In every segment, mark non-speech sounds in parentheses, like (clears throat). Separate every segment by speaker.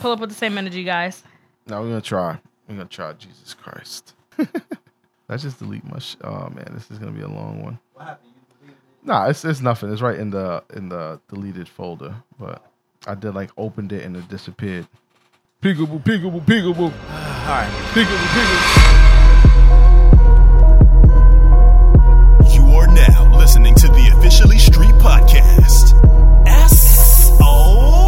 Speaker 1: pull up with the same energy, guys.
Speaker 2: No, we're gonna try. We're gonna try. Jesus Christ. (laughs) Let's just delete my. Sh- oh man, this is gonna be a long one.
Speaker 3: What happened? You deleted it?
Speaker 2: Nah, it's it's nothing. It's right in the in the deleted folder. But I did like opened it and it disappeared. Peekaboo, peekaboo, peekaboo.
Speaker 3: All right.
Speaker 2: Peekaboo, peekaboo.
Speaker 4: You are now listening to the Officially Street Podcast. S O.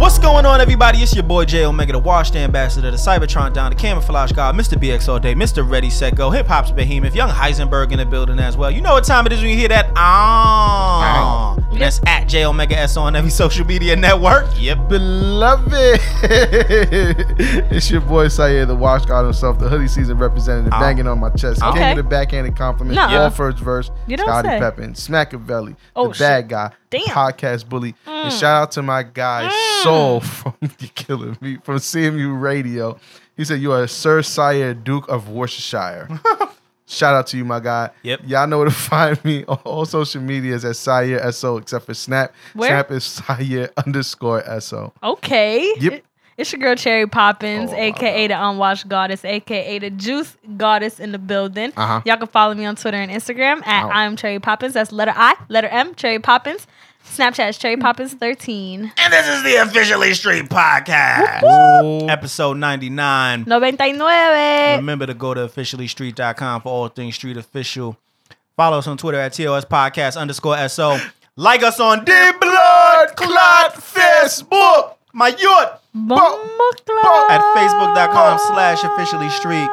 Speaker 3: What's going on, everybody? It's your boy J Omega, the washed ambassador, the Cybertron Don, the camouflage god, Mr. BX all day, Mr. Ready Set Go, Hip Hop's Behemoth, Young Heisenberg in the building as well. You know what time it is when you hear that? Ah. That's at J Omega S on every social media network. Yep.
Speaker 2: Beloved, (laughs) it's your boy Sayer, the wash god himself, the hoodie season representative,
Speaker 3: Ow.
Speaker 2: banging on my chest,
Speaker 3: Ow.
Speaker 2: king
Speaker 1: Ah. Okay.
Speaker 2: of the backhanded compliment,
Speaker 1: Nuh-uh.
Speaker 2: all first verse,
Speaker 1: You don't
Speaker 2: Scotty
Speaker 1: say.
Speaker 2: Peppin, Smackavelli,
Speaker 1: Oh,
Speaker 2: the bad guy, the
Speaker 1: Damn. Mm.
Speaker 2: podcast bully, and shout out to my guy Soul (laughs) from you killing me from CMU Radio. He said you are Sir Sire Duke
Speaker 1: (laughs)
Speaker 2: of Worcestershire. Shout out to you, my guy.
Speaker 3: Yep.
Speaker 2: Y'all know where to (laughs) find me on all social medias at Sire SO, except for Snap.
Speaker 1: Where?
Speaker 2: Snap is Sire (laughs) underscore SO.
Speaker 1: Okay.
Speaker 2: Yep.
Speaker 1: It- It's your girl Cherry Poppins,
Speaker 2: Oh,
Speaker 1: aka the Unwashed Goddess, aka the Juice Goddess in the building.
Speaker 2: Uh-huh. Oh.
Speaker 1: Y'all can follow me on Twitter and Instagram at
Speaker 2: Ow.
Speaker 1: I'm Cherry Poppins. That's letter I, letter M, Cherry Poppins. Snapchat is Cherry Poppins 13.
Speaker 4: And this is the Officially Street Podcast.
Speaker 3: Episode 99.
Speaker 2: Mm.
Speaker 1: 99.
Speaker 3: Remember to go to officiallystreet.com for all things street official. Follow us on Twitter at TOS Podcast underscore SO. Like us on Deep Blood Clot Facebook. My yacht at facebook.com
Speaker 2: Oh.
Speaker 3: slash officially street.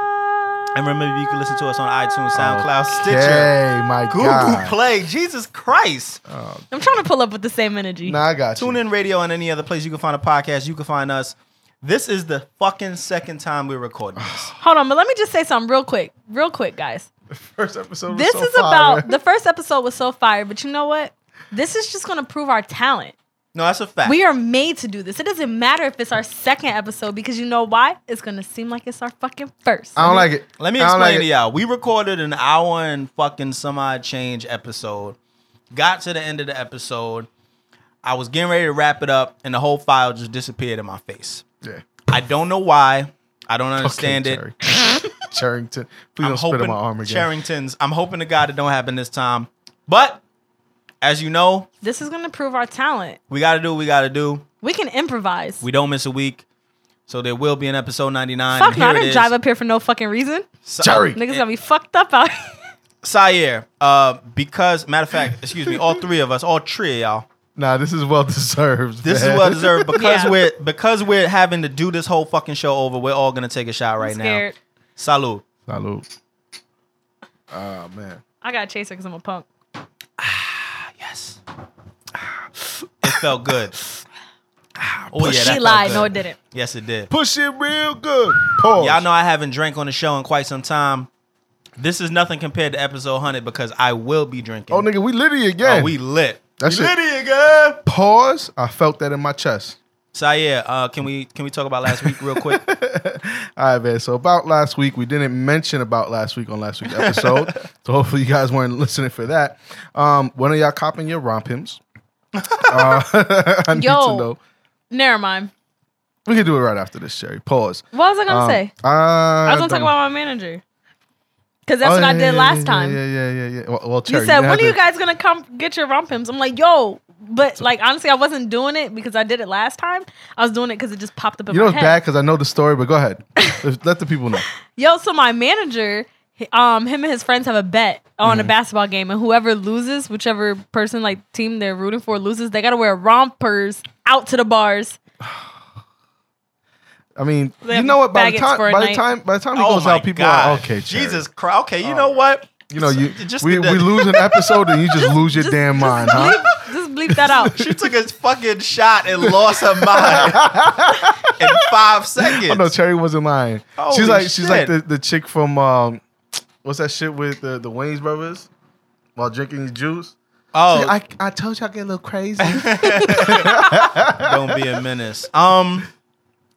Speaker 3: And remember, you can listen to us on iTunes, SoundCloud, Stitcher,
Speaker 2: Hey, my
Speaker 3: Google
Speaker 2: God. Oh,
Speaker 3: Play. Jesus Christ.
Speaker 1: I'm trying to pull up with the same energy.
Speaker 2: Nah, I got
Speaker 3: Tune
Speaker 2: you.
Speaker 3: in radio and any other place you can find a podcast. You can find us. This is the fucking second time we're recording
Speaker 2: (sighs)
Speaker 3: this.
Speaker 1: Hold on, but let me just say something real quick. Real quick, guys.
Speaker 2: First episode. was
Speaker 1: This
Speaker 2: so
Speaker 1: is
Speaker 2: fire.
Speaker 1: about the first episode was so fire, but you know what? This is just gonna prove our talent.
Speaker 3: No, that's a
Speaker 1: (laughs)
Speaker 3: fact.
Speaker 1: We are made to do this. It doesn't matter if it's our second episode because you know why? It's gonna seem like it's our fucking first.
Speaker 2: (laughs) I don't like it.
Speaker 3: Let me
Speaker 2: I don't
Speaker 3: explain
Speaker 2: like
Speaker 3: to
Speaker 2: it.
Speaker 3: y'all. We recorded an hour and fucking some odd change episode. Got to the end of the episode. I was getting ready to wrap it up, and the whole file just disappeared in my face.
Speaker 2: Yeah.
Speaker 3: I don't know why. I don't understand
Speaker 2: okay,
Speaker 3: it.
Speaker 2: Cherry. (laughs) Charrington. Please
Speaker 3: I'm
Speaker 2: don't spit
Speaker 3: hoping
Speaker 2: on my arm again.
Speaker 3: Charrington's. I'm hoping to God it don't happen this time. But as you know,
Speaker 1: This is gonna prove our talent.
Speaker 3: we got to do. what We got to do.
Speaker 1: We can improvise.
Speaker 3: We don't miss a week, so there will be an episode 99.
Speaker 1: Fuck no, I
Speaker 3: it
Speaker 1: didn't
Speaker 3: is.
Speaker 1: drive up here for no fucking reason.
Speaker 3: Sa-
Speaker 2: Cherry.
Speaker 1: Niggas gonna be fucked up out here.
Speaker 3: Sire, uh, because matter of fact, excuse me, all three of us, all three of y'all,
Speaker 2: Nah, this is well deserved.
Speaker 3: This
Speaker 2: man.
Speaker 3: is well
Speaker 1: (laughs)
Speaker 3: deserved because
Speaker 1: Yeah.
Speaker 3: we're because we're having to do this whole fucking show over. We're all gonna take a shot right
Speaker 1: Scared.
Speaker 3: now. Salud.
Speaker 2: (laughs) Salute. Oh man.
Speaker 1: I gotta chase her because I'm a punk.
Speaker 3: Yes. It felt good. Oh yeah, that
Speaker 1: she
Speaker 3: felt
Speaker 1: lied.
Speaker 3: good.
Speaker 1: No, it didn't.
Speaker 3: Yes, it did.
Speaker 2: Push it real good. Pause.
Speaker 3: Y'all know I haven't drank on the show in quite some time. This is nothing compared to episode hundred because I will be drinking.
Speaker 2: Oh nigga, we litty
Speaker 3: Oh,
Speaker 2: again.
Speaker 3: we lit.
Speaker 2: That's
Speaker 3: we
Speaker 2: it.
Speaker 3: lit it, girl.
Speaker 2: pause. I felt that in my chest.
Speaker 3: So yeah, uh, can we can we talk about last week
Speaker 2: (laughs)
Speaker 3: real quick?
Speaker 2: All right, man. So about last week, we didn't mention about last week on last week's episode.
Speaker 3: (laughs)
Speaker 2: so hopefully you guys weren't listening for that. Um, when are y'all copping your rompims?
Speaker 3: (laughs)
Speaker 2: uh, (laughs) I need
Speaker 1: Yo.
Speaker 2: to know.
Speaker 1: Never mind.
Speaker 2: We can do it right after this, Sherry. Pause.
Speaker 1: What was I gonna
Speaker 2: Um,
Speaker 1: say? I
Speaker 2: I
Speaker 1: was gonna talk
Speaker 2: don't-
Speaker 1: about my manager. Cause that's
Speaker 2: Oh,
Speaker 1: what I
Speaker 2: yeah,
Speaker 1: did
Speaker 2: yeah,
Speaker 1: last
Speaker 2: yeah,
Speaker 1: time.
Speaker 2: Yeah, yeah, yeah, yeah. Well, well
Speaker 1: You
Speaker 2: Cherry,
Speaker 1: said,
Speaker 2: didn't
Speaker 1: when
Speaker 2: have
Speaker 1: are you
Speaker 2: to-
Speaker 1: guys gonna come get your rumpims? I'm like, yo, but like honestly, I wasn't doing it because I did it last time. I was doing it because it just popped up in
Speaker 2: You know
Speaker 1: my
Speaker 2: it's
Speaker 1: head.
Speaker 2: bad because I know the story, but
Speaker 1: (laughs)
Speaker 2: go ahead. Let- Let the people know.
Speaker 1: Yo, so my manager, h- um, him and his friends have a bet on
Speaker 2: Mm-hmm.
Speaker 1: a basketball game, and whoever loses, whichever person like team they're rooting for loses, they gotta wear rompers out to the bars.
Speaker 2: I mean,
Speaker 1: (laughs) They
Speaker 2: you
Speaker 1: have
Speaker 2: know what? By the
Speaker 1: faggots
Speaker 2: time,
Speaker 1: for a
Speaker 2: by the
Speaker 1: night.
Speaker 2: time, by the time he
Speaker 3: oh
Speaker 2: goes
Speaker 3: my
Speaker 2: out, people
Speaker 3: God.
Speaker 2: are okay. Cherry.
Speaker 3: Jesus Christ. Okay, you know what?
Speaker 2: you know you.
Speaker 3: Just
Speaker 2: we,
Speaker 3: the-
Speaker 2: we lose an
Speaker 1: (laughs)
Speaker 2: episode and you just lose your damn mind, huh?
Speaker 1: Bleep- just bleep that out.
Speaker 2: (laughs)
Speaker 3: She took a fucking shot and lost her mind in
Speaker 2: (laughs)
Speaker 3: five seconds.
Speaker 2: Oh no, Cherry wasn't lying.
Speaker 3: Holy
Speaker 2: she's like she's like the,
Speaker 3: shit.
Speaker 2: the chick from um, what's that shit with the the Wayne's brothers while drinking the juice.
Speaker 3: oh,
Speaker 2: I I told you I get a little crazy.
Speaker 3: don't be a menace. Um,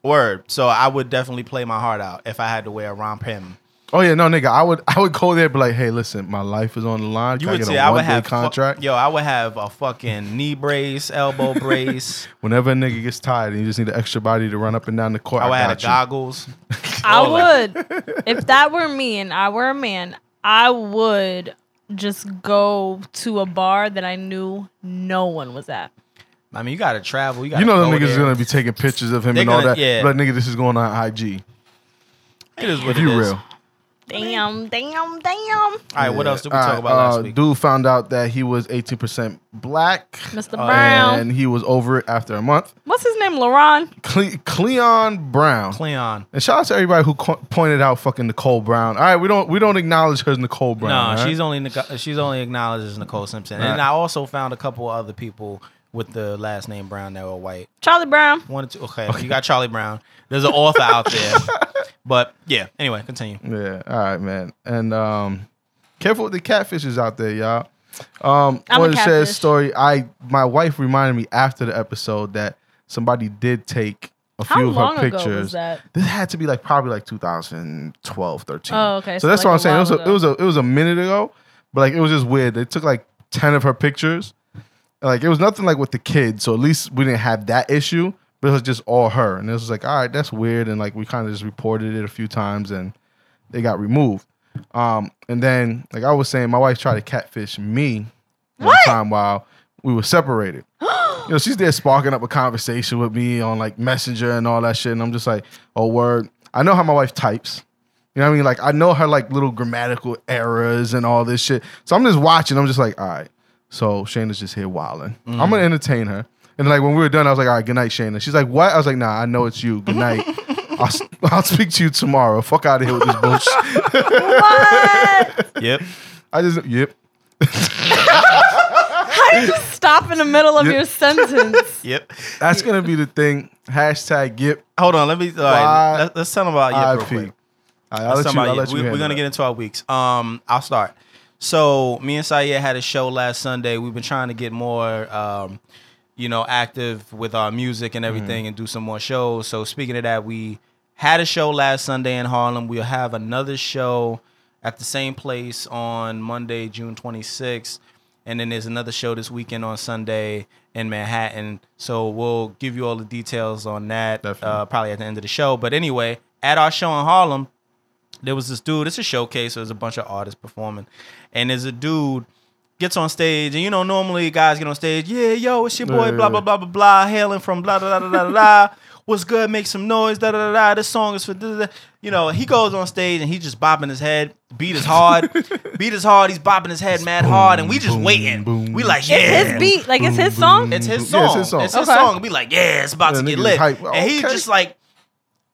Speaker 3: word. So I would definitely play my heart out if I had to wear a romp him.
Speaker 2: (laughs) Oh yeah, no nigga, I would I would go there, and be like, hey, listen, my life is on the line.
Speaker 3: You
Speaker 2: Can I
Speaker 3: would
Speaker 2: get
Speaker 3: say
Speaker 2: a
Speaker 3: I
Speaker 2: one
Speaker 3: would
Speaker 2: day
Speaker 3: have fu-
Speaker 2: contract?
Speaker 3: yo, I would have a fucking (laughs) knee
Speaker 2: (laughs)
Speaker 3: brace, elbow brace.
Speaker 2: Whenever a nigga gets tired and you just need an extra body to run up and down the court,
Speaker 3: I
Speaker 2: I,
Speaker 3: would have
Speaker 2: got
Speaker 3: the
Speaker 2: you.
Speaker 3: goggles.
Speaker 1: I would. if that were me and I were a man, I would just go to a bar that I knew no one was at.
Speaker 3: I mean, you gotta travel. You gotta.
Speaker 2: You know the
Speaker 3: go
Speaker 2: niggas is
Speaker 3: there.
Speaker 2: gonna be taking pictures of him
Speaker 3: They're
Speaker 2: and all
Speaker 3: gonna-
Speaker 2: that.
Speaker 3: yeah.
Speaker 2: But nigga, this is going on IG.
Speaker 3: It is what
Speaker 2: If you
Speaker 3: it is.
Speaker 2: real.
Speaker 3: All
Speaker 1: Damn, damn, damn.
Speaker 3: right, what else did we
Speaker 2: All
Speaker 3: talk
Speaker 2: right,
Speaker 3: about
Speaker 2: uh,
Speaker 3: last week?
Speaker 2: Dude found out that he was 18% black uh,
Speaker 1: Mr. Brown.
Speaker 2: and he was over it after a month.
Speaker 1: What's his name? LaRon?
Speaker 2: Cle- Cleon Brown.
Speaker 3: Cleon.
Speaker 2: and shout out to everybody who co- pointed out fucking Nicole Brown. All right, we don't we don't acknowledge her as Nicole
Speaker 3: No,
Speaker 2: Brown. all right?
Speaker 3: she's only Nic- she's only acknowledged as Nicole Simpson, and
Speaker 2: Right.
Speaker 3: I also found a couple other people with the last name Brown that were white.
Speaker 1: Charlie Brown.
Speaker 3: One or two. Okay, you got Charlie Brown. There's an author out
Speaker 2: (laughs)
Speaker 3: there, but yeah. Anyway, continue.
Speaker 2: Yeah. All right, man. And um, careful with the catfishes out there, y'all. Um,
Speaker 1: I'm a
Speaker 2: wanted to share a
Speaker 1: catfish.
Speaker 2: story. I my wife reminded me after the episode that somebody did take a
Speaker 1: How
Speaker 2: few of
Speaker 1: long
Speaker 2: her
Speaker 1: ago
Speaker 2: pictures.
Speaker 1: was that?
Speaker 2: This had to be like probably like 2012, 13.
Speaker 1: Oh, okay.
Speaker 2: So
Speaker 1: So, like,
Speaker 2: that's what
Speaker 1: a
Speaker 2: I'm saying. It was,
Speaker 1: while
Speaker 2: a, it
Speaker 1: ago.
Speaker 2: was a it was a minute ago, but like it was just weird. They took like 10 of her pictures. And, Like it was nothing like with the kids, so at least we didn't have that issue. But it was just all her, and it was like, all right, that's weird. And like we kind of just reported it a few times, and they got removed. Um, and then, like I was saying, my wife tried to catfish me one time while we were
Speaker 1: (gasps)
Speaker 2: separated. you know, she's there sparking up a conversation with me on like Messenger and all that shit, and I'm just like, oh word. I know how my wife types. You know what I mean? Like I know her like little grammatical errors and all this shit. So I'm just watching. I'm just like, all right. So Shayna's just here wilding. I'm gonna entertain her. And like when we were done, I was like, all right, good night, Shayna. She's like, what? I was like, nah, I know it's you. Good
Speaker 3: (laughs)
Speaker 2: night. I'll, s- (laughs) I'll speak to you tomorrow. Fuck out of here with this bullshit.
Speaker 3: (laughs)
Speaker 1: (laughs) What?
Speaker 3: Yep.
Speaker 2: I just yep.
Speaker 1: Stop in the middle of your sentence.
Speaker 3: Yep.
Speaker 2: That's gonna be the thing. Hashtag yep.
Speaker 3: Hold on. Let me. All right, let's, let's tell them about Yip real
Speaker 2: IP.
Speaker 3: quick.
Speaker 2: I'll let you.
Speaker 3: Somebody-
Speaker 2: I'll let you.
Speaker 3: we,
Speaker 2: handle
Speaker 3: are gonna
Speaker 2: it.
Speaker 3: get into our weeks. Um, I'll start. So me and Saeed had a show last Sunday. We've been trying to get more, um, you know, active with our music
Speaker 2: Mm-hmm.
Speaker 3: and everything, and do some more shows. So speaking of that, we had a show last Sunday in Harlem. We'll have another show at the same place on Monday, June 26th, and then there's another show this weekend on Sunday in Manhattan. So we'll give you all the details on that
Speaker 2: Definitely.
Speaker 3: uh, probably at the end of the show. But anyway, at our show in Harlem, there was this dude. It's a showcase. So there's a bunch of artists performing, and there's a dude gets on stage, and you know normally guys get on stage. Yeah, yo, it's your boy.
Speaker 2: Yeah.
Speaker 3: Blah blah blah blah blah. Hailing from blah blah blah blah blah. (laughs) blah. What's good? Make some noise. Da da da da. This song is for da da. da. You know he goes on stage and he just bopping his head. Beat is
Speaker 2: (laughs)
Speaker 3: hard. beat is hard. He's bopping his head mad hard, and we just
Speaker 2: boom,
Speaker 3: waiting.
Speaker 2: boom.
Speaker 3: we like yeah.
Speaker 1: It's his beat. Like, it's his
Speaker 2: Boom,
Speaker 1: song?
Speaker 2: boom.
Speaker 3: It's his
Speaker 2: Yeah,
Speaker 3: song.
Speaker 2: it's his song.
Speaker 1: Okay.
Speaker 3: song. We like yeah, it's about
Speaker 2: Yeah,
Speaker 3: to get
Speaker 2: niggas
Speaker 3: lit.
Speaker 2: hype.
Speaker 3: And he's
Speaker 2: Okay.
Speaker 3: just like,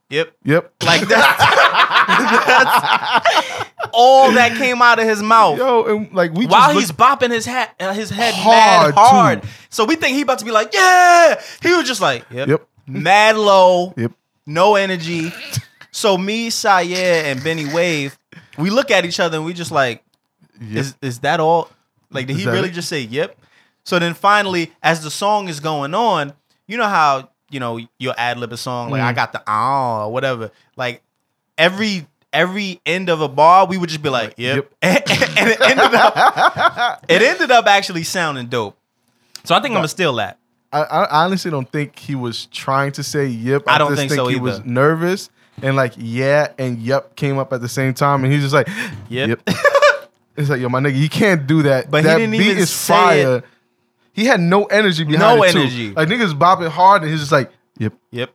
Speaker 3: yep
Speaker 2: Yep.
Speaker 3: like (laughs) that. that's all that came out of his mouth
Speaker 2: Yo, and like we
Speaker 3: while
Speaker 2: just
Speaker 3: he's bopping his hat, uh, his head
Speaker 2: Hard,
Speaker 3: mad
Speaker 2: too.
Speaker 3: hard. So we think he about to be like, yeah. He was just like, yep,
Speaker 2: Yep.
Speaker 3: mad low,
Speaker 2: Yep.
Speaker 3: no energy. So me, Sayed, and Benny Wave, we look at each other and we just like, is is that all? Like, did
Speaker 2: Is
Speaker 3: he
Speaker 2: that
Speaker 3: really
Speaker 2: it?
Speaker 3: just say yep? So then finally, as the song is going on, you know how you know your ad lib a song
Speaker 2: Mm.
Speaker 3: like I got the ah or whatever. Like every every end of a bar, we would just be like yep, (laughs) and it ended up it ended up actually sounding dope. So I think I'm gonna steal that.
Speaker 2: I, I honestly don't think he was trying to say yep.
Speaker 3: I don't
Speaker 2: just
Speaker 3: think so
Speaker 2: he
Speaker 3: either.
Speaker 2: was nervous and like yeah and yep came up at the same time and he's just like
Speaker 3: (gasps) Yep.
Speaker 2: (laughs) it's like yo my nigga you can't do that.
Speaker 3: But he
Speaker 2: that
Speaker 3: didn't
Speaker 2: beat
Speaker 3: even
Speaker 2: is
Speaker 3: say
Speaker 2: fire. He had no energy behind
Speaker 3: No
Speaker 2: it, too.
Speaker 3: energy.
Speaker 2: Like niggas bopping hard and he's just like yep.
Speaker 3: Yep.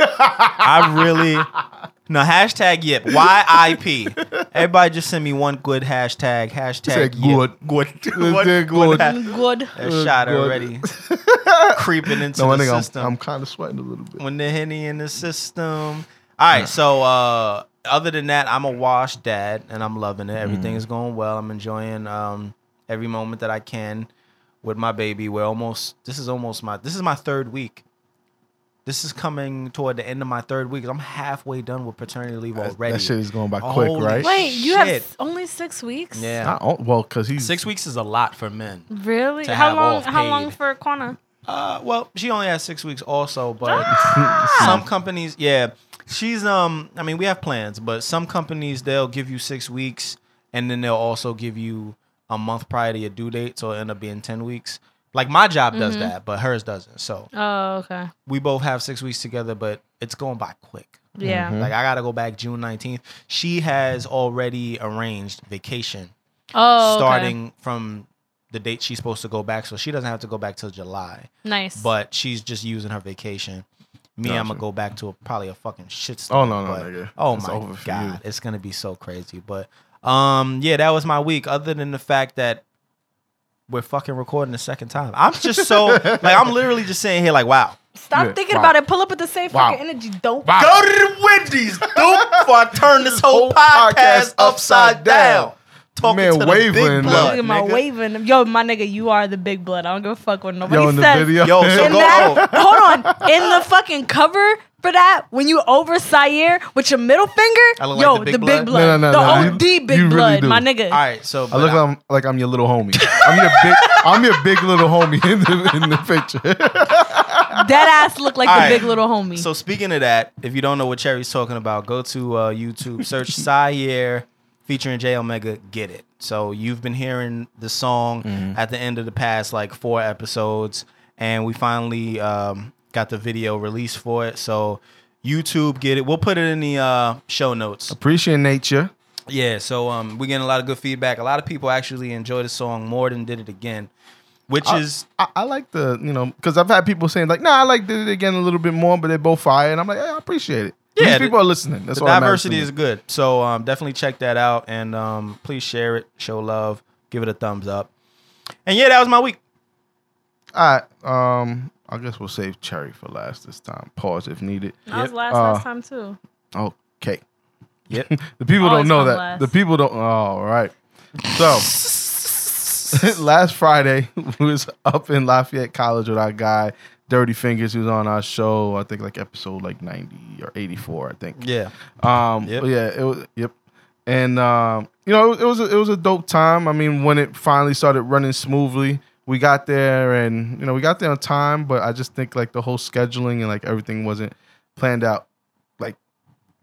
Speaker 3: I really no hashtag yip y i p. Everybody just send me one good hashtag hashtag
Speaker 2: Said
Speaker 3: yip.
Speaker 2: good
Speaker 3: One
Speaker 2: Said
Speaker 3: (laughs) good
Speaker 2: good.
Speaker 3: ha-
Speaker 1: Good.
Speaker 3: (laughs) that shot
Speaker 2: good. (laughs)
Speaker 3: already creeping into
Speaker 2: No, my
Speaker 3: the
Speaker 2: nigga,
Speaker 3: system
Speaker 2: I'm, I'm kind of sweating a little bit.
Speaker 3: when the henny in the system. All right, so uh, other than that, I'm a wash dad, and I'm loving it.
Speaker 2: Mm-hmm.
Speaker 3: Everything is going well. I'm enjoying um, every moment that I can with my baby. We're almost. This is almost my. This is my third week. This is coming toward the end of my third week. I'm halfway done with paternity leave already.
Speaker 2: That shit is going by quick,
Speaker 3: Holy
Speaker 2: right?
Speaker 1: Wait, you have
Speaker 3: Shit.
Speaker 1: s- only six weeks?
Speaker 3: yeah,
Speaker 2: I don't- well, because he's
Speaker 3: six weeks is a lot for men.
Speaker 1: Really?
Speaker 3: To
Speaker 1: How
Speaker 3: have
Speaker 1: long?
Speaker 3: off
Speaker 1: How
Speaker 3: paid.
Speaker 1: long for Quana? Ah!
Speaker 3: Uh, well, she only has six weeks also, but some companies, yeah, she's um. I mean, we have plans, but some companies they'll give you six weeks, and then they'll also give you a month prior to your due date, so it will end up being ten weeks. Like my job does
Speaker 1: Mm-hmm.
Speaker 3: that, but hers doesn't. So
Speaker 1: Oh, okay.
Speaker 3: we both have six weeks together, but it's going by quick.
Speaker 1: Yeah.
Speaker 3: Like I gotta go back June nineteenth. She has already arranged vacation
Speaker 1: Oh, okay.
Speaker 3: starting from the date she's supposed to go back, so she doesn't have to go back till July.
Speaker 1: Nice.
Speaker 3: But she's just using her vacation. Me, I'm gonna go back to a, probably a fucking shit
Speaker 2: Oh, no, no,
Speaker 3: but-
Speaker 2: nigga.
Speaker 3: Oh
Speaker 2: It's
Speaker 3: my
Speaker 2: over for
Speaker 3: god, it's gonna be so crazy. But um, yeah, that was my week. Other than the fact that we're fucking recording the second time, I'm just (laughs) so like I'm literally just sitting here like, wow.
Speaker 1: stop
Speaker 2: Yeah.
Speaker 1: thinking
Speaker 2: Wow.
Speaker 1: about it. Pull up with the same
Speaker 2: Wow.
Speaker 1: fucking energy, dope.
Speaker 2: Wow.
Speaker 3: Go to the Wendy's, dude, before I turn this whole, podcast, upside down. Talking
Speaker 2: Man,
Speaker 3: to the
Speaker 2: wavering,
Speaker 3: big blood,
Speaker 1: Look at my
Speaker 3: nigga.
Speaker 1: waving. Yo, my nigga, you are the big blood. I don't give a fuck what nobody
Speaker 2: Yo, in the
Speaker 1: says.
Speaker 2: video.
Speaker 3: Yo, so
Speaker 1: In
Speaker 3: go.
Speaker 1: that, (laughs) hold on. In the fucking cover for that, when you over Sayer with your middle finger,
Speaker 3: I look like
Speaker 1: yo,
Speaker 3: the big
Speaker 1: the
Speaker 3: blood?
Speaker 1: big blood,
Speaker 2: No, no, no, no, you-
Speaker 1: the OD big
Speaker 2: you really
Speaker 1: blood,
Speaker 2: do.
Speaker 1: my nigga.
Speaker 3: All right, so
Speaker 2: I look like
Speaker 3: but
Speaker 2: I'm, like I'm your little (laughs) homie. I'm your big, I'm your big little homie in the, in the picture.
Speaker 1: That ass look like
Speaker 3: All
Speaker 1: the
Speaker 3: right.
Speaker 1: big little homie.
Speaker 3: So speaking of that, if you don't know what Cherry's talking about, go to uh, (laughs) YouTube, search Sire featuring J Omega, get it. So you've been hearing the song at the end of the past like four episodes, and we finally um, got the video released for it. So YouTube, get it. We'll put it in the uh, show notes.
Speaker 2: Appreciate nature.
Speaker 3: Yeah, so um, we're getting a lot of good feedback. A lot of people actually enjoy the song more than did it again, which is
Speaker 2: I, I like the, you know, because I've had people saying like, "Nah, I like did it again a little bit more," but they both fire, and I'm like, yeah, I appreciate it.
Speaker 3: Yeah,
Speaker 2: These
Speaker 3: the-
Speaker 2: people are listening. That's
Speaker 3: the
Speaker 2: all that matters to
Speaker 3: diversity
Speaker 2: me.
Speaker 3: is good. So um, definitely check that out and um, please share it, show love, give it a thumbs up. And yeah, that was my week.
Speaker 2: All right, um, I guess we'll save cherry for last this time. Pause if needed.
Speaker 1: I was last
Speaker 2: Uh,
Speaker 1: last time too.
Speaker 2: Okay.
Speaker 3: Yep.
Speaker 2: The people
Speaker 1: Always
Speaker 2: don't know
Speaker 1: come
Speaker 2: that.
Speaker 1: last.
Speaker 2: The people don't. All right. So (laughs) last Friday we was up in Lafayette College with our guy Dirty Fingers, who's on our show. I think like episode like ninety or eighty four. I think.
Speaker 3: (laughs) yeah.
Speaker 2: Um,
Speaker 3: Yep.
Speaker 2: but yeah, it was yep. And um, you know, it was a, it was a dope time. I mean, when it finally started running smoothly, we got there, and you know, we got there on time. But I just think like the whole scheduling and like everything wasn't planned out like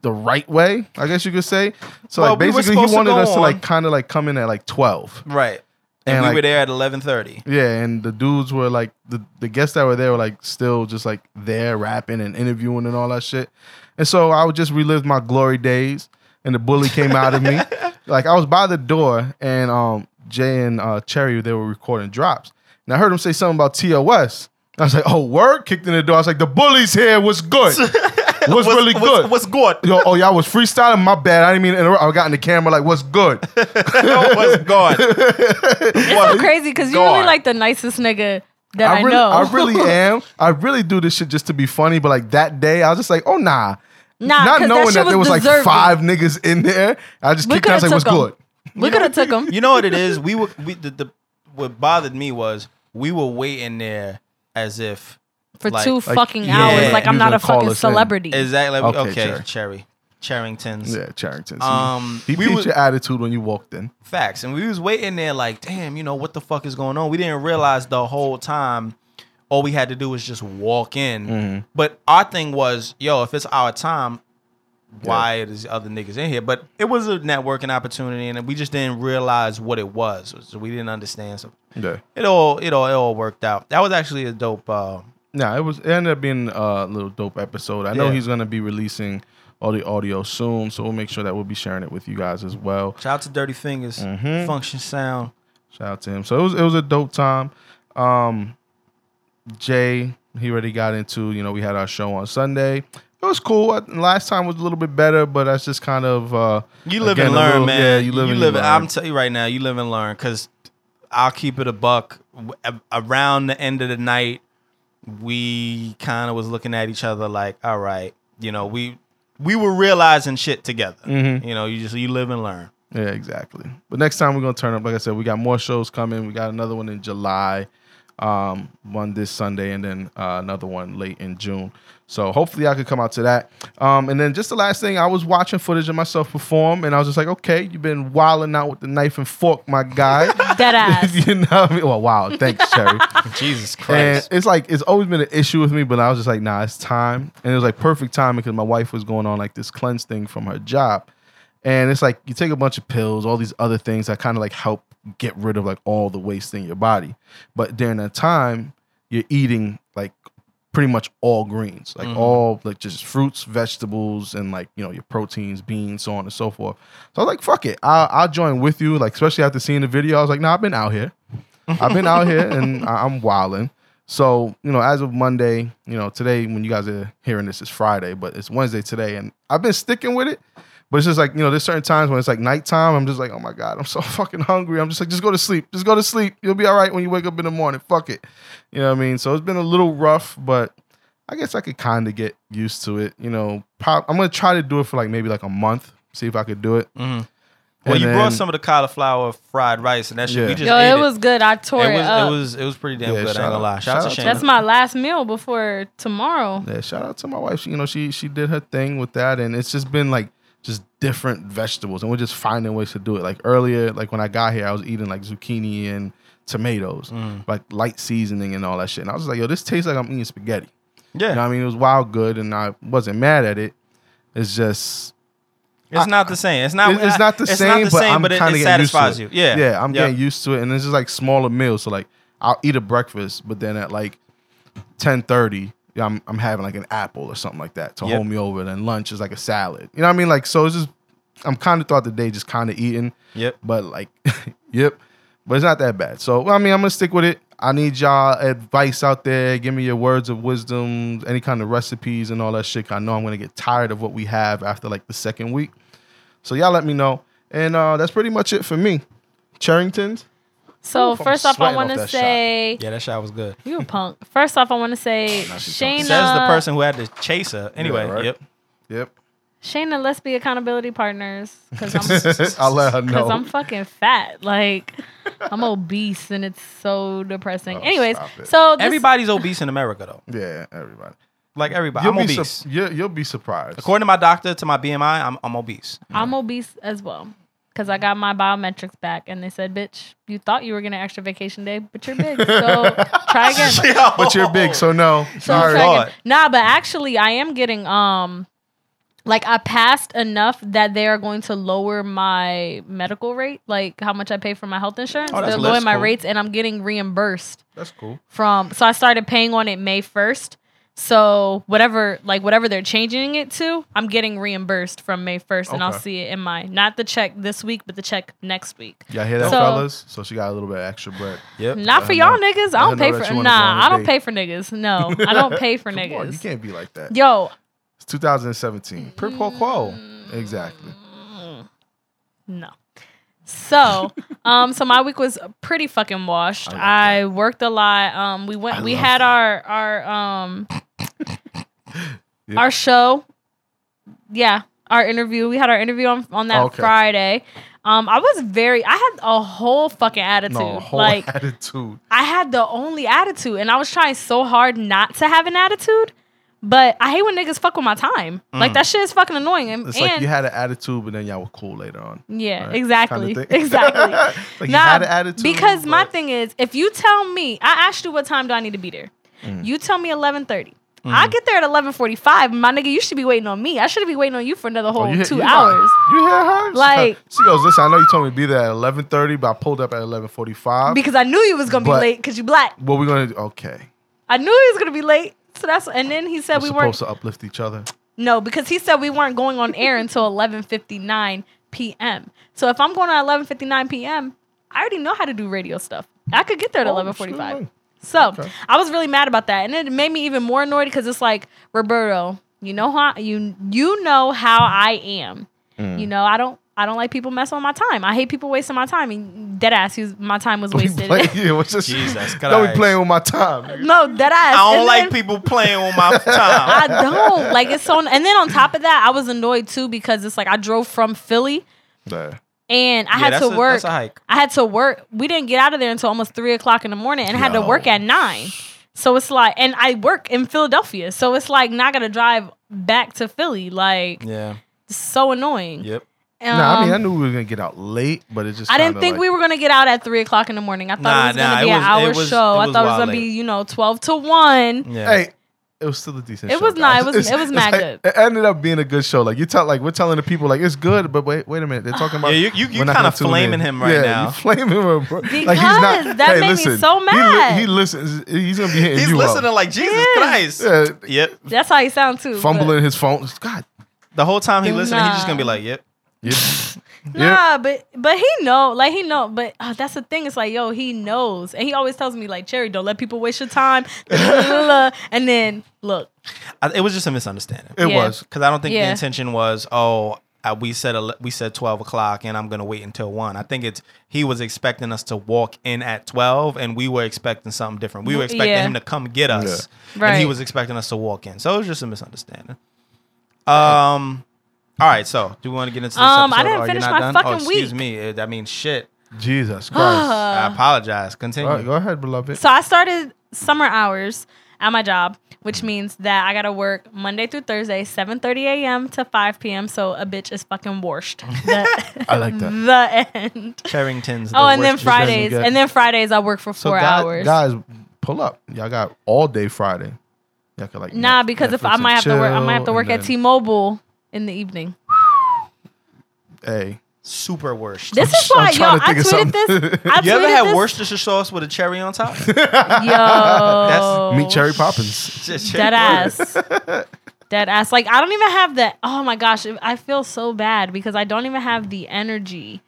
Speaker 2: the right way. I guess you could say. So
Speaker 3: Well,
Speaker 2: like
Speaker 3: we were
Speaker 2: basically,
Speaker 3: supposed
Speaker 2: he
Speaker 3: to
Speaker 2: wanted
Speaker 3: go
Speaker 2: us to
Speaker 3: on.
Speaker 2: like kind of like come in at like twelve.
Speaker 3: Right. And,
Speaker 2: And,
Speaker 3: we
Speaker 2: like-
Speaker 3: were there at eleven thirty.
Speaker 2: Yeah, and the dudes were like the, the guests that were there were like still just like there rapping and interviewing and all that shit. And so I would just relive my glory days and the bully came out of me.
Speaker 3: (laughs)
Speaker 2: Like I was by the door and um Jay and uh Cherry they were recording drops. And I heard him say something about TOS. I was like, oh word, kicked in the door. I was like, the bully's here, what's good?
Speaker 3: (laughs)
Speaker 2: What's, really good?
Speaker 3: What's, good?
Speaker 2: Yo, oh y'all was freestyling. My bad. I didn't mean to interrupt. I got in the camera like, what's good?
Speaker 3: (laughs) what's good?
Speaker 1: It's so crazy because you're
Speaker 3: God.
Speaker 1: really like the nicest nigga that I,
Speaker 2: really,
Speaker 1: know.
Speaker 2: I
Speaker 1: (laughs)
Speaker 2: really am. I really do this shit just to be funny. But like that day, I was just like, oh nah,
Speaker 1: Nah,
Speaker 2: not
Speaker 1: 'cause
Speaker 2: knowing that,
Speaker 1: shit
Speaker 2: there was like
Speaker 1: deserving.
Speaker 2: five niggas in there. I just
Speaker 1: We
Speaker 2: kicked. it. I
Speaker 1: coulda
Speaker 2: was like, what's
Speaker 1: took 'em.
Speaker 2: good?
Speaker 1: We could have took him.
Speaker 3: You know what it is? We were we the, the what bothered me was we were waiting there as if
Speaker 1: for
Speaker 3: Like-
Speaker 1: two
Speaker 3: like,
Speaker 1: fucking
Speaker 2: yeah,
Speaker 1: hours. Like
Speaker 2: you
Speaker 1: I'm
Speaker 2: was
Speaker 1: not
Speaker 2: gonna
Speaker 1: a
Speaker 2: call
Speaker 1: fucking
Speaker 2: us in.
Speaker 1: celebrity.
Speaker 3: exactly okay,
Speaker 2: Okay,
Speaker 3: Cherry.
Speaker 2: Cherry.
Speaker 3: Cherrington's
Speaker 2: Yeah, Charrington.
Speaker 3: Um,
Speaker 2: Um, he
Speaker 3: we
Speaker 2: beat
Speaker 3: was-
Speaker 2: your attitude when you walked in.
Speaker 3: Facts. And we was waiting there like, damn, you know, what the fuck is going on? We didn't realize the whole time all we had to do was just walk in. But our thing was, yo, if it's our time, why is other niggas in here? But it was a networking opportunity and we just didn't realize what it was. So we didn't understand. So
Speaker 2: Yeah.
Speaker 3: it all it all it all worked out. That was actually a dope uh
Speaker 2: Nah, it was. It ended up being a little dope episode. I know
Speaker 3: Yeah.
Speaker 2: he's gonna be releasing all the audio soon, so we'll make sure that we'll be sharing it with you guys as well.
Speaker 3: shout out to Dirty Fingers, Function Sound.
Speaker 2: Shout out to him. So it was it was a dope time. Um Jay, he already got into, you know, we had our show on Sunday. It was cool. I- Last time was a little bit better, but that's just kind of uh
Speaker 3: You live
Speaker 2: again,
Speaker 3: and
Speaker 2: a
Speaker 3: learn,
Speaker 2: little-
Speaker 3: man.
Speaker 2: Yeah, you live and you learn.
Speaker 3: I'm telling you right now, you live and learn. Cause I'll keep it a buck. W- a- Around the end of the night, we kind of was looking at each other like, all right, you know, we we were realizing shit together.
Speaker 2: Mm-hmm.
Speaker 3: You know, you just you live and learn.
Speaker 2: yeah, exactly. But next time we're gonna turn up. Like I said, we got more shows coming. We got another one in July. um, one this Sunday, and then uh, another one late in June. So hopefully I could come out to that. Um, and then just the last thing, I was watching footage of myself perform, and I was just like, okay, you've been wilding out with the knife and fork, my guy.
Speaker 1: Dead ass.
Speaker 2: (laughs) you know what I mean? Well, wow, thanks, Sherry.
Speaker 3: Jesus Christ.
Speaker 2: And it's like it's always been an issue with me, but I was just like, nah, it's time. And it was like perfect time because my wife was going on like this cleanse thing from her job. And it's like you take a bunch of pills, all these other things that kind of like help get rid of like all the waste in your body. But during that time, you're eating like pretty much all greens, like all like just fruits, vegetables, and like you know your proteins, beans, so on and so forth. So I was like, fuck it, I'll, I'll join with you. Like especially after seeing the video, I was like, nah, I've been out here, I've been out here, and I- I'm wilding. So you know, as of Monday, you know today when you guys are hearing this is Friday, but it's Wednesday today, and I've been sticking with it. But it's just like you know, there's certain times when it's like nighttime. I'm just like, oh my god, I'm so (laughs) fucking hungry. I'm just like, just go to sleep, just go to sleep. You'll be all right when you wake up in the morning. Fuck it, you know what I mean. So it's been a little rough, but I guess I could kind of get used to it. You know, prob- I'm gonna try to do it for like maybe like a month, see if I could do it.
Speaker 3: Mm-hmm. well,
Speaker 2: and
Speaker 3: you brought
Speaker 2: then-
Speaker 3: some of the cauliflower fried rice, and that shit
Speaker 2: Yeah.
Speaker 3: we just
Speaker 1: Yo,
Speaker 3: ate
Speaker 1: it was good. I
Speaker 3: it
Speaker 1: tore it,
Speaker 3: was
Speaker 1: up.
Speaker 3: it was it was pretty damn
Speaker 2: Yeah,
Speaker 3: good. I
Speaker 2: shout
Speaker 3: ain't gonna
Speaker 2: out-
Speaker 3: lie. Shout out to
Speaker 2: shout
Speaker 3: Shayna.
Speaker 2: out
Speaker 1: That's my last meal before tomorrow.
Speaker 2: Yeah, shout out to my wife. She, you know, she she did her thing with that, and it's just been like just different vegetables, and we're just finding ways to do it. Like earlier, like when I got here, I was eating like zucchini and tomatoes, like light seasoning and all that shit. And I was just like, yo, this tastes like I'm eating spaghetti.
Speaker 3: yeah,
Speaker 2: You know what I mean? It was wild good, and I wasn't mad at it. It's just
Speaker 3: it's not the same. It's not.
Speaker 2: it- it's not the
Speaker 3: it's
Speaker 2: same,
Speaker 3: not the
Speaker 2: but
Speaker 3: same,
Speaker 2: I'm
Speaker 3: but it,
Speaker 2: kind
Speaker 3: it
Speaker 2: of getting used to
Speaker 3: satisfies
Speaker 2: it.
Speaker 3: you. Yeah,
Speaker 2: yeah, I'm
Speaker 3: Yep.
Speaker 2: getting used to it, and it's just like smaller meals. So like, I'll eat a breakfast, but then at like ten thirty, I'm I'm having like an apple or something like that to
Speaker 3: Yep.
Speaker 2: hold me over. Then lunch is like a salad. You know what I mean? Like, so it's just I'm kind of throughout the day just kind of eating,
Speaker 3: Yep.
Speaker 2: but like, (laughs) yep, but it's not that bad. So I mean, I'm gonna stick with it. I need y'all advice out there. Give me your words of wisdom, any kind of recipes and all that shit. 'cause I know I'm gonna get tired of what we have after like the second week. So y'all let me know. And uh, that's pretty much it for me. Charringtons.
Speaker 1: So
Speaker 2: I'm
Speaker 1: first off, I
Speaker 2: sweating
Speaker 1: want
Speaker 2: off
Speaker 1: to
Speaker 2: that shot.
Speaker 1: say
Speaker 3: Yeah, that shot was good.
Speaker 1: you a punk. First off, I want to say Shayna.
Speaker 3: Says the person who had to chase her. Anyway,
Speaker 2: right.
Speaker 3: yep.
Speaker 2: Yep. (laughs)
Speaker 1: Shayna, let's be accountability partners because I'm
Speaker 2: I'll
Speaker 1: (laughs)
Speaker 2: let her
Speaker 1: because
Speaker 2: know.
Speaker 1: I'm fucking fat. Like I'm obese and it's so depressing.
Speaker 2: Oh,
Speaker 1: Anyways,
Speaker 2: stop it.
Speaker 1: so this,
Speaker 3: Everybody's obese in America though.
Speaker 2: yeah, everybody.
Speaker 3: Like everybody,
Speaker 2: You'll
Speaker 3: I'm
Speaker 2: be
Speaker 3: obese.
Speaker 2: sur- you'll, you'll be surprised.
Speaker 3: According to my doctor, to my BMI, I'm
Speaker 2: (laughs)
Speaker 3: I'm obese.
Speaker 1: I'm obese as well because I got my biometrics back and they said, "Bitch, you thought you were getting an extra vacation day, but you're big, so try again."
Speaker 2: but you're
Speaker 3: Oh.
Speaker 2: big, so no.
Speaker 1: So
Speaker 2: All
Speaker 1: I'm
Speaker 2: right.
Speaker 1: trying to
Speaker 3: Lord.
Speaker 1: get- Nah, but actually, I am getting um, like I passed enough that they are going to lower my medical rate, like how much I pay for my health insurance.
Speaker 3: Oh, that's
Speaker 1: They're
Speaker 3: lit.
Speaker 1: lowering my
Speaker 3: Cool.
Speaker 1: rates, and I'm getting reimbursed
Speaker 2: That's cool.
Speaker 1: from. So I started paying on it May first. So whatever, like whatever they're changing it to, I'm getting reimbursed from May first, and I'll
Speaker 2: Okay.
Speaker 1: see it in my not the check this week, but the check next week.
Speaker 2: Y'all hear that,
Speaker 1: So-
Speaker 2: fellas? So she got a little bit of extra bread.
Speaker 3: Yep.
Speaker 1: Not for
Speaker 2: her
Speaker 1: y'all
Speaker 2: know.
Speaker 1: niggas.
Speaker 2: Let
Speaker 1: I
Speaker 2: her
Speaker 1: don't pay
Speaker 2: know that
Speaker 1: for
Speaker 2: you went on the
Speaker 1: nah. I
Speaker 2: wrong
Speaker 1: don't
Speaker 2: date.
Speaker 1: pay for niggas. No, I don't pay for
Speaker 2: (laughs) Come on, you
Speaker 1: niggas.
Speaker 2: can't be like that.
Speaker 1: Yo,
Speaker 2: It's 2017.
Speaker 3: Per quo quo.
Speaker 1: Mm.
Speaker 2: Exactly.
Speaker 1: No.
Speaker 2: (laughs)
Speaker 1: So, um, so my week was pretty fucking washed. I, worked a lot. Um, we went.
Speaker 2: I
Speaker 1: we
Speaker 2: love
Speaker 1: had
Speaker 2: that.
Speaker 1: our our um
Speaker 2: (laughs) Yeah.
Speaker 1: our show. Yeah, our interview. We had our interview on on that
Speaker 2: Okay.
Speaker 1: Friday. Um, I was very. I had a whole fucking attitude.
Speaker 2: No, whole (laughs)
Speaker 1: like
Speaker 2: attitude.
Speaker 1: I had the only attitude, and I was trying so hard not to have an attitude. But I hate when niggas fuck with my time. Like that shit is fucking annoying. And,
Speaker 2: Mm. It's like
Speaker 1: and
Speaker 2: you had an attitude, but then y'all were cool later on.
Speaker 1: yeah, (laughs)
Speaker 2: Right?
Speaker 1: exactly,
Speaker 2: Kinda thing.
Speaker 1: exactly.
Speaker 2: Like you
Speaker 1: Nah,
Speaker 2: had an attitude.
Speaker 1: Because my
Speaker 2: but-
Speaker 1: thing is, if you tell me, I asked you what time do I need to be there.
Speaker 2: Mm.
Speaker 1: You tell me eleven thirty. I get there at eleven forty five. My nigga, you should be waiting on me. I should be waiting on you for another whole
Speaker 2: Oh, hear-
Speaker 1: two
Speaker 2: you got-
Speaker 1: hours.
Speaker 2: You hear her?
Speaker 1: Like-
Speaker 2: she goes, listen. I know you told me to be there at eleven thirty, but I pulled up at eleven forty-five.
Speaker 1: Because I knew you was gonna be
Speaker 2: But-
Speaker 1: late because you black.
Speaker 2: What we gonna do? Okay,
Speaker 1: I knew he was gonna be late. So that's and then he said
Speaker 2: we're
Speaker 1: we
Speaker 2: supposed
Speaker 1: weren't
Speaker 2: to uplift each other. (laughs)
Speaker 1: no, because he said we weren't going on air until eleven fifty nine PM. So if I'm going at eleven fifty nine PM, I already know how to do radio stuff. I could get there at
Speaker 2: Oh,
Speaker 1: eleven forty five.
Speaker 2: absolutely.
Speaker 1: So
Speaker 2: Okay.
Speaker 1: I was really mad about that, and it made me even more annoyed because it's like Roberto, you know how you you know how I am.
Speaker 3: Mm.
Speaker 1: You know I don't I don't like people messing with my time. I hate people wasting my time. And dead ass, he was, my time
Speaker 2: (laughs)
Speaker 1: was
Speaker 2: We
Speaker 1: wasted.
Speaker 2: play, yeah, what's this? (laughs)
Speaker 3: Jesus
Speaker 2: Don't
Speaker 3: Christ.
Speaker 2: be playing with my time.
Speaker 1: no, dead ass.
Speaker 3: I don't
Speaker 1: And
Speaker 3: like
Speaker 1: then-
Speaker 3: people playing with
Speaker 2: (laughs)
Speaker 3: my time.
Speaker 1: I don't like it's so. And then on top of that, I was annoyed too because it's like I drove from Philly
Speaker 2: Nah.
Speaker 1: and I
Speaker 3: Yeah,
Speaker 1: had
Speaker 3: that's
Speaker 1: to
Speaker 3: a-
Speaker 1: work.
Speaker 3: that's a hike.
Speaker 1: I had to work. We didn't get out of there until almost three o'clock in the morning, and had to
Speaker 4: Yo.
Speaker 1: work at nine. So it's like, and I work in Philadelphia, so it's like not gonna drive back to Philly. Like
Speaker 3: Yeah.
Speaker 1: so annoying.
Speaker 3: Yep.
Speaker 1: Um,
Speaker 2: nah, I mean, I knew we were gonna get out late, but it just.
Speaker 1: I didn't
Speaker 2: kinda
Speaker 1: think
Speaker 2: like-
Speaker 1: we were gonna get out at three o'clock in the morning. I thought
Speaker 3: Nah,
Speaker 1: it was
Speaker 3: nah,
Speaker 1: gonna be
Speaker 3: it
Speaker 1: an
Speaker 3: was-
Speaker 1: hour
Speaker 3: it was-
Speaker 1: show.
Speaker 3: it
Speaker 1: I
Speaker 3: was
Speaker 1: thought it was
Speaker 3: wild
Speaker 1: gonna
Speaker 3: late.
Speaker 1: be you know twelve to one.
Speaker 3: Yeah.
Speaker 2: Hey, it was still a decent.
Speaker 1: It
Speaker 2: show,
Speaker 1: was not,
Speaker 2: guys.
Speaker 1: it was-
Speaker 2: It's-
Speaker 1: it was
Speaker 2: it's
Speaker 1: mad
Speaker 2: like-
Speaker 1: good.
Speaker 2: It ended up being a good show. Like you tell, like we're telling the people, like it's good, but wait, wait a minute, they're talking about.
Speaker 3: Yeah, you- you- you
Speaker 2: we're not
Speaker 3: kinda
Speaker 2: gonna tune
Speaker 3: flaming
Speaker 2: in.
Speaker 3: him right
Speaker 2: yeah,
Speaker 3: now.
Speaker 2: You (laughs) flaming him, bro. like he's
Speaker 1: Because
Speaker 2: not.
Speaker 1: that
Speaker 2: hey,
Speaker 1: made me
Speaker 2: listen,
Speaker 1: so
Speaker 2: he li-
Speaker 1: mad.
Speaker 2: He, listens. He's gonna be hitting
Speaker 3: He's
Speaker 2: you
Speaker 3: listening
Speaker 2: up.
Speaker 3: like Jesus Christ.
Speaker 2: Yeah,
Speaker 3: Yep.
Speaker 1: That's how you sound too. but-
Speaker 2: fumbling his phone. God.
Speaker 3: The whole time he
Speaker 1: Nah.
Speaker 3: listening, he's just gonna be like, "Yep."
Speaker 1: (laughs)
Speaker 2: Yeah.
Speaker 1: Nah, but but he know, like he know, but uh, that's the thing. It's like, yo, he knows, and he always tells me, like, Cherry, don't let people waste your
Speaker 2: (laughs)
Speaker 1: time. and then look,
Speaker 3: I, it was just a misunderstanding
Speaker 2: It
Speaker 1: Yeah.
Speaker 2: was.
Speaker 3: because I don't think the
Speaker 1: Yeah.
Speaker 3: intention was, "Oh, uh we said ele- we said twelve o'clock, and I'm gonna wait until one." I think it's he was expecting us to walk in at twelve, and we were expecting something different. We were expecting
Speaker 1: Yeah.
Speaker 3: him to come get us, and he
Speaker 1: Right.
Speaker 3: was expecting us to walk in. So it was just a misunderstanding. Um. All right. So do we want to get into this?
Speaker 1: Um, I
Speaker 3: episode,
Speaker 1: didn't
Speaker 3: or you're
Speaker 1: finish
Speaker 3: not
Speaker 1: my
Speaker 3: done? oh,
Speaker 1: fucking week.
Speaker 3: Excuse
Speaker 1: Uh.
Speaker 3: me. eh, That means shit.
Speaker 1: (sighs)
Speaker 2: Jesus Christ.
Speaker 3: I apologize. Continue.
Speaker 2: All right, go ahead, beloved.
Speaker 1: so I started summer hours at my job, which means that I gotta work Monday through Thursday, seven thirty a.m. to five p.m. So a bitch is fucking
Speaker 2: (laughs)
Speaker 1: washed. The,
Speaker 2: I like that.
Speaker 1: the end.
Speaker 3: Carrington's.
Speaker 1: Oh, and then
Speaker 2: you guys
Speaker 1: Fridays,
Speaker 2: get.
Speaker 1: and then Fridays I work for
Speaker 2: So
Speaker 1: four
Speaker 2: guy-
Speaker 1: hours.
Speaker 2: Guys, pull up. Y'all got all day Friday. Y'all can like
Speaker 1: Nah,
Speaker 2: Netflix
Speaker 1: because if I
Speaker 2: and
Speaker 1: might have to work, I might have to
Speaker 2: chill,
Speaker 1: work
Speaker 2: and
Speaker 1: at T-Mobile in the evening.
Speaker 2: then- Hey,
Speaker 3: super worst.
Speaker 1: This is
Speaker 2: I'm
Speaker 1: why, yo,
Speaker 2: trying to
Speaker 1: I
Speaker 2: think of
Speaker 1: tweeted this.
Speaker 2: something. (laughs)
Speaker 1: I
Speaker 3: you ever
Speaker 1: tweeted
Speaker 3: had
Speaker 1: this.
Speaker 3: Worcestershire sauce with a cherry
Speaker 1: (laughs)
Speaker 3: on top?
Speaker 1: Yo,
Speaker 2: meet Cherry Poppins.
Speaker 3: Just
Speaker 1: Dead
Speaker 3: cherry
Speaker 1: ass. Dead ass. Like I don't even have the. Oh my gosh, I feel so bad because I don't even have the energy.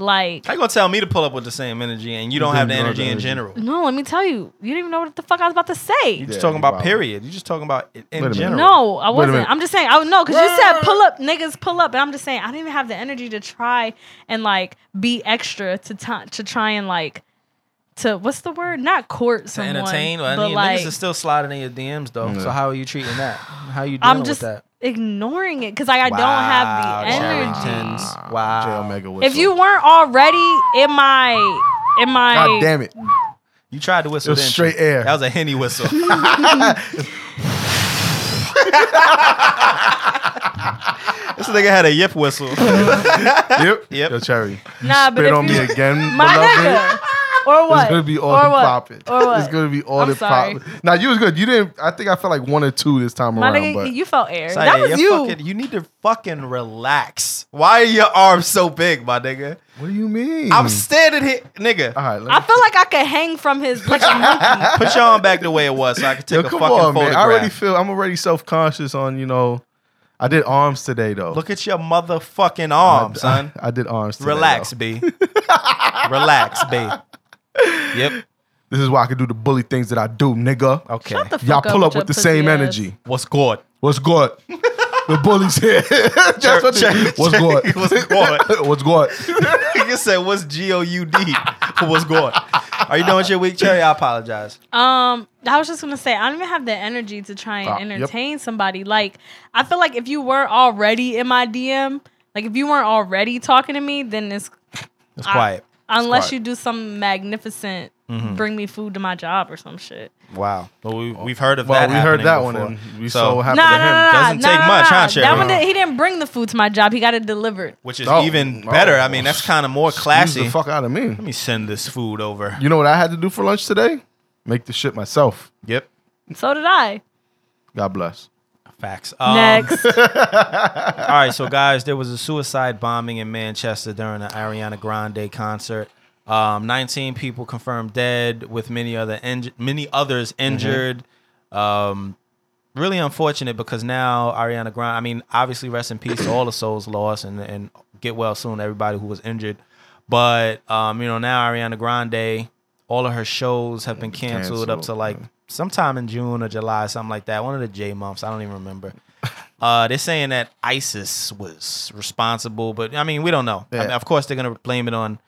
Speaker 1: Like
Speaker 3: How you gonna tell me to pull up with the same energy and you don't have the
Speaker 2: didn't know
Speaker 3: energy
Speaker 2: the
Speaker 3: in
Speaker 2: energy.
Speaker 3: general? You
Speaker 1: no, let me tell you, you didn't even know what the fuck I was about to say.
Speaker 3: just
Speaker 2: Yeah,
Speaker 3: talking
Speaker 2: you
Speaker 3: about
Speaker 2: wild.
Speaker 3: period. You just talking about it
Speaker 2: Wait
Speaker 3: in
Speaker 2: a minute.
Speaker 3: general.
Speaker 1: No, I
Speaker 2: Wait a
Speaker 1: wasn't.
Speaker 2: minute.
Speaker 1: I'm just saying. I no, because you said pull up, niggas pull up, and I'm just saying I didn't even have the energy to try and like be extra to t- to try and like to what's the word? Not court
Speaker 3: To
Speaker 1: someone,
Speaker 3: entertain,
Speaker 1: but
Speaker 3: I mean,
Speaker 1: like
Speaker 3: niggas is still sliding in your DMs though. So how are you treating that? How you dealing
Speaker 1: I'm just
Speaker 3: with that?
Speaker 1: ignoring it because like, I don't have the
Speaker 3: Wow,
Speaker 1: energy.
Speaker 3: Sherrington's.
Speaker 2: J
Speaker 3: Wow.
Speaker 2: Omega was
Speaker 1: If
Speaker 2: so-
Speaker 1: you weren't already in my in my
Speaker 2: God
Speaker 1: (laughs)
Speaker 2: damn it.
Speaker 3: You tried to whistle.
Speaker 2: It was
Speaker 3: didn't
Speaker 2: straight
Speaker 3: you?
Speaker 2: air.
Speaker 3: That was a
Speaker 2: (laughs)
Speaker 3: henny whistle. this nigga had a
Speaker 1: (laughs)
Speaker 3: yip whistle.
Speaker 2: Yep.
Speaker 3: Yep.
Speaker 2: Yo, Cherry.
Speaker 1: nah, but
Speaker 2: Spit
Speaker 1: if
Speaker 2: on
Speaker 1: you, (laughs)
Speaker 2: me again,
Speaker 1: my
Speaker 2: beloved.
Speaker 1: nigga, or what?
Speaker 2: It's gonna be all
Speaker 1: or
Speaker 2: the
Speaker 1: what?
Speaker 2: popping.
Speaker 1: Or what?
Speaker 2: It's gonna be all
Speaker 1: I'm
Speaker 2: the
Speaker 1: sorry.
Speaker 2: popping. Now you was good. You didn't. I think I felt like one or two this time
Speaker 1: my
Speaker 2: around.
Speaker 1: nigga,
Speaker 2: but
Speaker 1: you felt air.
Speaker 3: Saya,
Speaker 1: that was
Speaker 3: you're
Speaker 1: you.
Speaker 3: Fucking, you need to fucking relax. Why are your arms so big, my nigga?
Speaker 2: what do you mean?
Speaker 3: I'm standing here, nigga.
Speaker 2: all right. Let me,
Speaker 1: I feel like I could hang from
Speaker 2: (laughs)
Speaker 1: his like Mookie.
Speaker 3: Put your arm back the way it was so I can
Speaker 2: Yo,
Speaker 3: take a
Speaker 2: come
Speaker 3: fucking
Speaker 2: on, man.
Speaker 3: photograph.
Speaker 2: I already feel. I'm already self conscious on. You know, I did arms today though.
Speaker 3: Look at your motherfucking arm,
Speaker 2: I- (laughs)
Speaker 3: son.
Speaker 2: I, did arms. Today,
Speaker 3: Relax,
Speaker 2: though. (laughs)
Speaker 3: B. Relax, B. Yep.
Speaker 2: This is why I can do the bully things that I do, nigga.
Speaker 3: Okay.
Speaker 1: Shut the fuck
Speaker 2: Y'all pull up
Speaker 1: your
Speaker 2: with the
Speaker 1: pussy
Speaker 2: same
Speaker 1: ass.
Speaker 2: energy.
Speaker 3: What's good?
Speaker 2: What's (laughs) good? the bully's here. (laughs) That's what they-
Speaker 3: Check-
Speaker 2: What's
Speaker 3: check-
Speaker 2: good?
Speaker 3: what's
Speaker 2: (laughs)
Speaker 3: good? (laughs)
Speaker 2: What's good?
Speaker 3: you said what's G O U D? What's good? Are you done with your week, Cherry? I apologize.
Speaker 1: Um, I was just gonna say I don't even have the energy to try and
Speaker 2: Ah, yep.
Speaker 1: entertain somebody. Like I feel like if you were already in my DM, like if you weren't already talking to me, then it's
Speaker 3: It's
Speaker 1: Uh-uh.
Speaker 3: Mm-hmm. quiet.
Speaker 1: unless
Speaker 2: quiet.
Speaker 1: you do some magnificent, bring me food to my job or some shit.
Speaker 3: Wow. Well, we, we've heard of
Speaker 2: Well,
Speaker 3: that.
Speaker 2: we heard
Speaker 3: happening
Speaker 2: that
Speaker 3: before.
Speaker 2: one, and we so, happy
Speaker 1: No, no,
Speaker 2: to
Speaker 1: no,
Speaker 2: him.
Speaker 1: no,
Speaker 3: Doesn't
Speaker 1: no,
Speaker 3: take
Speaker 1: no,
Speaker 3: much,
Speaker 1: no.
Speaker 3: huh, Cherry?
Speaker 1: That one, did, he didn't bring the food to my job. He got it delivered.
Speaker 3: which is
Speaker 2: Oh,
Speaker 3: even
Speaker 2: oh.
Speaker 3: better. I mean, that's kind of more classy.
Speaker 2: Excuse the fuck out of me.
Speaker 3: Let me send this food over.
Speaker 2: You know what I had to do for lunch today? Make the shit myself.
Speaker 3: Yep.
Speaker 1: So did I.
Speaker 2: God bless.
Speaker 3: Facts. Um, (laughs)
Speaker 1: Next,
Speaker 3: all right, so guys, there was a suicide bombing in Manchester during the Ariana Grande concert. Um, 19 people confirmed dead, with many other inj- many others injured. Um, really unfortunate because now Ariana Grande. I mean, obviously, rest in peace to all the souls lost, and and get well soon, everybody who was injured. But um, you know, now Ariana Grande, all of her shows have been canceled, up to
Speaker 2: Canceled,
Speaker 3: like
Speaker 2: yeah.
Speaker 3: sometime in June or July, something like that. One of the J months. I don't even remember. Uh, they're saying that ISIS was responsible, but I mean, we don't know. I
Speaker 2: Yeah.
Speaker 3: mean, of course, they're gonna blame it on.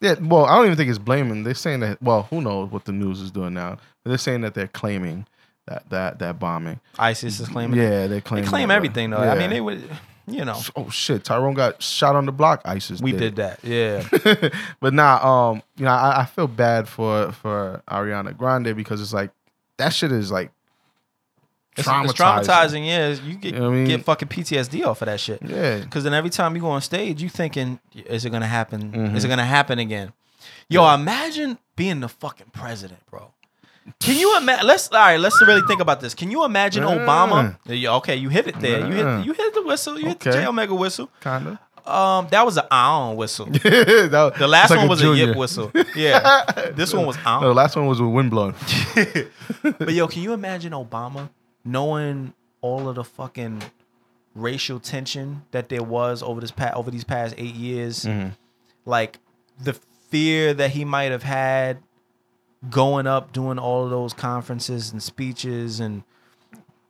Speaker 2: Yeah, well, I don't even think it's blaming. They're saying that. Well, who knows what the news is doing now? But they're saying that they're claiming that that that bombing.
Speaker 3: ISIS is claiming.
Speaker 2: Yeah, they're claiming.
Speaker 3: They claim
Speaker 2: that-
Speaker 3: everything though.
Speaker 2: Yeah.
Speaker 3: I mean, they would. you know,
Speaker 2: Oh shit! Tyrone got shot on the block. ISIS.
Speaker 3: we did that. Yeah.
Speaker 2: that. (laughs) but nah, um, you know, I, I feel bad for for Ariana Grande because it's like that shit is like
Speaker 3: It's,
Speaker 2: traumatizing.
Speaker 3: it's traumatizing. Yeah, you get
Speaker 2: You know what I mean?
Speaker 3: get fucking PTSD off of that shit.
Speaker 2: Yeah.
Speaker 3: Because then every time you go on stage, you thinking, is it gonna happen?
Speaker 2: Mm-hmm.
Speaker 3: Is it gonna happen again? Yo, imagine being the fucking president, bro. Can you imagine? Let's all right. Let's really think about this. Can you imagine Obama? Yeah, okay, you hit it there. You
Speaker 2: Yeah.
Speaker 3: hit you hit the whistle. You hit the
Speaker 2: Okay.
Speaker 3: J Omega whistle. (laughs)
Speaker 2: Kinda. (laughs)
Speaker 3: Um, that was an ion whistle.
Speaker 2: That-
Speaker 3: The last
Speaker 2: it's like
Speaker 3: one was a
Speaker 2: junior.
Speaker 3: yip whistle. Yeah,
Speaker 2: (laughs)
Speaker 3: this one was
Speaker 2: No, the
Speaker 3: ion.
Speaker 2: last one was with wind
Speaker 3: (laughs)
Speaker 2: blowing.
Speaker 3: But yo, can you imagine Obama knowing all of the fucking racial tension that there was over this past over these past eight years? Like the fear that he might have had going up, doing all of those conferences and speeches and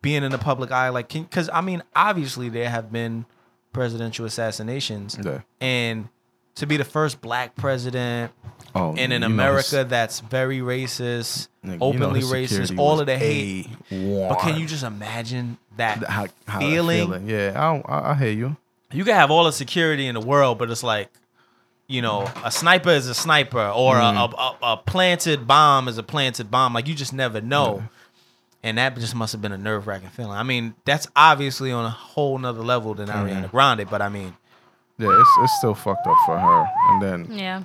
Speaker 3: being in the public eye. Like, because I mean, obviously there have been presidential assassinations,
Speaker 2: Yeah.
Speaker 3: and to be the first black president
Speaker 2: Oh,
Speaker 3: and in
Speaker 2: you know
Speaker 3: America
Speaker 2: his-
Speaker 3: that's very racist,
Speaker 2: nigga, you know
Speaker 3: openly
Speaker 2: his security
Speaker 3: racist, all
Speaker 2: was
Speaker 3: of the hate.
Speaker 2: A1.
Speaker 3: But can you just imagine that
Speaker 2: How- how that
Speaker 3: feeling?
Speaker 2: Yeah, I, don't- I, I hear you.
Speaker 3: You can have all the security in the world, but it's like, you know, a sniper is a sniper, or
Speaker 2: Mm.
Speaker 3: a, a, a, a planted bomb is a planted bomb. Like you just never know. And that just must have been a nerve wracking feeling. I mean, that's obviously on a whole nother level than Ariana Grande, but I mean,
Speaker 2: Yeah, it's, it's still fucked up for her. And then
Speaker 1: Yeah.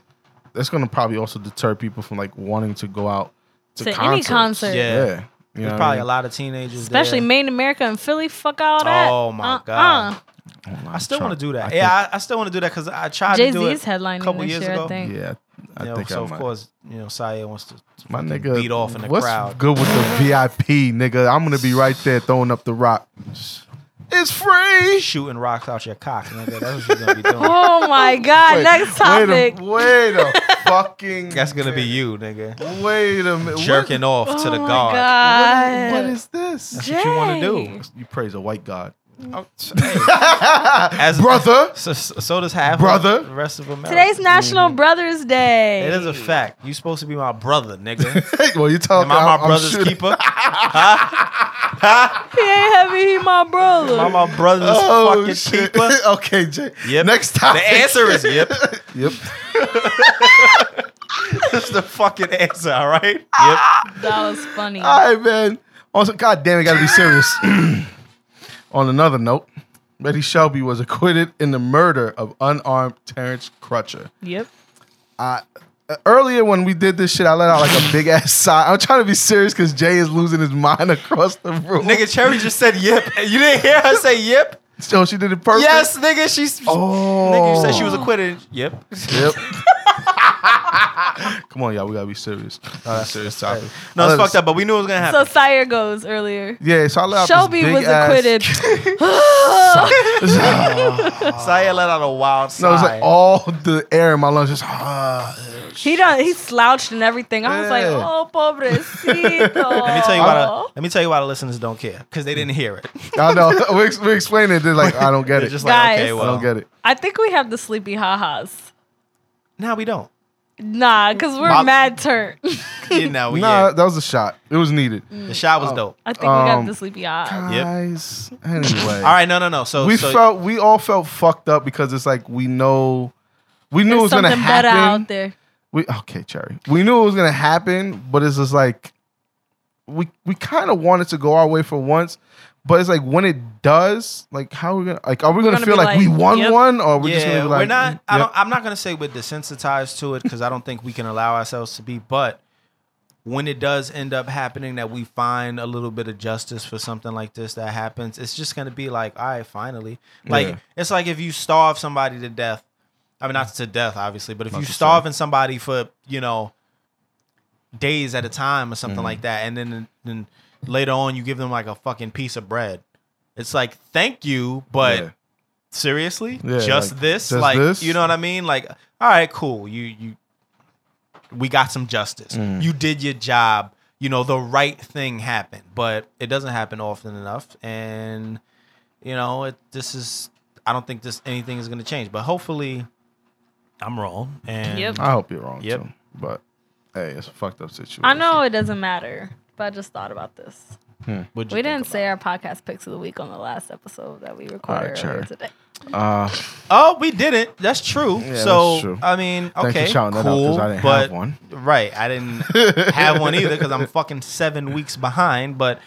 Speaker 2: that's gonna probably also deter people from like wanting to go out to,
Speaker 1: To any
Speaker 2: concerts.
Speaker 1: concert.
Speaker 3: Yeah.
Speaker 2: Yeah, You know
Speaker 3: there's
Speaker 2: what
Speaker 3: probably
Speaker 2: I
Speaker 3: a lot of teenagers,
Speaker 1: Especially
Speaker 3: there.
Speaker 1: Maine, America and Philly. Fuck all that. Uh-uh.
Speaker 3: Oh, my God.
Speaker 2: mean?
Speaker 3: I still
Speaker 2: Try-
Speaker 3: want to do that.
Speaker 2: I
Speaker 3: yeah, I, I still want to do that because I tried to do it
Speaker 1: Jay-Z's headlining
Speaker 3: a couple
Speaker 1: this
Speaker 3: years
Speaker 1: year, I
Speaker 3: ago.
Speaker 1: think.
Speaker 2: think- yeah, I
Speaker 3: You know,
Speaker 2: think
Speaker 3: so
Speaker 2: I
Speaker 3: of
Speaker 2: might.
Speaker 3: course, you know, Saya wants to
Speaker 2: My nigga,
Speaker 3: beat off in the
Speaker 2: what's
Speaker 3: crowd.
Speaker 2: good with
Speaker 3: (laughs)
Speaker 2: the VIP, nigga? I'm gonna be right there throwing up the rock. It's free.
Speaker 3: shooting rocks out your cock. Nigga. That's what you're gonna be doing.
Speaker 1: Oh my
Speaker 3: (laughs)
Speaker 1: God.
Speaker 2: Wait,
Speaker 1: Next topic.
Speaker 2: Wait a,
Speaker 1: (laughs)
Speaker 2: wait a fucking.
Speaker 3: That's gonna be you, nigga,
Speaker 2: minute. Wait a minute.
Speaker 3: jerking off to the
Speaker 1: oh
Speaker 3: guard.
Speaker 1: My God.
Speaker 2: What is this?
Speaker 3: That's what you want to
Speaker 1: Jay.
Speaker 3: do,
Speaker 2: You praise a white (laughs) god,
Speaker 3: as
Speaker 2: brother.
Speaker 3: So, so does half
Speaker 2: Brother.
Speaker 3: of the rest of America.
Speaker 1: Today's National Brothers Day.
Speaker 3: Mm-hmm. it is a fact. You supposed to be my brother, (laughs) nigga.
Speaker 2: well, you talking
Speaker 3: Am I
Speaker 2: I'm-
Speaker 3: my
Speaker 2: I'm
Speaker 3: brother's
Speaker 2: shooting-
Speaker 3: keeper?
Speaker 1: He ain't heavy. He my brother.
Speaker 3: Am I (laughs) my brother's fucking
Speaker 2: Oh, shit.
Speaker 3: keeper?
Speaker 2: (laughs) okay, Jay.
Speaker 3: Yep.
Speaker 2: Next time.
Speaker 3: The answer is (laughs) yep.
Speaker 2: Yep.
Speaker 3: That's the fucking answer. All right. (laughs) Yep.
Speaker 1: that was
Speaker 3: (laughs)
Speaker 1: funny.
Speaker 2: All right, man. Also, God damn it, gotta be serious. (clears throat) On another note, Betty Shelby was acquitted in the murder of unarmed Terrence Crutcher.
Speaker 3: (laughs)
Speaker 1: yep.
Speaker 2: Earlier, when we did this shit, I let out like a big ass (laughs) sigh. I'm trying to be serious because Jay is losing his mind (laughs) across the room.
Speaker 3: Nigga, Cherry just said yip. You didn't hear her say yip?
Speaker 2: so she did it perfect.
Speaker 3: Yes, nigga. She's.
Speaker 2: Oh.
Speaker 3: Nigga, you said she was acquitted. Yep. (laughs)
Speaker 2: Yep. Come on, y'all. We gotta be serious. Not a serious topic.
Speaker 3: No,
Speaker 2: I
Speaker 3: it's
Speaker 2: let
Speaker 3: fucked
Speaker 2: it-
Speaker 3: up, but we knew it was gonna
Speaker 1: So
Speaker 3: happen.
Speaker 1: Sire goes earlier.
Speaker 2: Yeah, so I let out this
Speaker 1: Shelby was
Speaker 2: big ass-
Speaker 1: acquitted. (laughs)
Speaker 3: Saya let out a wild sigh.
Speaker 2: No, it was like all the air in my lungs just. Ah.
Speaker 1: he done. He slouched and everything. I was like,
Speaker 2: Yeah.
Speaker 1: oh, pobrecito.
Speaker 3: (laughs) let me tell you why. The, let me tell you why the listeners don't care because they didn't hear it.
Speaker 2: I know. (laughs) We, ex- we explained it. They're like, I don't get
Speaker 3: (laughs) They're
Speaker 2: it.
Speaker 3: just
Speaker 1: Guys.
Speaker 3: like, okay,
Speaker 1: I
Speaker 3: well,
Speaker 2: I don't get it.
Speaker 1: (laughs) I think we have the sleepy ha-has.
Speaker 3: No, we
Speaker 2: (laughs)
Speaker 3: don't.
Speaker 1: Nah, because we're
Speaker 3: Bob-
Speaker 1: mad turnt.
Speaker 3: You know, we
Speaker 2: Nah,
Speaker 3: oh, yeah.
Speaker 2: that was a shot. It was needed.
Speaker 1: Mm.
Speaker 3: the shot was dope.
Speaker 1: (laughs) I think we got
Speaker 2: Um,
Speaker 1: the sleepy ha-has.
Speaker 3: Yep.
Speaker 2: Guys, anyway,
Speaker 3: (laughs) All right, no, no, no. So
Speaker 2: we
Speaker 3: so,
Speaker 2: felt we all felt fucked up because it's like we know we knew it was gonna
Speaker 1: something better
Speaker 2: happen.
Speaker 1: out there.
Speaker 2: We okay, Cherry. We knew it was gonna happen, but it's just like we we kind of wanted to go our way for once. But it's like when it does, like how are we gonna like are we gonna,
Speaker 1: gonna
Speaker 2: feel
Speaker 1: be
Speaker 2: like, we
Speaker 1: like,
Speaker 2: won
Speaker 1: yep.
Speaker 2: one or we're
Speaker 3: yeah,
Speaker 2: just gonna be like
Speaker 3: we're not. I
Speaker 2: yep.
Speaker 3: don't. I'm not gonna say we're desensitized to it because I don't think we can allow ourselves to be. But when it does end up happening that we find a little bit of justice for something like this that happens, it's just gonna be like, all right, finally. Like
Speaker 2: Yeah.
Speaker 3: it's like if you starve somebody to death. I mean, not to death, obviously, but if
Speaker 2: Not
Speaker 3: you
Speaker 2: to
Speaker 3: starving somebody for you know days at a time or something like
Speaker 2: Mm-hmm.
Speaker 3: that, and then then later on you give them like a fucking piece of bread. It's like thank you, but
Speaker 2: Yeah.
Speaker 3: seriously
Speaker 2: Yeah,
Speaker 3: just
Speaker 2: like,
Speaker 3: this
Speaker 2: just
Speaker 3: like
Speaker 2: this?
Speaker 3: you know what i mean like all right cool you you we got some justice
Speaker 2: Mm.
Speaker 3: you did your job you know the right thing happened but it doesn't happen often enough and you know it this is i don't think this anything is going to change but hopefully i'm wrong and
Speaker 1: Yep.
Speaker 2: I hope you're wrong
Speaker 3: Yep.
Speaker 2: too. But hey, it's a fucked up situation.
Speaker 1: I know it doesn't matter, but I just thought about this.
Speaker 3: What'd you
Speaker 1: We
Speaker 3: think
Speaker 1: didn't
Speaker 3: about
Speaker 1: say our podcast picks of the week on the last episode that we recorded
Speaker 2: Alright,
Speaker 1: earlier
Speaker 2: sure.
Speaker 1: today.
Speaker 2: Uh,
Speaker 3: Oh, we did it. That's true.
Speaker 2: Yeah,
Speaker 3: so
Speaker 2: that's true.
Speaker 3: I mean,
Speaker 2: you
Speaker 3: okay,
Speaker 2: for shouting that out,
Speaker 3: cool.
Speaker 2: 'cause I didn't
Speaker 3: but
Speaker 2: have one.
Speaker 3: right,
Speaker 2: (laughs)
Speaker 3: I didn't have one either because I'm fucking seven weeks behind. But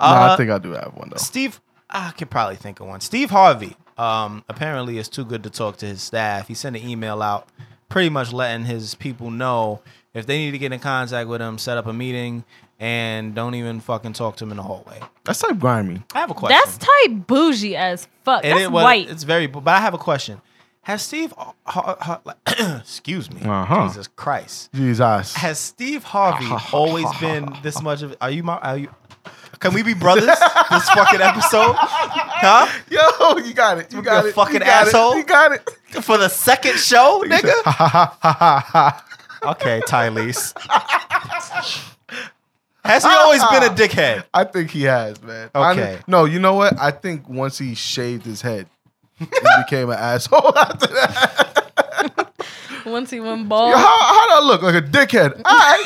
Speaker 3: uh,
Speaker 2: nah, I think I do have one though.
Speaker 3: Steve, I could probably think of one. Steve Harvey um, apparently is too good to talk to his staff. He sent an email out pretty much letting his people know if they need to get in contact with him, set up a meeting, and don't even fucking talk to him in the hallway.
Speaker 2: That's like grimy.
Speaker 3: I have a question.
Speaker 1: That's type bougie as fuck.
Speaker 3: It
Speaker 1: That's
Speaker 3: is- well,
Speaker 1: white.
Speaker 3: It's very, but I have a question. Has Steve, Har- Har- Har- (clears throat) excuse me,
Speaker 2: Uh-huh.
Speaker 3: Jesus Christ,
Speaker 2: Jesus.
Speaker 3: has Steve Harvey always been this much of? Are you my? Are you? Can we be brothers (laughs) this fucking episode? Huh?
Speaker 2: Yo, you got it. You got
Speaker 3: a
Speaker 2: it.
Speaker 3: fucking
Speaker 2: you got
Speaker 3: asshole.
Speaker 2: It. You got (laughs) it.
Speaker 3: For the second (laughs) show, nigga.
Speaker 2: Ha ha ha ha ha.
Speaker 3: okay, Tyrese. Has he always been a dickhead?
Speaker 2: (laughs) I think he has, man. I
Speaker 3: Okay.
Speaker 2: kn- no, you know what? I think once he shaved his head, (laughs) he became an asshole (laughs) after that.
Speaker 1: Once he went
Speaker 2: How,
Speaker 1: bald.
Speaker 2: how'd I look? Like a dickhead. All right.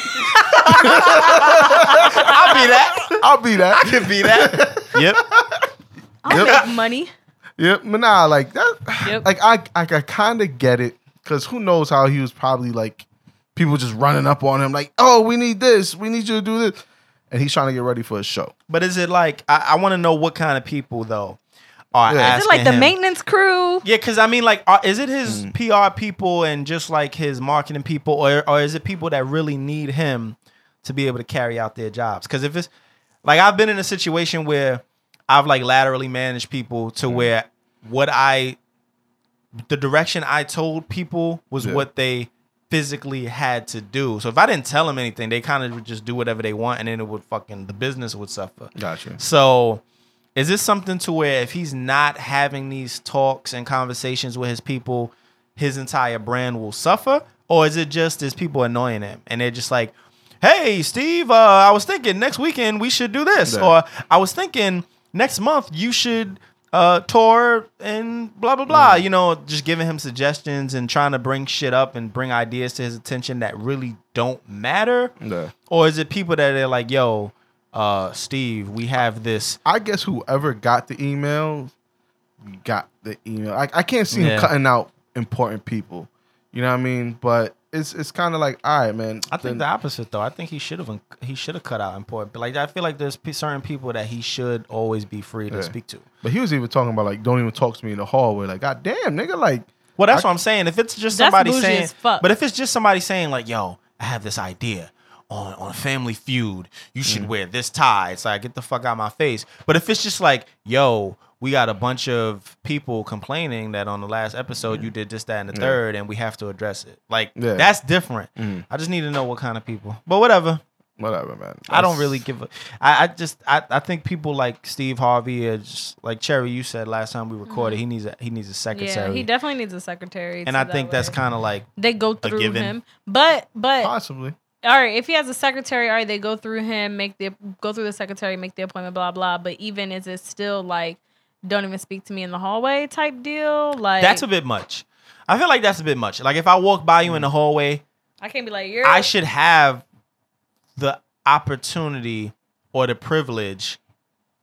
Speaker 3: I'll be that.
Speaker 2: I'll be that.
Speaker 3: Could be that. (laughs) Yep.
Speaker 1: I'll
Speaker 2: Yep.
Speaker 1: make money.
Speaker 2: Yep. But nah, like that.
Speaker 1: Yep.
Speaker 2: Like I, I, I kind of get it because who knows how he was probably like people just running up on him like, oh, we need this, we need you to do this, and he's trying to get ready for a show.
Speaker 3: But is it like I, I want to know what kind of people though are
Speaker 2: Yeah.
Speaker 1: Is
Speaker 3: asking
Speaker 1: it like the
Speaker 3: him-
Speaker 1: maintenance crew?
Speaker 3: Yeah, because I mean, like, are, is it his
Speaker 2: Mm.
Speaker 3: PR people and just like his marketing people, or or is it people that really need him to be able to carry out their jobs? Because if it's like I've been in a situation where I've like laterally managed people
Speaker 2: Mm.
Speaker 3: to where what I the direction I told people was
Speaker 2: Yeah.
Speaker 3: what they physically had to do. So if I didn't tell them anything, they kind of would just do whatever they want, and then it would fucking the business would suffer.
Speaker 2: Gotcha.
Speaker 3: So is this something to where if he's not having these talks and conversations with his people, his entire brand will suffer? Or is it just is people annoying him and they're just like, hey, Steve, uh, I was thinking next weekend we should do this.
Speaker 2: Yeah.
Speaker 3: Or I was thinking next month you should uh, tour and blah, blah, blah. You know, just giving him suggestions and trying to bring shit up and bring ideas to his attention that really don't matter.
Speaker 2: Yeah.
Speaker 3: Or is it people that are like, yo, uh, Steve, we have this.
Speaker 2: I guess whoever got the email got the email. I, I can't see him
Speaker 3: Yeah.
Speaker 2: cutting out important people. You know what I mean? But it's it's kind of like, all right, man.
Speaker 3: I think
Speaker 2: then-
Speaker 3: the opposite though. I think he should have he should have cut out important. But like I feel like there's p- certain people that he should always be free to
Speaker 2: Yeah.
Speaker 3: speak to.
Speaker 2: But he was even talking about like, don't even talk to me in the hallway. Like, god damn, nigga, like,
Speaker 3: Well, that's what I'm saying. If it's just
Speaker 1: That's
Speaker 3: somebody
Speaker 1: bougie
Speaker 3: saying,
Speaker 1: as fuck.
Speaker 3: but if it's just somebody saying like, "Yo, I have this idea on on Family Feud, you
Speaker 2: Mm.
Speaker 3: should wear this tie," it's like get the fuck out of my face. But if it's just like, "Yo, we got a bunch of people complaining that on the last episode you did this, that, and the third, and we have to address it," like
Speaker 2: Yeah. Mm.
Speaker 3: that's different. I just need to know what kind of people. But whatever.
Speaker 2: whatever, man.
Speaker 3: I don't
Speaker 2: That's-
Speaker 3: really give a. I, I just I, I think people like Steve Harvey or just like Cherry. You said last time we recorded he needs a he needs a secretary.
Speaker 1: Mm-hmm. Yeah, he definitely needs a secretary.
Speaker 3: and
Speaker 1: so
Speaker 3: I think
Speaker 1: that
Speaker 3: that's
Speaker 1: way
Speaker 3: kind of like
Speaker 1: they go through
Speaker 3: given.
Speaker 1: him. But but all
Speaker 2: possibly.
Speaker 1: right, if he has a secretary, all right, they go through him, make the go through the secretary, make the appointment, blah blah. But even is it still like don't even speak to me in the hallway type deal? Like
Speaker 3: that's a bit much. I feel like that's a bit much. Like if I walk by you in the hallway,
Speaker 1: I can't be like you're
Speaker 3: I should have the opportunity or the privilege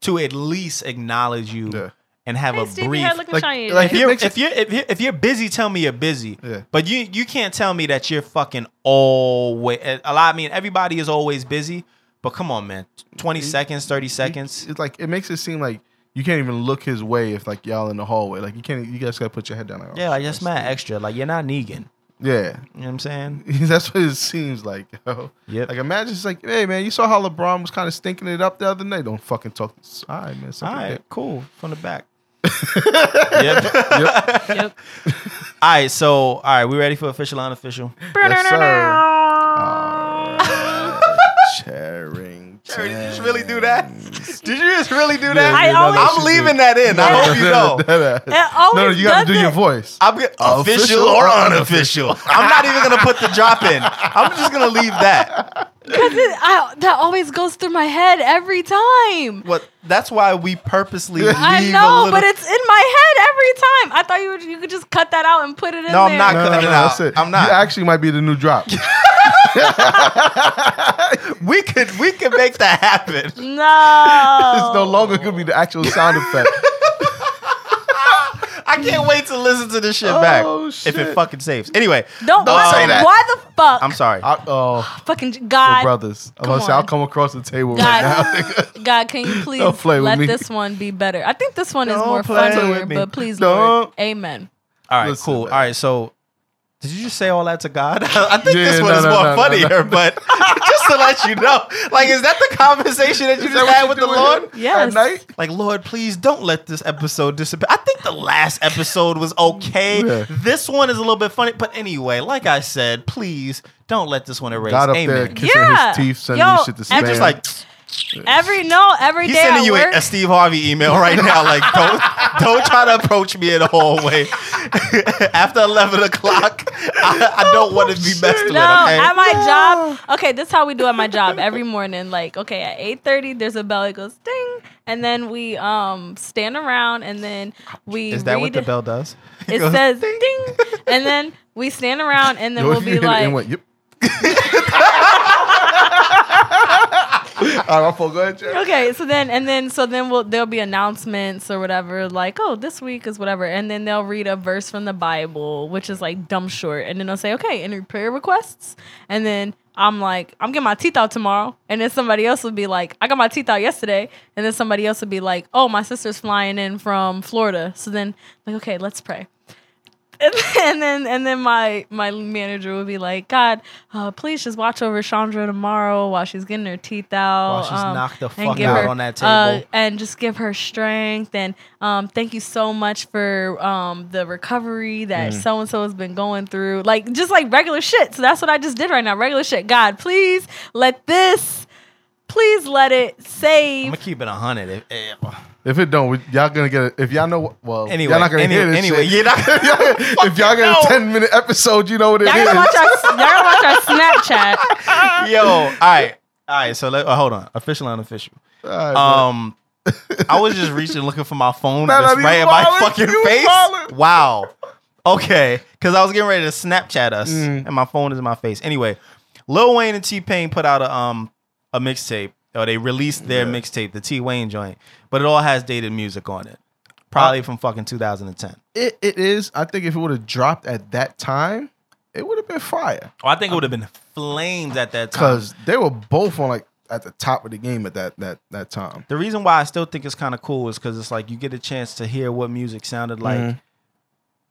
Speaker 3: to at least acknowledge you
Speaker 2: Yeah.
Speaker 3: and have
Speaker 1: hey,
Speaker 3: a
Speaker 1: Stevie,
Speaker 3: brief.
Speaker 1: hair looking
Speaker 2: like-
Speaker 1: shiny
Speaker 2: like,
Speaker 1: today.
Speaker 3: if you're,
Speaker 2: makes it-
Speaker 3: if, you're, if, you're, if you're busy, tell me you're busy.
Speaker 2: Yeah.
Speaker 3: But you you can't tell me that you're fucking always. eh, A lot. I mean, everybody is always busy. But come on, man. Twenty seconds, thirty seconds.
Speaker 2: It's like it makes it seem like you can't even look his way if like y'all in the hallway. Like you can't. You guys gotta put your head down. Like, oh,
Speaker 3: Yeah, like
Speaker 2: shit,
Speaker 3: that's
Speaker 2: that's-
Speaker 3: mad extra. Like you're not Negan.
Speaker 2: Yeah, (laughs)
Speaker 3: You know what I'm saying?
Speaker 2: that's what it seems like. Yo.
Speaker 3: Yep.
Speaker 2: Like imagine it's like, hey man, you saw how LeBron was kind of stinking it up the other night. Don't fucking talk. All right, man. suck
Speaker 3: All
Speaker 2: your
Speaker 3: right,
Speaker 2: dick.
Speaker 3: cool. From the back. yep.
Speaker 1: Yep.
Speaker 3: All right. So, all right. We ready for official, unofficial?
Speaker 2: Yes, Uh, (laughs) sir. Sharing.
Speaker 3: Did you just really do
Speaker 2: that?
Speaker 1: I always-
Speaker 2: I'm leaving
Speaker 3: that in.
Speaker 1: I hope
Speaker 2: (laughs)
Speaker 3: (laughs)
Speaker 1: It always
Speaker 2: No, no, you gotta
Speaker 1: does
Speaker 2: do your
Speaker 1: it.
Speaker 2: voice.
Speaker 3: I'm get, official or unofficial. I'm not even gonna put the drop in. I'm just gonna leave that.
Speaker 1: Because it, I, that always goes through my head every time.
Speaker 3: What? That's why we purposely. Leave
Speaker 1: I
Speaker 3: a
Speaker 1: know,
Speaker 3: little,
Speaker 1: but it's in my head every time. I thought you would, you could just cut that out and put it in
Speaker 3: No, I'm
Speaker 1: there.
Speaker 3: not
Speaker 2: No, no,
Speaker 3: cutting
Speaker 2: no,
Speaker 3: it out.
Speaker 2: that's it.
Speaker 3: I'm not.
Speaker 2: You actually might be the new drop. (laughs)
Speaker 3: we could we could make that happen.
Speaker 1: No.
Speaker 2: It's no longer gonna be the actual sound effect.
Speaker 3: I can't wait to listen to this shit back
Speaker 2: Oh,
Speaker 3: if it
Speaker 2: shit.
Speaker 3: fucking saves. Anyway,
Speaker 1: Don't,
Speaker 2: Don't
Speaker 1: why,
Speaker 2: say
Speaker 1: the-
Speaker 2: that.
Speaker 1: Why the fuck?
Speaker 3: I'm sorry.
Speaker 2: I, oh,
Speaker 1: Fucking
Speaker 2: we're
Speaker 1: God.
Speaker 2: brothers. I'm
Speaker 1: come
Speaker 2: gonna say I'll
Speaker 1: on.
Speaker 2: come across the table
Speaker 1: (laughs)
Speaker 2: right now.
Speaker 1: God, God, can you please
Speaker 2: Don't play with
Speaker 1: let
Speaker 2: me.
Speaker 1: this one be better? I think this one is
Speaker 3: Don't
Speaker 1: more
Speaker 3: play
Speaker 1: funnier,
Speaker 3: with me.
Speaker 1: but please, Lord,
Speaker 2: Don't.
Speaker 1: Amen.
Speaker 3: All right,
Speaker 2: Listen,
Speaker 3: cool.
Speaker 2: man.
Speaker 3: All right, so did you just say all that to God? (laughs) I think
Speaker 2: Yeah,
Speaker 3: this one
Speaker 2: no,
Speaker 3: is
Speaker 2: no,
Speaker 3: more
Speaker 2: no, no,
Speaker 3: funnier, but (laughs) just to let you know, like, is that the conversation that you just had with the Lord?
Speaker 1: Yes.
Speaker 2: At night?
Speaker 3: Like, Lord, please don't let this episode disappear. I think the last episode was okay.
Speaker 2: Yeah.
Speaker 3: This one is a little bit funny, but anyway, like I said, please don't let this one erase.
Speaker 2: God up there
Speaker 3: Amen.
Speaker 2: kissing
Speaker 1: Yeah.
Speaker 2: his teeth, sending
Speaker 1: Yo,
Speaker 2: this shit to
Speaker 1: and
Speaker 2: Stan.
Speaker 3: Just like
Speaker 1: Every no, every day
Speaker 3: he's sending
Speaker 1: at
Speaker 3: you
Speaker 1: work.
Speaker 3: a, a Steve Harvey email right now.
Speaker 1: (laughs)
Speaker 3: Like, don't don't try to approach me in the hallway (laughs) after eleven o'clock. I, I don't
Speaker 1: (laughs)
Speaker 3: want to be messed with.
Speaker 1: no,
Speaker 3: Okay?
Speaker 1: at my job. Okay, this is how we do at my job every morning. Like, okay, at eight thirty, there's a bell. It goes ding, and then we um stand around, and then we
Speaker 3: Is that
Speaker 1: read.
Speaker 3: what the bell does? (laughs)
Speaker 1: It
Speaker 3: goes,
Speaker 1: says ding. and then we stand around, and then
Speaker 2: Yo,
Speaker 1: we'll
Speaker 2: if
Speaker 1: be
Speaker 2: (laughs) you hit it and
Speaker 1: like,
Speaker 2: went, yep. (laughs) All right, my fault. Go ahead,
Speaker 1: (laughs)
Speaker 2: Jerry.
Speaker 1: okay so then and then so then we'll there'll be announcements or whatever like oh this week is whatever and then they'll read a verse from the bible which is like dumb short and then they'll say okay any prayer requests and then i'm like i'm getting my teeth out tomorrow and then somebody else will be like i got my teeth out yesterday and then somebody else will be like oh my sister's flying in from florida so then like okay let's pray (laughs) and then, and then and then my my manager would be like, God, uh, please just watch over Chandra tomorrow while she's getting her teeth out. um,
Speaker 3: While she's knocked the
Speaker 1: and
Speaker 3: fuck
Speaker 1: give
Speaker 3: out on that
Speaker 1: uh,
Speaker 3: table."
Speaker 1: and just give her strength. And um, thank you so much for um, the recovery that
Speaker 3: Mm.
Speaker 1: so and so has been going through. Like just like regular shit. So that's what I just did right now. Regular shit. God, please let this. Please let it
Speaker 3: I'm
Speaker 1: save.
Speaker 3: gonna keep it a hundred. If, if,
Speaker 2: If it don't, we, y'all gonna get it. If y'all know, well,
Speaker 3: anyway,
Speaker 2: y'all not gonna
Speaker 3: any-
Speaker 2: hear this
Speaker 3: anyway,
Speaker 2: shit.
Speaker 3: you're not.
Speaker 2: (laughs) if y'all get a ten minute episode, you know what it
Speaker 1: Y'all gotta
Speaker 2: is.
Speaker 1: watch our y'all gotta watch our
Speaker 3: (laughs)
Speaker 1: Snapchat.
Speaker 3: (laughs) Yo, all right, all right. So let, uh, hold on, official, unofficial.
Speaker 2: All right, bro.
Speaker 3: Um, I was just reaching, looking for my
Speaker 2: (laughs)
Speaker 3: phone,
Speaker 2: Nah, nah,
Speaker 3: just
Speaker 2: you
Speaker 3: right at my
Speaker 2: wildin',
Speaker 3: fucking
Speaker 2: you
Speaker 3: face.
Speaker 2: wildin'.
Speaker 3: Wow. Okay, because I was getting ready to Snapchat us,
Speaker 2: Mm.
Speaker 3: and my phone is in my face. Anyway, Lil Wayne and T Pain put out a um a mixtape, or they released their mixtape, the T Wayne joint, but it all has dated music on it,
Speaker 2: Uh,
Speaker 3: probably from fucking 2010.
Speaker 2: it, it is. I think if it would have dropped at that time, it would have been fire
Speaker 3: Oh, I think it would have been flames at that time.
Speaker 2: because they were both on like at the top of the game at that that that time.
Speaker 3: The reason why I still think it's kind of cool is because it's like you get a chance to hear what music sounded like
Speaker 2: Mhm.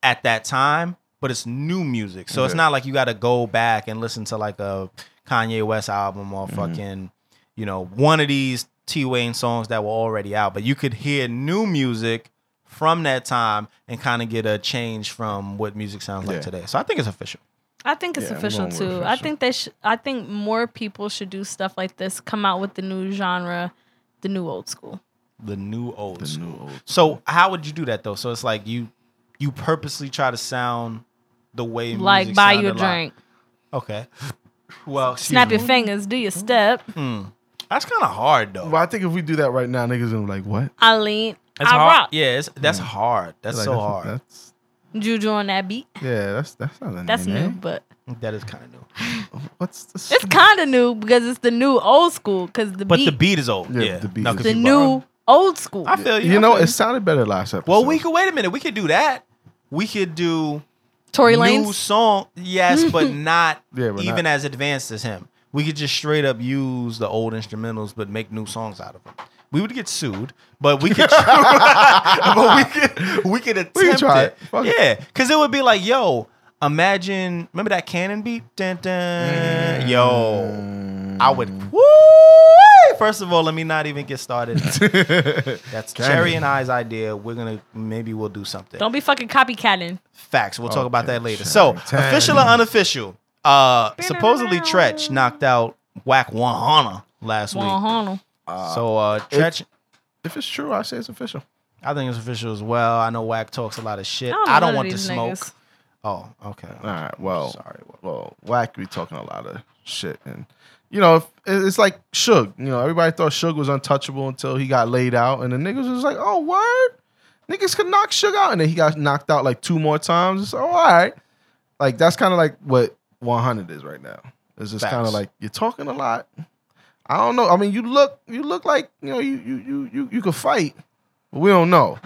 Speaker 3: at that time, but it's new music. So it's
Speaker 2: Yeah.
Speaker 3: not like you got to go back and listen to like a Kanye West album
Speaker 2: Mm-hmm.
Speaker 3: or fucking, you know, one of these T Wayne songs that were already out, but you could hear new music from that time and kind of get a change from what music sounds like
Speaker 2: Yeah.
Speaker 3: today. So I think it's official.
Speaker 1: I think it's
Speaker 2: Yeah, I'm
Speaker 1: official
Speaker 2: going with
Speaker 1: too. I
Speaker 2: official.
Speaker 1: think they sh- I think more people should do stuff like this. Come out with the new genre, the new old school.
Speaker 3: The new old
Speaker 2: The
Speaker 3: school.
Speaker 2: new old-
Speaker 3: So how would you do that though? So it's like you you purposely try to sound the way music
Speaker 1: like buy you a
Speaker 3: sounded like-
Speaker 1: drink,
Speaker 3: Okay. Well, excuse
Speaker 1: snap
Speaker 3: me.
Speaker 1: your fingers, do your step.
Speaker 3: That's kind of hard though.
Speaker 2: But I think if we do that right now, niggas gonna be like, "What?"
Speaker 1: I lean,
Speaker 3: That's
Speaker 1: I
Speaker 3: hard.
Speaker 1: rock.
Speaker 3: Yeah, it's, that's hard. That's
Speaker 2: Mm. Like,
Speaker 3: so
Speaker 2: that's-
Speaker 3: hard.
Speaker 2: That's
Speaker 1: Juju on that beat.
Speaker 2: yeah. That's that's not a
Speaker 1: That's
Speaker 2: name,
Speaker 1: new,
Speaker 2: eh?
Speaker 1: but
Speaker 3: That is kind of new.
Speaker 2: What's this?
Speaker 1: it's kind of new because it's the new old school. Because the
Speaker 3: But
Speaker 1: beat,
Speaker 3: the
Speaker 1: the,
Speaker 3: beat is old. Yeah,
Speaker 2: Yeah, the beat is-
Speaker 3: 'cause
Speaker 2: The
Speaker 3: you-
Speaker 1: new old school.
Speaker 3: I feel you.
Speaker 2: you
Speaker 3: I
Speaker 2: know,
Speaker 3: feel
Speaker 2: it
Speaker 3: you.
Speaker 2: sounded better last episode.
Speaker 3: well, we could wait a minute. We could do that. We could do
Speaker 1: Tory
Speaker 3: new
Speaker 1: Lanez.
Speaker 3: song, yes,
Speaker 1: (laughs)
Speaker 3: but not
Speaker 2: Yeah, but
Speaker 3: even
Speaker 2: not-
Speaker 3: as advanced as him. We could just straight up use the old instrumentals, but make new songs out of them. We would get sued, but we could, (laughs) but we could, we could attempt
Speaker 2: try
Speaker 3: it.
Speaker 2: it. Fuck it.
Speaker 3: Yeah, because it would be like, yo, imagine, remember that cannon beat? Dun, dun.
Speaker 2: Mm.
Speaker 3: Yo, I would. Woo! First of all, let me not even
Speaker 2: (laughs)
Speaker 3: get started. That's Cherry and I's idea. We're gonna maybe we'll do something.
Speaker 1: Don't be fucking copycatting.
Speaker 3: Facts. We'll talk about
Speaker 2: Okay,
Speaker 3: that later.
Speaker 2: sure.
Speaker 3: So,
Speaker 2: Ten.
Speaker 3: official or unofficial? Uh, supposedly Tretch knocked out Whack Wahana last week.
Speaker 1: Well, hold on.
Speaker 3: So uh, Tretch,
Speaker 2: if it's true, I say it's official.
Speaker 3: I think it's official as well. I know Whack talks a lot of shit.
Speaker 1: I don't know
Speaker 3: I don't
Speaker 1: none of
Speaker 3: want to
Speaker 1: these
Speaker 3: smoke.
Speaker 1: niggas.
Speaker 3: Oh, okay.
Speaker 2: All right. Well,
Speaker 3: Sorry.
Speaker 2: well, whack be talking a lot of shit, and you know, if, it's like Suge. You know, everybody thought Suge was untouchable until he got laid out, and the niggas was like, "Oh, word, niggas could knock Suge out," and then he got knocked out like two more times. It's like, oh, all right. Like that's kind of like what 100 is right now. It's just
Speaker 3: Facts.
Speaker 2: kind of like you're talking a lot. I don't know. I mean, you look you look like you know you you you you, you could fight, but we don't know.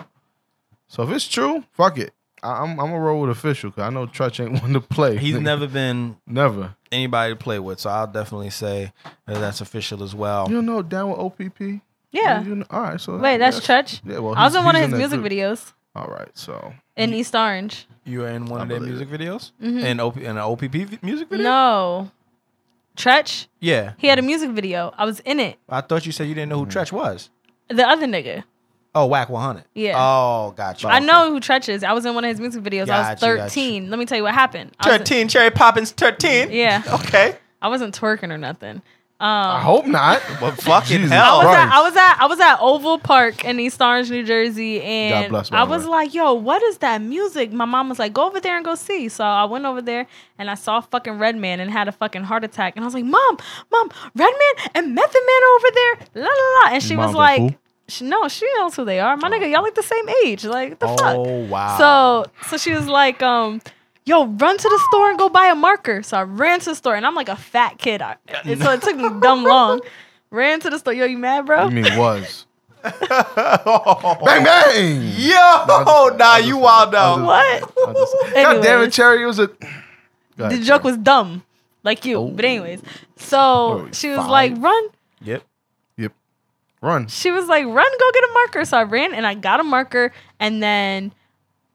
Speaker 2: So if it's true, fuck it. I, I'm I'm gonna roll with official because I know Trutch ain't (laughs) one to play.
Speaker 3: He's
Speaker 2: nigga.
Speaker 3: never been
Speaker 2: never.
Speaker 3: anybody to play with, so I'll definitely say that that's official as well.
Speaker 2: You know, down with OPP.
Speaker 1: Yeah.
Speaker 2: You know- all right. So
Speaker 1: Wait, that's Church.
Speaker 2: Yeah, well,
Speaker 1: I was
Speaker 2: he's-
Speaker 1: in one of his
Speaker 2: he's that
Speaker 1: music
Speaker 2: group.
Speaker 1: videos
Speaker 2: All right, so
Speaker 1: in East Orange.
Speaker 3: You were in one
Speaker 2: I
Speaker 3: of their
Speaker 2: believe
Speaker 3: music videos?
Speaker 1: Mm-hmm.
Speaker 3: In, OP, in an OPP v- music video?
Speaker 1: No. Tretch,
Speaker 3: Yeah.
Speaker 1: he had a music video. I was in it.
Speaker 3: I thought you said you didn't know who Tretch was.
Speaker 1: The other nigga.
Speaker 3: Oh, Whack 100.
Speaker 1: Yeah.
Speaker 3: Oh, gotcha.
Speaker 1: I know who Tretch is. I was in one of his music videos. I was
Speaker 3: Gotcha, gotcha.
Speaker 1: 13. Let me tell you what happened. I was-
Speaker 3: 13, Cherry Poppins 13.
Speaker 1: Yeah.
Speaker 3: Okay.
Speaker 1: I wasn't twerking or nothing. Um,
Speaker 2: I hope (laughs) not.
Speaker 3: Well, fucking
Speaker 2: Jesus
Speaker 3: hell.
Speaker 1: I was, at,
Speaker 2: Christ.
Speaker 1: I was at I was at Oval Park in East Orange, New Jersey, and
Speaker 2: God bless, by
Speaker 1: I
Speaker 2: the
Speaker 1: was
Speaker 2: way.
Speaker 1: like, "Yo, what is that music?" My mom was like, "Go over there and go see." So I went over there and I saw fucking Redman and had a fucking heart attack, and I was like, "Mom, mom, Redman and Method Man are over there." La la la, and she
Speaker 2: Your
Speaker 1: was
Speaker 2: mom's like,
Speaker 1: like,
Speaker 2: "Who?" Oh.
Speaker 1: she, "No, she knows who they are, my nigga. Y'all like the same age. Like what the fuck."
Speaker 3: Oh, wow.
Speaker 2: Ah.
Speaker 1: So so she was like, um, yo, run to the store and go buy a marker. So I ran to the store and I'm like a fat kid. I, and so it took me dumb
Speaker 2: (laughs)
Speaker 1: long. Ran to the store. Yo, you mad, bro?
Speaker 2: I mean,
Speaker 1: (laughs)
Speaker 2: was bang bang.
Speaker 3: (laughs) Yo,
Speaker 2: just-
Speaker 3: nah,
Speaker 2: I
Speaker 3: you
Speaker 2: just-
Speaker 3: wild
Speaker 2: I
Speaker 3: out.
Speaker 2: just-
Speaker 1: what?
Speaker 2: I
Speaker 1: (laughs)
Speaker 2: just- God damn it,
Speaker 1: Anyways,
Speaker 2: Cherry it was a. Go ahead,
Speaker 1: the
Speaker 2: Cherry.
Speaker 1: joke was dumb. Like you. But anyways. So
Speaker 2: Oh. Wait,
Speaker 1: she was
Speaker 2: five?
Speaker 1: like, run.
Speaker 3: Yep.
Speaker 2: Yep. Run.
Speaker 1: She was like, run, go get a marker. So I ran and I got a marker. And then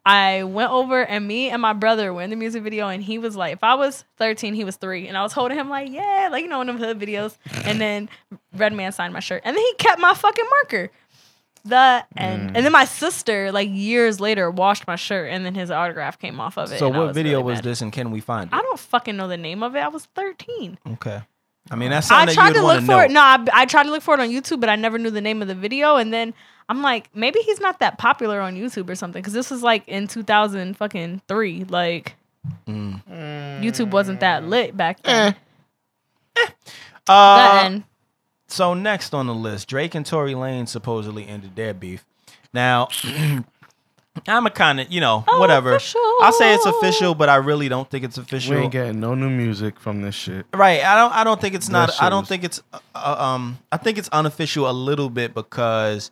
Speaker 1: I went over and me and my brother were in the music video. And he was like, if I was 13, he was three. And I was holding him like, yeah, like, you know, in them hood videos. And then Redman signed my shirt. And then he kept my fucking marker. The and
Speaker 3: Mm.
Speaker 1: and then my sister like years later washed my shirt and then his autograph came off of it.
Speaker 3: So
Speaker 1: and I
Speaker 3: what
Speaker 1: was
Speaker 3: video
Speaker 1: really
Speaker 3: was
Speaker 1: mad.
Speaker 3: this and can we find
Speaker 1: I
Speaker 3: it?
Speaker 1: don't fucking know the name of it. I was 13.
Speaker 3: Okay. I mean, that's
Speaker 1: I
Speaker 3: something
Speaker 1: tried
Speaker 3: that
Speaker 1: to
Speaker 3: you'd want
Speaker 1: look
Speaker 3: to
Speaker 1: for
Speaker 3: know.
Speaker 1: it. No, I, I tried to look for it on YouTube, but I never knew the name of the video. And then I'm like, maybe he's not that popular on YouTube or something. Because this was like in 2000 fucking three. Like
Speaker 2: Mm.
Speaker 1: YouTube wasn't that lit back
Speaker 2: Eh.
Speaker 1: then.
Speaker 3: Uh,
Speaker 1: Then
Speaker 3: So next on the list, Drake and Tory Lane supposedly ended their beef. Now, (clears throat) I'm a kind of you know whatever.
Speaker 1: Oh, Official.
Speaker 3: I say it's official, but I really don't think it's official.
Speaker 2: We ain't getting no new music from this shit.
Speaker 3: Right. I don't. I don't think it's not.
Speaker 2: shit
Speaker 3: I don't
Speaker 2: was-
Speaker 3: think it's. Uh, uh, um. I think it's unofficial a little bit because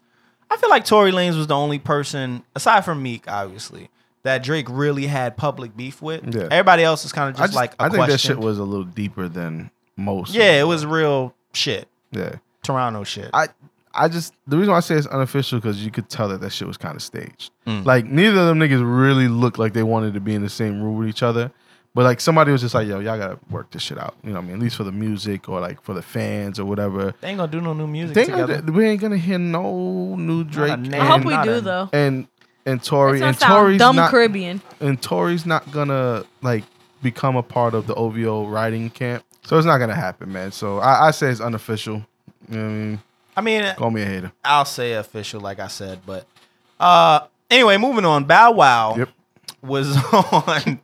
Speaker 3: I feel like Tory Lanez was the only person aside from Meek, obviously, that Drake really had public beef with.
Speaker 2: Yeah.
Speaker 3: Everybody else is kind of just,
Speaker 2: I just,
Speaker 3: like a
Speaker 2: I think that
Speaker 3: question.
Speaker 2: shit was a little deeper than most.
Speaker 3: Yeah, it was real shit.
Speaker 2: Yeah.
Speaker 3: Toronto shit.
Speaker 2: I I just the reason why I say it's unofficial because you could tell that that shit was kind of staged.
Speaker 3: Mm.
Speaker 2: Like neither of them niggas really looked like they wanted to be in the same room with each other. But like somebody was just like, yo, y'all gotta work this shit out. You know what I mean? At least for the music or like for the fans or whatever.
Speaker 3: they ain't gonna do no new music
Speaker 2: They ain't
Speaker 3: together.
Speaker 2: gonna- we ain't gonna hear no new Drake.
Speaker 3: name.
Speaker 2: And,
Speaker 1: I hope we
Speaker 3: not
Speaker 1: do
Speaker 3: a-
Speaker 1: though.
Speaker 2: and and
Speaker 1: It's
Speaker 2: Tory
Speaker 1: gonna
Speaker 2: and
Speaker 1: sound
Speaker 2: Tory's
Speaker 1: dumb
Speaker 2: not
Speaker 1: Caribbean.
Speaker 2: and Tori's not gonna like become a part of the OVO riding camp. So it's not gonna happen, man. So I, I say it's unofficial. You know what I mean?
Speaker 3: I mean,
Speaker 2: Call me a hater.
Speaker 3: I'll say official, like I said, but uh, anyway, moving on. Bow Wow
Speaker 2: Yep.
Speaker 3: was (laughs) on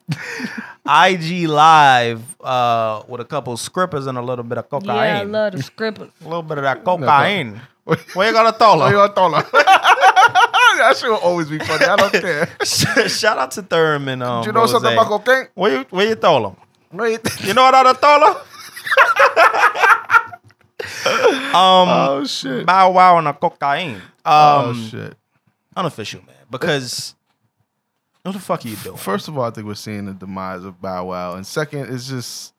Speaker 3: IG Live uh, with a couple scrippers and a little bit of cocaine,
Speaker 1: Yeah, I
Speaker 3: a
Speaker 1: love the script.
Speaker 3: little bit of that cocaine. Where you gonna throw (laughs)
Speaker 2: Oh,
Speaker 3: it?
Speaker 2: you a dollar. (laughs) that shit will always be funny. I don't care.
Speaker 3: (laughs) Shout out to Thurman. Um,
Speaker 2: Do you know
Speaker 3: Rose.
Speaker 2: something about cocaine?
Speaker 3: Where you where you throw 'em?
Speaker 2: Wait.
Speaker 3: (laughs) You know what I done throw 'em? (laughs)
Speaker 2: Oh shit.
Speaker 3: Um, Bow Wow and a cocaine. Um,
Speaker 2: Oh shit.
Speaker 3: unofficial man, because what the fuck are you doing?
Speaker 2: First of all, I think we're seeing the demise of Bow Wow, and second, it's just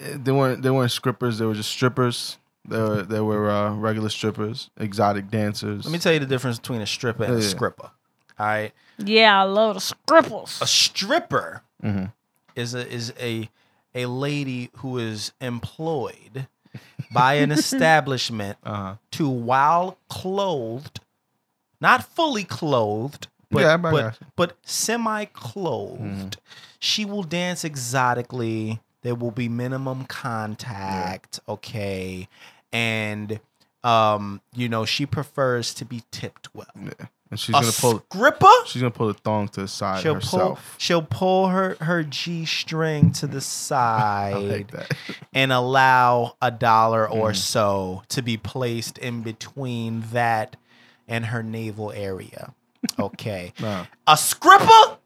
Speaker 2: eh, they weren't they weren't strippers. They were just strippers. They were they were uh, regular strippers, exotic dancers.
Speaker 3: Let me tell you the difference between a stripper and a
Speaker 2: Yeah.
Speaker 3: scripper. All right.
Speaker 1: Yeah, I love the
Speaker 3: a
Speaker 1: scripples.
Speaker 3: stripper
Speaker 2: Mm-hmm.
Speaker 3: is a is a a lady who is employed
Speaker 2: (laughs)
Speaker 3: by an establishment
Speaker 2: Uh-huh.
Speaker 3: to while clothed, not fully clothed, but
Speaker 2: Yeah, I
Speaker 3: but,
Speaker 2: got you.
Speaker 3: but semi clothed,
Speaker 2: Mm-hmm.
Speaker 3: she will dance exotically. There will be minimum contact, okay, and um, you know she prefers to be tipped well.
Speaker 2: and she's
Speaker 3: A
Speaker 2: gonna pull
Speaker 3: stripper?
Speaker 2: She's gonna pull the thong to the side
Speaker 3: She'll pull.
Speaker 2: herself.
Speaker 3: She'll pull her her g string to the side
Speaker 2: I (laughs) like
Speaker 3: (laughs)
Speaker 2: that.
Speaker 3: and allow a dollar
Speaker 2: Mm.
Speaker 3: or so to be placed in between that and her
Speaker 2: (laughs)
Speaker 3: navel area. Okay,
Speaker 2: Nah.
Speaker 3: a scripper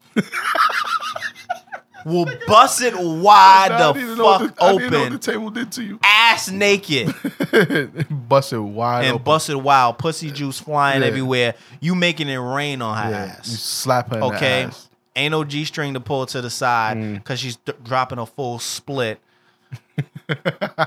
Speaker 3: will bust it wide
Speaker 2: Nah, I
Speaker 3: the
Speaker 2: didn't know
Speaker 3: fuck
Speaker 2: what the- I didn't know what
Speaker 3: open,
Speaker 2: the table did to you. (laughs)
Speaker 3: ass naked,
Speaker 2: bust it wide
Speaker 3: and
Speaker 2: open.
Speaker 3: bust it wild. Pussy juice flying
Speaker 2: Yeah.
Speaker 3: everywhere. You making it rain on her
Speaker 2: Yeah, You
Speaker 3: ass.
Speaker 2: slap her in
Speaker 3: okay.
Speaker 2: the ass. (laughs) Mm.
Speaker 3: Ain't no G string to pull to the side because she's d- dropping a full split.
Speaker 2: He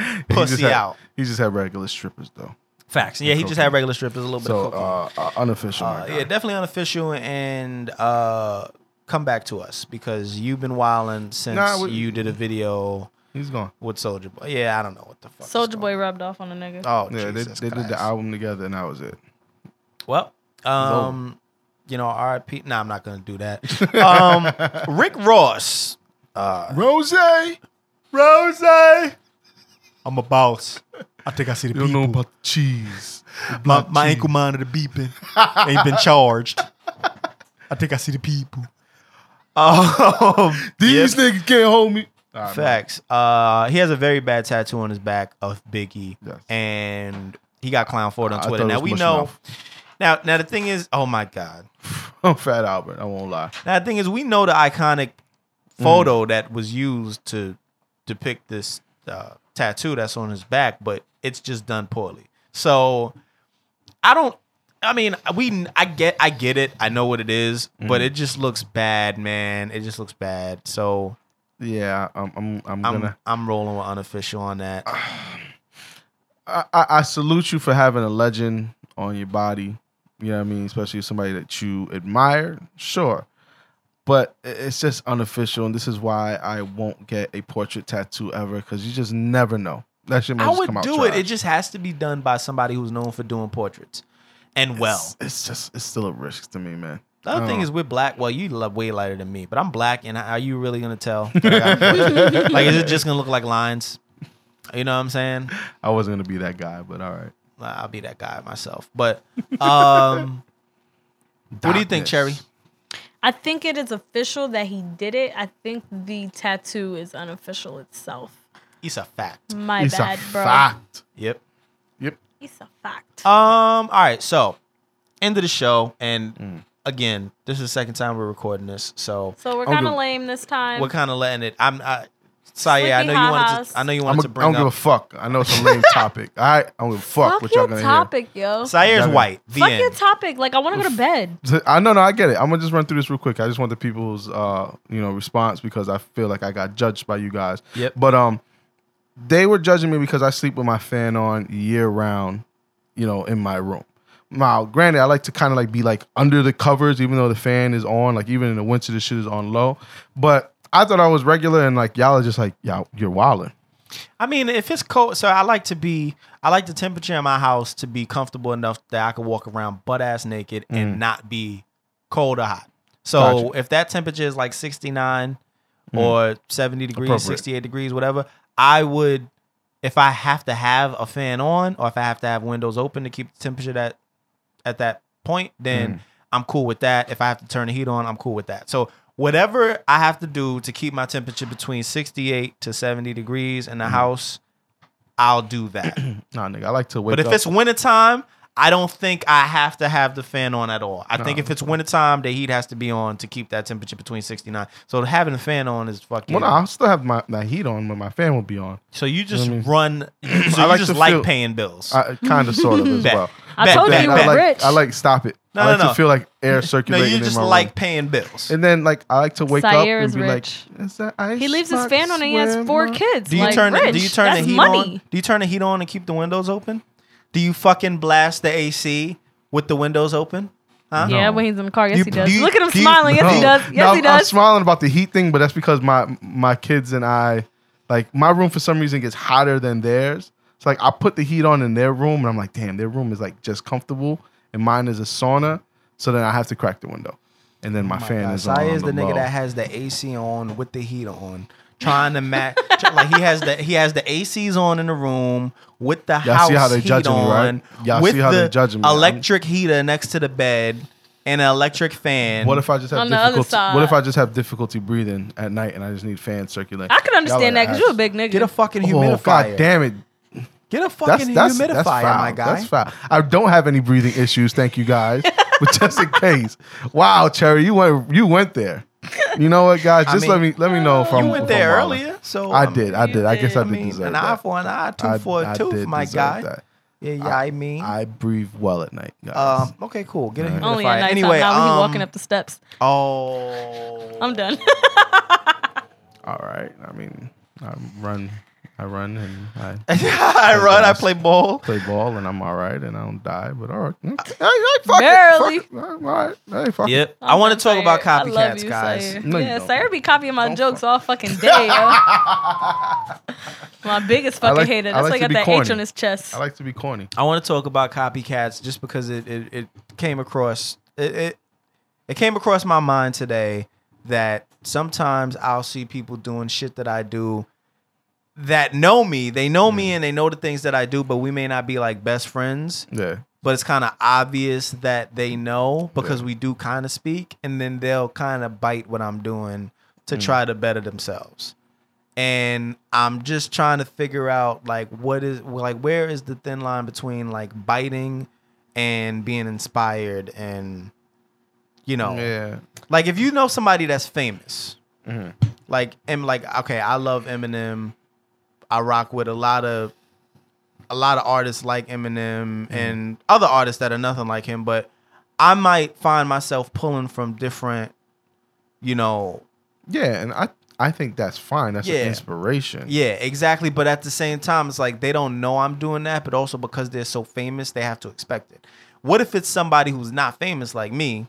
Speaker 2: just
Speaker 3: Pussy
Speaker 2: had-
Speaker 3: out.
Speaker 2: He just had regular strippers though.
Speaker 3: Facts. Yeah, he just had regular strippers, a little bit
Speaker 2: So
Speaker 3: of cocaine.
Speaker 2: uh, uh, unofficial.
Speaker 3: Uh, yeah, definitely unofficial and uh, come back to us because you've been wilding since
Speaker 2: Nah, we-
Speaker 3: you did a video
Speaker 2: he's gone.
Speaker 3: with Soldier Boy. Yeah, I don't know what the fuck. is
Speaker 1: Soldier
Speaker 3: going-
Speaker 1: Boy rubbed off on a nigga.
Speaker 3: Oh,
Speaker 2: Yeah, they,
Speaker 3: Jesus
Speaker 2: they did the
Speaker 3: Christ.
Speaker 2: album together, and that was it.
Speaker 3: Well, um, you know, RIP. Nah, I'm not gonna
Speaker 2: (laughs)
Speaker 3: do that. Um, Rick Ross.
Speaker 2: Rose,
Speaker 3: Rose. I'm a boss. I think I see the
Speaker 2: you don't know about the cheese.
Speaker 3: My, my ankle monitor beeping. Ain't
Speaker 2: (laughs)
Speaker 3: been charged. I think I see the people. Um,
Speaker 2: Oh, These niggas can't hold me. Alright, man.
Speaker 3: Facts. Uh, he has a very bad tattoo on his back of Biggie,
Speaker 2: Yes.
Speaker 3: and he got clown for it on
Speaker 2: I
Speaker 3: Twitter.
Speaker 2: thought it
Speaker 3: Now
Speaker 2: was
Speaker 3: we
Speaker 2: mush
Speaker 3: know.
Speaker 2: mouth.
Speaker 3: Now, now the thing is, oh my god.
Speaker 2: I'm Fat Albert. I won't lie.
Speaker 3: Now the thing is, we know the iconic
Speaker 2: Mm.
Speaker 3: photo that was used to depict this uh, tattoo that's on his back, but it's just done poorly. So I don't. I mean, we. I get. I get it. I know what it is, but
Speaker 2: Mm.
Speaker 3: it just looks bad, man. It just looks bad. So
Speaker 2: Yeah, I'm. I'm. I'm,
Speaker 3: I'm.
Speaker 2: gonna.
Speaker 3: I'm rolling with unofficial on that.
Speaker 2: I, I, I salute you for having a legend on your body. You know what I mean? Especially somebody that you admire. Sure. But i- it's just unofficial, and this is why I won't get a portrait tattoo ever because you just never know. That shit might
Speaker 3: I
Speaker 2: just
Speaker 3: would
Speaker 2: come out
Speaker 3: do
Speaker 2: trash.
Speaker 3: it. It just has to be done by somebody who's known for doing portraits and well.
Speaker 2: It's, it's just it's still a risk to me, man. Uh,
Speaker 3: The other
Speaker 2: I
Speaker 3: thing
Speaker 2: don't
Speaker 3: is we're black. Well, you love way lighter than me, but I'm black, and are you really
Speaker 2: (laughs)
Speaker 3: gonna tell? that I got portraits? like, is it just gonna look like lines? You know what I'm saying?
Speaker 2: I wasn't gonna be that guy, but all right.
Speaker 3: Nah, I'll be that guy myself. But um, (laughs) what do you think,
Speaker 2: Darkness.
Speaker 3: Cherry?
Speaker 1: I think it is official that he did it. I think the tattoo is unofficial itself.
Speaker 3: It's a fact.
Speaker 1: My
Speaker 2: it's
Speaker 1: bad,
Speaker 2: a
Speaker 1: bro.
Speaker 2: fact.
Speaker 3: Yep.
Speaker 2: Yep.
Speaker 1: It's a fact.
Speaker 3: Um. All right. So, end of the show, and
Speaker 2: Mm.
Speaker 3: again, this is the second time we're recording this, so
Speaker 1: so we're
Speaker 2: I'm
Speaker 1: kind of
Speaker 2: good.
Speaker 1: lame this time.
Speaker 3: we're kind of letting it. I'm. I, Saya, I
Speaker 1: Sleepy
Speaker 3: know you wanted
Speaker 1: Ha-Ha's.
Speaker 3: to. I know you
Speaker 2: I'm
Speaker 3: wanted
Speaker 2: a, I
Speaker 3: to
Speaker 2: don't
Speaker 3: bring
Speaker 2: give a
Speaker 3: up.
Speaker 2: fuck. I know it's a
Speaker 3: (laughs)
Speaker 2: lame topic. All right, I don't give a fuck,
Speaker 1: Fuck
Speaker 2: what y'all
Speaker 1: your
Speaker 2: gonna
Speaker 1: topic, yo.
Speaker 3: Saya's
Speaker 2: Y'all gonna-
Speaker 3: white. The
Speaker 1: Fuck
Speaker 3: end.
Speaker 1: your topic. Like I want to go to bed.
Speaker 2: hear. I no no I get it. I'm gonna just run through this real quick. I just want the people's uh you know response because I feel like I got judged by you guys.
Speaker 3: Yep.
Speaker 2: But um, they were judging me because I sleep with my fan on year round. You know, in my room. Now, granted, I like to kind of like be like under the covers, even though the fan is on. Like even in the winter, the shit is on low. But I thought I was regular, and like y'all are just like y'all you're wilding.
Speaker 3: I mean, if it's cold, so I like to be. I like the temperature in my house to be comfortable enough that I can walk around butt ass naked and not be cold or hot. So if that temperature is like sixty nine or seventy degrees,
Speaker 2: Hmm. Appropriate.
Speaker 3: sixty eight degrees, whatever, I would. If I have to have a fan on, or if I have to have windows open to keep the temperature that at that point,
Speaker 2: Hmm.
Speaker 3: then I'm cool with that. If I have to turn the heat on, I'm cool with that. So whatever I have to do to keep my temperature between 68 to 70 degrees in the
Speaker 2: Hmm.
Speaker 3: house, I'll do
Speaker 2: (clears throat)
Speaker 3: that.
Speaker 2: Nah, nigga, I like to wake
Speaker 3: but
Speaker 2: up.
Speaker 3: if it's wintertime, I don't think I have to have the fan on at all. I think if it's wintertime, the heat has to be on to keep that temperature between 69. So having the fan on is fucking.
Speaker 2: Well, no, I'll still have my, my heat on, but my fan will be on.
Speaker 3: so you just
Speaker 2: (clears throat)
Speaker 3: run. So
Speaker 2: I
Speaker 3: you
Speaker 2: like
Speaker 3: just
Speaker 2: to
Speaker 3: like
Speaker 2: feel-
Speaker 3: paying bills.
Speaker 2: I kind of, sort of
Speaker 3: (laughs)
Speaker 2: as
Speaker 3: Bet.
Speaker 2: well.
Speaker 1: I
Speaker 3: Bet,
Speaker 1: told
Speaker 3: bet,
Speaker 1: Oh, you you
Speaker 2: I
Speaker 1: were
Speaker 2: like,
Speaker 1: rich.
Speaker 2: I like stop it.
Speaker 3: No,
Speaker 2: I
Speaker 3: no,
Speaker 2: like
Speaker 3: no.
Speaker 2: to feel like air
Speaker 3: no,
Speaker 2: circulating
Speaker 3: you
Speaker 2: in
Speaker 3: just
Speaker 2: my room.
Speaker 3: like paying bills.
Speaker 2: and then like I like to wake up
Speaker 1: Sire
Speaker 2: and
Speaker 1: is
Speaker 2: be
Speaker 1: rich.
Speaker 2: like, is that ice?
Speaker 1: he leaves his
Speaker 2: box
Speaker 1: fan on and he has four
Speaker 2: swimmer?
Speaker 1: kids.
Speaker 3: Do you
Speaker 1: like,
Speaker 3: turn the,
Speaker 1: rich.
Speaker 3: do you turn
Speaker 1: That's
Speaker 3: the heat
Speaker 1: money.
Speaker 3: on? Do you turn the heat on and keep the windows open? Do you fucking blast the AC with the windows open? Huh?
Speaker 1: Yeah, when he's in the car, yes
Speaker 3: You-
Speaker 1: he does.
Speaker 3: do you-
Speaker 1: Look at him
Speaker 3: do you-
Speaker 1: smiling. yes, he
Speaker 2: No.
Speaker 1: does. Yes,
Speaker 2: No,
Speaker 1: he
Speaker 2: I'm- I'm
Speaker 1: does.
Speaker 2: smiling about the heat thing, but that's because my my kids and I, like my room for some reason gets hotter than theirs. It's like I put the heat on in their room, and I'm like, damn, their room is like just comfortable, and mine is a sauna. So then I have to crack the window, and then my, fan
Speaker 3: Oh God,
Speaker 2: is on.
Speaker 3: Zaya is
Speaker 2: the
Speaker 3: the nigga
Speaker 2: low.
Speaker 3: that has the AC on with the heat on, trying to (laughs) match. like he has the he has the ACs on in the room with the
Speaker 2: Y'all
Speaker 3: house
Speaker 2: see how they
Speaker 3: heat
Speaker 2: judging me, right?
Speaker 3: on,
Speaker 2: Y'all
Speaker 3: with
Speaker 2: see how they
Speaker 3: the
Speaker 2: judging me. I'm-
Speaker 3: electric heater next to the bed and an electric fan.
Speaker 2: What if I just have
Speaker 1: On the other
Speaker 2: difficulty?
Speaker 1: side.
Speaker 2: What if I just have difficulty breathing at night and I just need fans circulating?
Speaker 1: I can understand that because you're a big nigga.
Speaker 3: get a fucking
Speaker 2: Oh
Speaker 3: humidifier?
Speaker 2: god damn it!
Speaker 3: Get a
Speaker 2: That's
Speaker 3: fucking
Speaker 2: that's
Speaker 3: humidifier,
Speaker 2: that's foul.
Speaker 3: my guy.
Speaker 2: That's foul. I don't have any breathing
Speaker 1: (laughs)
Speaker 2: issues, thank you guys. but just in case, wow, Cherry, you went you went there. You know what,
Speaker 3: (laughs)
Speaker 2: guys? Just
Speaker 3: mean,
Speaker 2: let me let me know if I'm.
Speaker 3: You went
Speaker 2: if
Speaker 3: there
Speaker 2: I'm wrong.
Speaker 3: earlier, so
Speaker 2: I
Speaker 3: um,
Speaker 2: did, I
Speaker 3: you
Speaker 2: did. I guess I
Speaker 3: I
Speaker 2: did
Speaker 3: mean,
Speaker 2: deserve
Speaker 3: an
Speaker 2: that.
Speaker 3: eye for an eye, two
Speaker 2: I-
Speaker 3: for a
Speaker 2: I
Speaker 3: tooth,
Speaker 2: did
Speaker 3: my
Speaker 2: deserve
Speaker 3: guy.
Speaker 2: that.
Speaker 3: Yeah, yeah, I, mean,
Speaker 2: I breathe well at night, guys.
Speaker 3: um, okay, cool. Get a
Speaker 2: Alright.
Speaker 3: humidifier.
Speaker 1: Only at night
Speaker 3: anyway,
Speaker 1: now when
Speaker 3: um,
Speaker 1: he walking up the steps.
Speaker 3: Oh, (laughs)
Speaker 1: I'm done.
Speaker 2: All right. I mean, I run, I run, and
Speaker 3: (laughs)
Speaker 2: I
Speaker 3: I run. I play ball.
Speaker 2: play ball, and I'm all right, and I don't die. But all right, Mm. hey, hey, fuck
Speaker 1: Barely.
Speaker 2: It, fuck it. All right, hey, fuck it.
Speaker 3: Yep. I want to talk about
Speaker 1: Sayer. I love
Speaker 3: copycats,
Speaker 1: you,
Speaker 3: guys.
Speaker 1: Sayer.
Speaker 2: No, you
Speaker 1: yeah,
Speaker 2: don't.
Speaker 1: Sayer be copying my jokes all fucking day. yo. my biggest fucking
Speaker 2: like-
Speaker 1: hater.
Speaker 2: I
Speaker 1: That's
Speaker 2: like
Speaker 1: why
Speaker 2: to
Speaker 1: he got
Speaker 2: be
Speaker 1: that H
Speaker 2: corny.
Speaker 1: on his chest.
Speaker 2: I like to be corny.
Speaker 3: I want to talk about copycats just because it it, it came across it, it it came across my mind today that sometimes I'll see people doing shit that I do that know me. They know me and they know the things that I do, but we may not be like best friends.
Speaker 2: Yeah.
Speaker 3: But it's kind of obvious that they know because we do kind of speak, and then they'll kind of bite what I'm doing to try to better themselves. And I'm just trying to figure out like what is like where is the thin line between like biting and being inspired and you know
Speaker 2: Yeah.
Speaker 3: like if you know somebody that's famous, like and like okay, I love Eminem. I rock with a lot of a lot of artists like Eminem and other artists that are nothing like him, but I might find myself pulling from different, you know,
Speaker 2: Yeah, and I I think that's fine. That's
Speaker 3: Yeah.
Speaker 2: an inspiration.
Speaker 3: yeah, exactly. But at the same time, it's like they don't know I'm doing that, but also because they're so famous, they have to expect it. What if it's somebody who's not famous like me,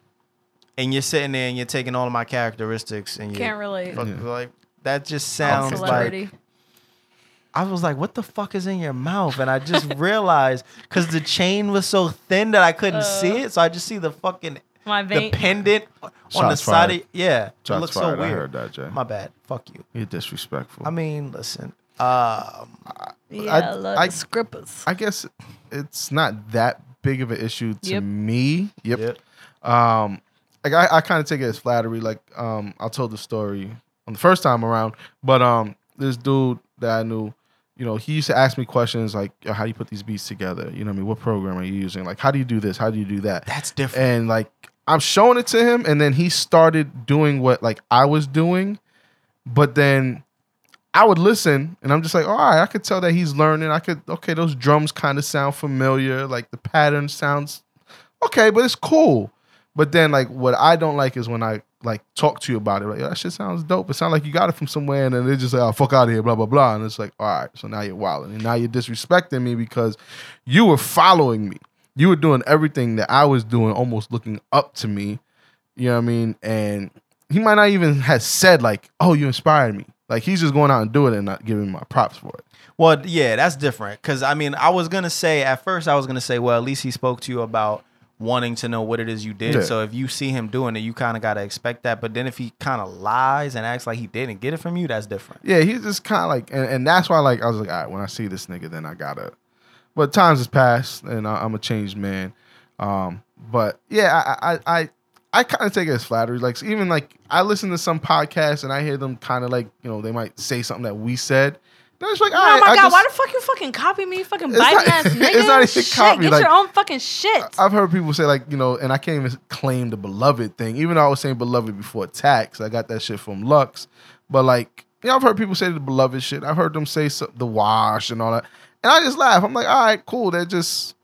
Speaker 3: and you're sitting there and you're taking all of my characteristics and you're
Speaker 1: Can't relate.
Speaker 3: Fuck,
Speaker 2: Yeah.
Speaker 3: Like that just sounds like
Speaker 1: Celebrity.
Speaker 3: I was like, "What the fuck is in your mouth?" And I just (laughs) realized because the chain was so thin that I couldn't see it, so I just see the fucking
Speaker 1: My
Speaker 3: the
Speaker 1: vein.
Speaker 3: pendant on the
Speaker 2: Shots
Speaker 3: side.
Speaker 2: fired.
Speaker 3: Of, yeah, it
Speaker 2: Shots
Speaker 3: looks
Speaker 2: fired.
Speaker 3: so
Speaker 2: I
Speaker 3: weird.
Speaker 2: heard that, Jay.
Speaker 3: My bad. Fuck you.
Speaker 2: You're disrespectful.
Speaker 3: I mean, listen. Um,
Speaker 1: yeah,
Speaker 2: I-
Speaker 1: I, love
Speaker 2: I-
Speaker 1: the scrippers.
Speaker 2: I guess it's not that big of an issue to
Speaker 1: Yep.
Speaker 2: me. Yep.
Speaker 3: Yep.
Speaker 2: Um, like I, I kind of take it as flattery. Like um, I told the story on the first time around, but um, this dude that I knew, you know, he used to ask me questions like, "Yo, "How do you put these beats together? You know, what I mean, what program are you using? Like, how do you do this? How do you do that?"
Speaker 3: that's different.
Speaker 2: and like I'm showing it to him, and then he started doing what like I was doing, but then I would listen, and I'm just like, all right, I could tell that he's learning. I could okay, those drums kind of sound familiar, like the pattern sounds okay, but it's cool. But then like what I don't like is when I like talk to you about it, like "Yo, that shit sounds dope. It sounds like you got it from somewhere, and then they just like, oh fuck out of here, blah blah blah, and it's like, all right, so now you're wilding, and now you're disrespecting me because you were following me you were doing everything that I was doing, almost looking up to me. You know what I mean? And he might not even have said like, "Oh, you inspired me." Like he's just going out and doing it and not giving my props for it.
Speaker 3: Well, yeah, that's different. Because I mean, I was gonna say at first, I was gonna say, well, at least he spoke to you about wanting to know what it is you did.
Speaker 2: Yeah.
Speaker 3: So if you see him doing it, you kind of gotta expect that. But then if he kind of lies and acts like he didn't get it from you, that's different.
Speaker 2: Yeah, he's just kind of like, and, and that's why like I was like, all right, when I see this nigga, then I gotta. But times has passed, and I, I'm a changed man. Um, but yeah, I I I, I kind of take it as flattery. Like even like I listen to some podcasts and I hear them kind of like you know they might say something that we said. They're just like, all
Speaker 1: Oh
Speaker 2: right,
Speaker 1: my
Speaker 2: I
Speaker 1: god,
Speaker 2: just-
Speaker 1: why the fuck you fucking copy me? You Fucking
Speaker 2: It's
Speaker 1: biting
Speaker 2: not-
Speaker 1: ass
Speaker 2: (laughs) it's
Speaker 1: nigga.
Speaker 2: not even
Speaker 1: Shit,
Speaker 2: copy,
Speaker 1: Get
Speaker 2: like-
Speaker 1: your own fucking shit.
Speaker 2: I've heard people say like you know, and I can't even claim the beloved thing. Even though I was saying beloved before tax, I got that shit from Lux. But like, you know, I've heard people say the beloved shit. I've heard them say so, the wash and all that, and I just laugh. I'm like, all right, cool. They're just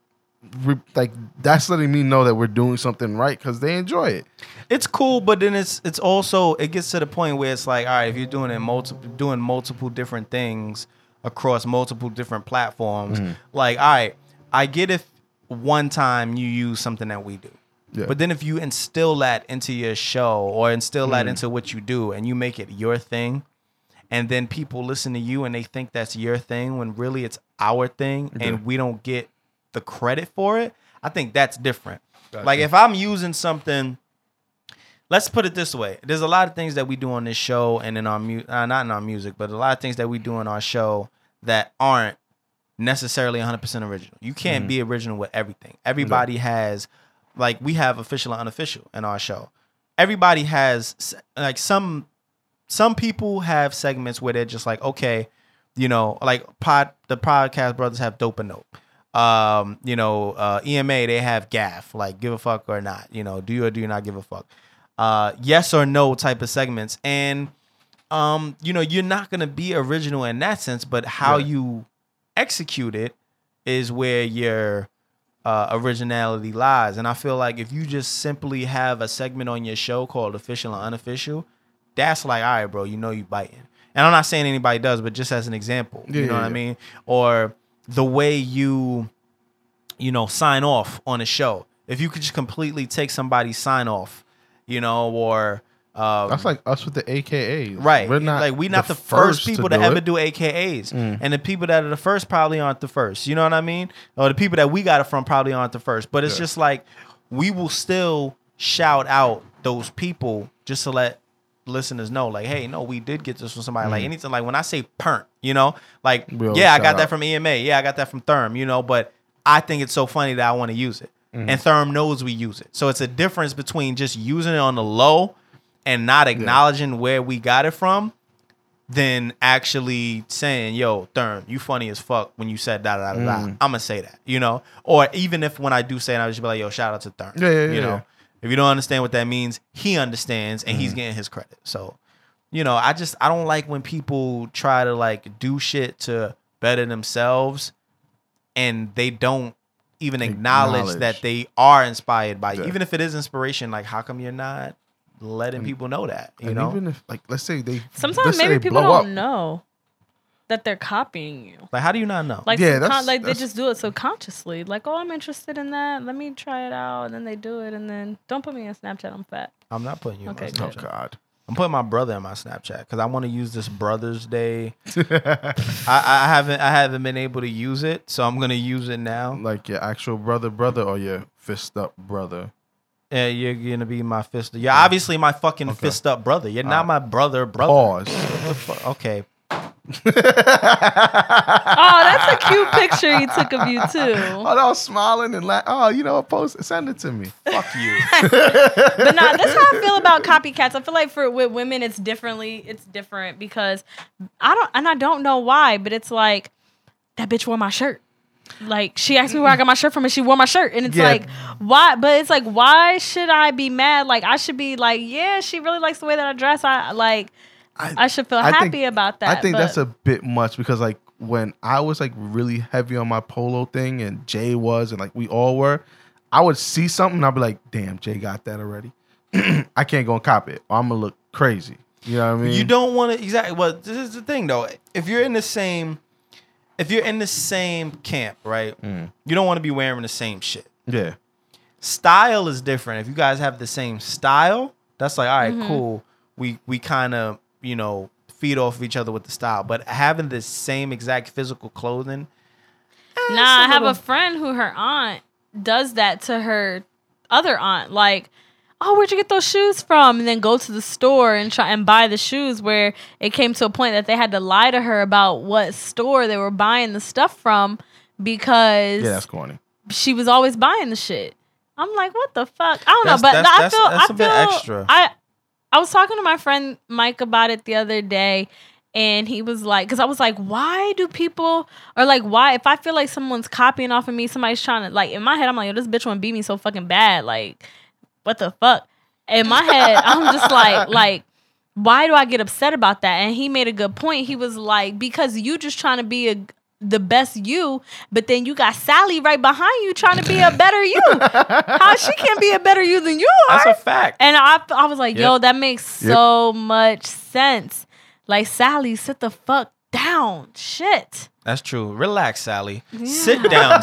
Speaker 2: re- like that's letting me know that we're doing something right because they enjoy it.
Speaker 3: it's cool, but then it's it's also it gets to the point where it's like, all right, if you're doing it multiple doing multiple different things across multiple different platforms, like, all right, I get if one time you use something that we do.
Speaker 2: Yeah.
Speaker 3: But then if you instill that into your show or instill that into what you do and you make it your thing, and then people listen to you and they think that's your thing when really it's our thing and we don't get the credit for it, I think that's different. Like if I'm using something let's put it this way there's a lot of things that we do on this show and in our mu- uh, not in our music but a lot of things that we do in our show that aren't necessarily 100% original you can't be original with everything everybody has like we have official and unofficial in our show everybody has s- like some some people have segments where they're just like okay you know like pod the podcast brothers have dope and nope um you know uh ema they have gaff like give a fuck or not you know do you or do you not give a fuck uh, yes or no type of segments. And um, you know, you're not gonna be original in that sense, but how
Speaker 2: Right.
Speaker 3: you execute it is where your uh, originality lies. And I feel like if you just simply have a segment on your show called official and unofficial, that's like, all right, bro, you know you biting. And I'm not saying anybody does, but just as an example,
Speaker 2: Yeah,
Speaker 3: you
Speaker 2: yeah,
Speaker 3: know what I
Speaker 2: yeah.
Speaker 3: mean? Or the way you, you know, sign off on a show. If you could just completely take somebody's sign off, you know, or um,
Speaker 2: That's like us with the AKA.
Speaker 3: Right.
Speaker 2: We're not
Speaker 3: like we not the, first, people to,
Speaker 2: do
Speaker 3: ever
Speaker 2: it. Mm.
Speaker 3: do AKAs. And the people that are the first probably aren't the first. You know what I mean? Or the people that we got it from probably aren't the first. But it's just like we will still shout out those people just to let listeners know, like, hey, no, we did get this from somebody. Like anything, like when I say pernt, you know, like,
Speaker 2: Mm. We always
Speaker 3: yeah, I
Speaker 2: shout
Speaker 3: got that
Speaker 2: out.
Speaker 3: from EMA. Yeah, I got that from Therm, you know, but I think it's so funny that I want to use it. And Therm knows we use it. So it's a difference between just using it on the low and not acknowledging where we got it from than actually saying, yo, Therm, you funny as fuck when you said da da da da.
Speaker 2: Mm.
Speaker 3: I'm gonna say that, you know? Or even if when I do say it, I just be like, yo, shout out to Therm.
Speaker 2: Yeah, yeah,
Speaker 3: You
Speaker 2: yeah,
Speaker 3: know?
Speaker 2: yeah. Mm.
Speaker 3: If you don't understand what that means, he understands and he's getting his credit. So, you know, I just I don't like when people try to like do shit to better themselves and they don't even acknowledge,
Speaker 2: Acknowledge.
Speaker 3: that they are inspired by you.
Speaker 2: Yeah.
Speaker 3: Even if it is inspiration, like how come you're not letting people know that? You
Speaker 2: and
Speaker 3: know?
Speaker 2: even if like let's say they
Speaker 1: Sometimes
Speaker 2: let's say
Speaker 1: maybe
Speaker 2: they
Speaker 1: people
Speaker 2: blow
Speaker 1: don't
Speaker 2: up.
Speaker 1: know that they're copying you.
Speaker 3: like how do you not know?
Speaker 1: Like,
Speaker 2: Yeah,
Speaker 1: subcon-
Speaker 2: that's-
Speaker 1: like they
Speaker 2: that's-
Speaker 1: just do it subconsciously. Like, oh, I'm interested in that. Let me try it out. And then they do it. And then don't put me in Snapchat. I'm
Speaker 2: (laughs)
Speaker 1: fat.
Speaker 3: I'm not putting you on my
Speaker 1: Okay,
Speaker 3: Snapchat.
Speaker 1: good.
Speaker 2: Oh God.
Speaker 3: I'm putting my brother in my Snapchat because I want to use this Brother's Day. I, I haven't I haven't been able to use it, so I'm gonna use it now.
Speaker 2: Like your actual brother, brother, or your fist up brother.
Speaker 3: Yeah, you're gonna be my fist. You're obviously my fucking fist up brother. You're not my brother, brother.
Speaker 2: Pause.
Speaker 3: What the fuck? Okay,
Speaker 1: Oh, that's a cute picture you took of you, too.
Speaker 2: Oh, I was smiling and like, oh, you know, what, post send it to me.
Speaker 3: fuck you.
Speaker 1: But nah, that's how I feel about copycats. I feel like for with women, it's differently. It's different because I don't, and I don't know why, but it's like, that bitch wore my shirt. Like she asked me where I got my shirt from, and she wore my shirt, and it's
Speaker 2: Yeah.
Speaker 1: like, why? But it's like, why should I be mad? Like I should be like, yeah, she really likes the way that I dress. I like, I, should feel
Speaker 2: I
Speaker 1: happy
Speaker 2: think-
Speaker 1: about that.
Speaker 2: I think
Speaker 1: but-
Speaker 2: that's a bit much because like when I was like really heavy on my polo thing and Jay was and like we all were, I would see something and I'd be like, damn, Jay got that already. (clears throat) I can't go and copy it. Or I'm gonna look crazy. You know what I mean?
Speaker 3: You don't want to exactly. Well, this is the thing though. If you're in the same, if you're in the same camp, right? You don't want to be wearing the same shit.
Speaker 2: Yeah.
Speaker 3: style is different. If you guys have the same style, that's like, all right,
Speaker 1: Mm-hmm.
Speaker 3: cool. We we kind of, you know, feed off of each other with the style. But having the same exact physical clothing,
Speaker 1: Nah, I have a
Speaker 3: little-
Speaker 1: friend who her aunt does that to her other aunt. Like, oh, where'd you get those shoes from? And then go to the store and try and buy the shoes. Where it came to a point that they had to lie to her about what store they were buying the stuff from because
Speaker 2: Yeah, that's corny.
Speaker 1: she was always buying the shit. I'm like, what the fuck? I don't
Speaker 3: That's-
Speaker 1: know, but
Speaker 3: that's-
Speaker 1: I
Speaker 3: that's-
Speaker 1: feel
Speaker 3: that's a
Speaker 1: I
Speaker 3: bit
Speaker 1: feel
Speaker 3: extra.
Speaker 1: I I was talking to my friend Mike about it the other day, and he was like, because I was like, why do people or like why if I feel like someone's copying off of me, somebody's trying to like in my head, I'm like, yo, this bitch wanna beat me so fucking bad, like what the fuck? In my head, I'm just
Speaker 3: (laughs)
Speaker 1: like like. Why do I get upset about that? And he made a good point. He was like, because you just trying to be a, the best you, but then you got Sally right behind you trying to be a better
Speaker 3: (laughs)
Speaker 1: you. How she can't be a better you than you are?
Speaker 3: that's a fact.
Speaker 1: and I, I was like, yo,
Speaker 3: Yep.
Speaker 1: that makes
Speaker 2: Yep.
Speaker 1: so much sense. Like, Sally, sit the fuck down. Shit.
Speaker 3: That's true. Relax, Sally. Sit down,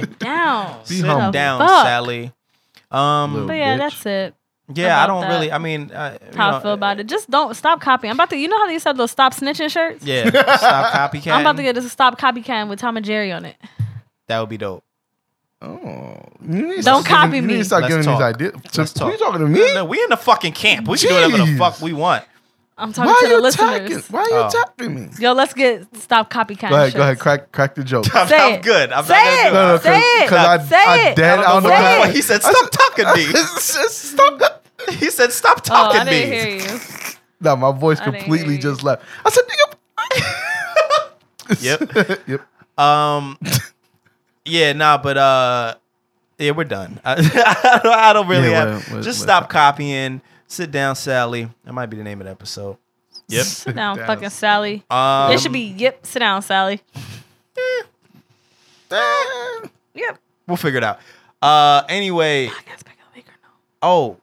Speaker 1: (laughs) Sit
Speaker 3: (laughs)
Speaker 1: down.
Speaker 2: Be
Speaker 3: Sit
Speaker 2: humble.
Speaker 3: down,
Speaker 1: Fuck.
Speaker 3: Sally.
Speaker 1: But
Speaker 3: Um,
Speaker 2: Little
Speaker 1: yeah,
Speaker 2: bitch.
Speaker 1: that's it.
Speaker 3: yeah, I
Speaker 1: about
Speaker 3: don't really.
Speaker 1: that.
Speaker 3: I mean, uh, you
Speaker 1: How
Speaker 3: know,
Speaker 1: I feel about it. Just don't stop copying. I'm about to, you know how they used to have those stop snitching shirts?
Speaker 3: (laughs)
Speaker 2: (laughs)
Speaker 3: Yeah, stop copycat.
Speaker 1: I'm about to get this stop copycatting with Tom and Jerry on it.
Speaker 3: That would be dope.
Speaker 2: Oh. You need to
Speaker 1: Don't
Speaker 2: start giving-
Speaker 1: copy
Speaker 2: you need
Speaker 1: me.
Speaker 2: to start
Speaker 3: Let's
Speaker 2: giving
Speaker 3: talk.
Speaker 2: these ideas. So,
Speaker 3: Let's talk.
Speaker 2: You talking to me?
Speaker 3: No, we in the fucking camp. We can do whatever the
Speaker 2: Jeez.
Speaker 3: fuck we want. (laughs)
Speaker 1: I'm
Speaker 2: Why
Speaker 1: talking
Speaker 2: are
Speaker 1: to the
Speaker 2: you
Speaker 1: listeners.
Speaker 2: attacking? Why are you
Speaker 3: Oh.
Speaker 2: attacking me?
Speaker 1: Yo, let's get stop copycatting.
Speaker 2: Go ahead,
Speaker 1: shirts.
Speaker 2: go ahead, crack crack the (laughs) joke.
Speaker 3: I'm,
Speaker 1: Say
Speaker 3: I'm
Speaker 1: it.
Speaker 3: good. I'm
Speaker 1: Say
Speaker 3: not gonna
Speaker 1: it.
Speaker 3: do
Speaker 1: Say it.
Speaker 2: Cause
Speaker 1: Say
Speaker 2: I, I
Speaker 1: it.
Speaker 2: dead
Speaker 3: I don't
Speaker 2: on the
Speaker 3: know
Speaker 1: what the
Speaker 3: what the
Speaker 1: fuck
Speaker 2: back.
Speaker 3: fuck he said. Stop talking, D.
Speaker 2: (laughs) Stop. that.
Speaker 3: He said, "Stop
Speaker 1: Oh,
Speaker 3: talking
Speaker 1: I
Speaker 3: to
Speaker 1: didn't
Speaker 3: me."
Speaker 1: hear you.
Speaker 2: No, my voice
Speaker 1: I didn't
Speaker 2: completely
Speaker 1: hear
Speaker 2: just left. I said,
Speaker 3: Yep.
Speaker 2: nigga. (laughs) yep.
Speaker 3: Um. yeah. Nah. But uh. Yeah, we're done. (laughs) I, I don't, I don't really
Speaker 2: Yeah,
Speaker 3: have.
Speaker 2: we're- we're-
Speaker 3: just
Speaker 2: we're
Speaker 3: stop copying. Sit down, Sally. That might be the name of the episode.
Speaker 4: Yep.
Speaker 1: Sit down,
Speaker 2: down,
Speaker 1: fucking Sally.
Speaker 3: Um,
Speaker 1: (laughs) it should be yep. Sit down, Sally. Yep.
Speaker 3: We'll figure it out. Uh, anyway,
Speaker 1: Podcast pick of the week or no?
Speaker 3: oh,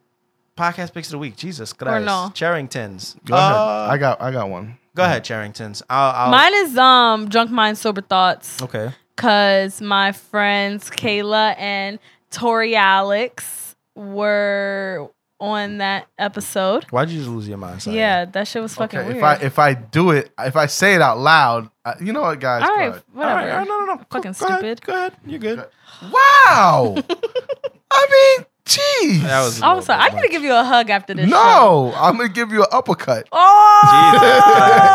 Speaker 3: podcast picks of the week. Jesus Christ.
Speaker 1: no.
Speaker 3: Charringtons.
Speaker 2: Go
Speaker 3: Uh,
Speaker 2: ahead. I got I got one.
Speaker 3: go ahead, Charringtons. I'll, I'll,
Speaker 1: Mine is um drunk mind sober thoughts
Speaker 3: Okay.
Speaker 1: because my friends Kayla and Tori Alex were on that episode.
Speaker 3: Why'd you just lose your mind? Sorry.
Speaker 1: Yeah, that shit was fucking
Speaker 2: Okay,
Speaker 1: weird.
Speaker 2: if I if I do it, if I say it out loud, I, you know what, guys?
Speaker 1: All
Speaker 2: go
Speaker 1: right,
Speaker 2: ahead.
Speaker 3: All
Speaker 1: whatever.
Speaker 3: right, all right, no, no, no.
Speaker 1: Fucking
Speaker 3: Go ahead,
Speaker 1: stupid.
Speaker 3: Go ahead. You're good.
Speaker 1: (laughs)
Speaker 2: Wow. I mean, jeez.
Speaker 3: That was-
Speaker 1: I'm sorry. Oh, I gotta give you a hug after this. shit.
Speaker 2: no. I'm gonna give you an uppercut. (laughs)
Speaker 1: Oh.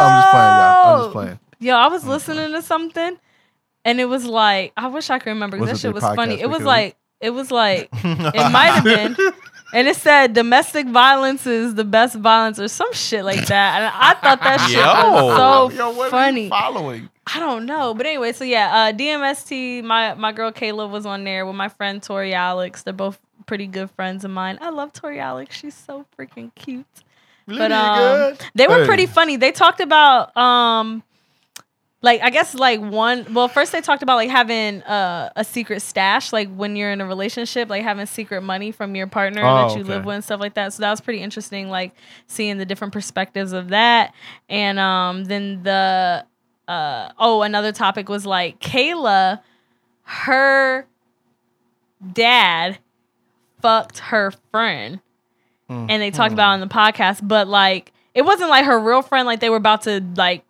Speaker 2: I'm just playing, y'all. I'm just playing.
Speaker 1: Yo, I was listening to something, and it was like I wish I could remember because
Speaker 2: Was
Speaker 1: that
Speaker 2: it
Speaker 1: shit
Speaker 2: the
Speaker 1: was
Speaker 2: podcast
Speaker 1: funny. It was
Speaker 2: we could-
Speaker 1: like it was
Speaker 2: (laughs)
Speaker 1: like it might have been, and it said domestic violence is the best violence or some shit like that. And I thought that shit was Oh, so
Speaker 2: Yo, what Are
Speaker 1: funny.
Speaker 2: you following.
Speaker 1: I don't know, but anyway, so yeah, uh, DMST. My my girl Kayla was on there with my friend Tori Alex. They're both pretty good friends of mine. I love Tori Alex. She's so freaking cute. But um, they were
Speaker 2: Hey.
Speaker 1: pretty funny. They talked about um, like I guess like one. Well, first they talked about like having uh, a secret stash, like when you're in a relationship, like having secret money from your partner
Speaker 2: Oh,
Speaker 1: that you live
Speaker 2: okay.
Speaker 1: with and stuff like that. So that was pretty interesting, like seeing the different perspectives of that. And um, then the uh, oh, another topic was like Kayla, her dad fucked her friend
Speaker 2: Hmm.
Speaker 1: and they talked about it on the podcast but like it wasn't like her real friend like they were about to like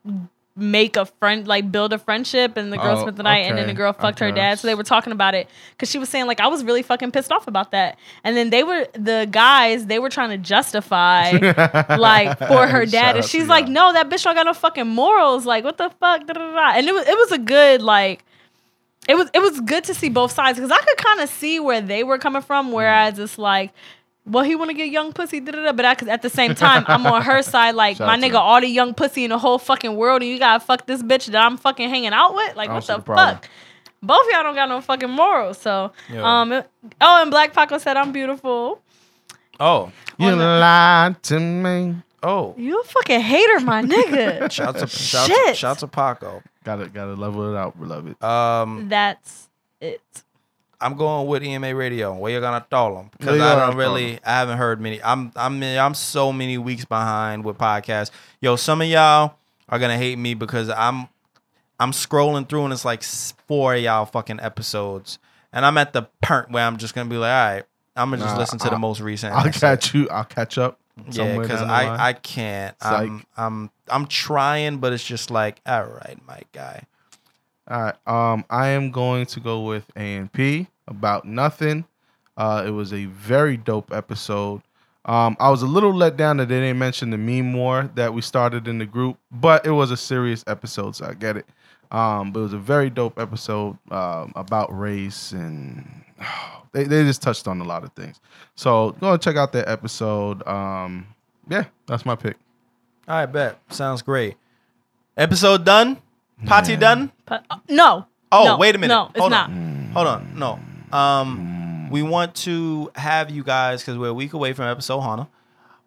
Speaker 1: make a friend like build a friendship and the girl
Speaker 2: Oh,
Speaker 1: spent the night and then the
Speaker 2: okay,
Speaker 1: girl fucked
Speaker 2: I
Speaker 1: her dad
Speaker 2: guess.
Speaker 1: so they were talking about it because she was saying like i was really fucking pissed off about that and then they were the guys they were trying to justify
Speaker 2: (laughs)
Speaker 1: like for her
Speaker 2: Shout
Speaker 1: dad and
Speaker 2: out
Speaker 1: she's
Speaker 2: to
Speaker 1: like
Speaker 2: y'all.
Speaker 1: no that bitch don't got no fucking morals like what the fuck da, da, da, da. and it was, it was a good like it was it was good to see both sides because I could kind of see where they were coming
Speaker 2: Mm.
Speaker 1: from. Whereas it's like, well, he want to get young pussy, da, da, da. but I, could- at the same time, I'm on
Speaker 2: (laughs)
Speaker 1: her side. Like
Speaker 2: Shout
Speaker 1: my
Speaker 2: out to
Speaker 1: nigga,
Speaker 2: her.
Speaker 1: all the young pussy in the whole fucking world, and you gotta fuck this bitch that I'm fucking hanging out with. Like
Speaker 2: I don't
Speaker 1: what
Speaker 2: see
Speaker 1: the
Speaker 2: the problem.
Speaker 1: fuck? Both of y'all don't got no fucking morals. So,
Speaker 3: Yeah.
Speaker 1: um, it- oh, and Black Paco said I'm beautiful.
Speaker 3: Oh,
Speaker 2: You
Speaker 1: on the-
Speaker 2: lied to me.
Speaker 3: oh.
Speaker 1: You a fucking hater, my
Speaker 2: (laughs)
Speaker 1: nigga.
Speaker 3: Shout to, shout, to,
Speaker 1: Shit.
Speaker 3: shout to Paco.
Speaker 2: Got to Got to level it out.
Speaker 3: (laughs)
Speaker 2: Love it.
Speaker 3: Um,
Speaker 1: That's it.
Speaker 3: I'm going with EMA Radio. Where you gonna throw them?
Speaker 2: Where
Speaker 3: Because
Speaker 2: you
Speaker 3: I
Speaker 2: gonna
Speaker 3: don't
Speaker 2: throw
Speaker 3: really, I haven't heard many. I'm, I'm, I'm so many weeks behind with podcasts. Yo, some of y'all are gonna hate me because I'm, I'm scrolling through and it's like s- four of y'all fucking episodes, and I'm at the part where I'm just gonna be like, all right, I'm gonna just
Speaker 2: Nah,
Speaker 3: listen to the
Speaker 2: I'll-
Speaker 3: most recent.
Speaker 2: I'll
Speaker 3: episode.
Speaker 2: catch you. I'll catch up.
Speaker 3: Yeah,
Speaker 2: somewhere
Speaker 3: because
Speaker 2: down the line.
Speaker 3: I, I can't. I'm,
Speaker 2: Psych.
Speaker 3: I'm I'm trying, but it's just like, all right, my guy.
Speaker 2: All right. Um, I am going to go with A and P about nothing. Uh, it was a very dope episode. Um, I was a little let down that they didn't mention the meme war that we started in the group, but it was a serious episode, so I get it. Um, but it was a very dope episode um, about race and (sighs) they, they just touched on a lot of things. So go and check out that episode. Um, yeah, that's my pick.
Speaker 3: All right, bet. Sounds great. Episode done. Potty done.
Speaker 1: But, uh, no.
Speaker 3: Oh,
Speaker 1: No.
Speaker 3: wait a minute.
Speaker 1: No, it's
Speaker 3: Hold
Speaker 2: Mm,
Speaker 1: not.
Speaker 3: on. Hold on. No. Um, we want to have you guys because we're a week away from episode Hana.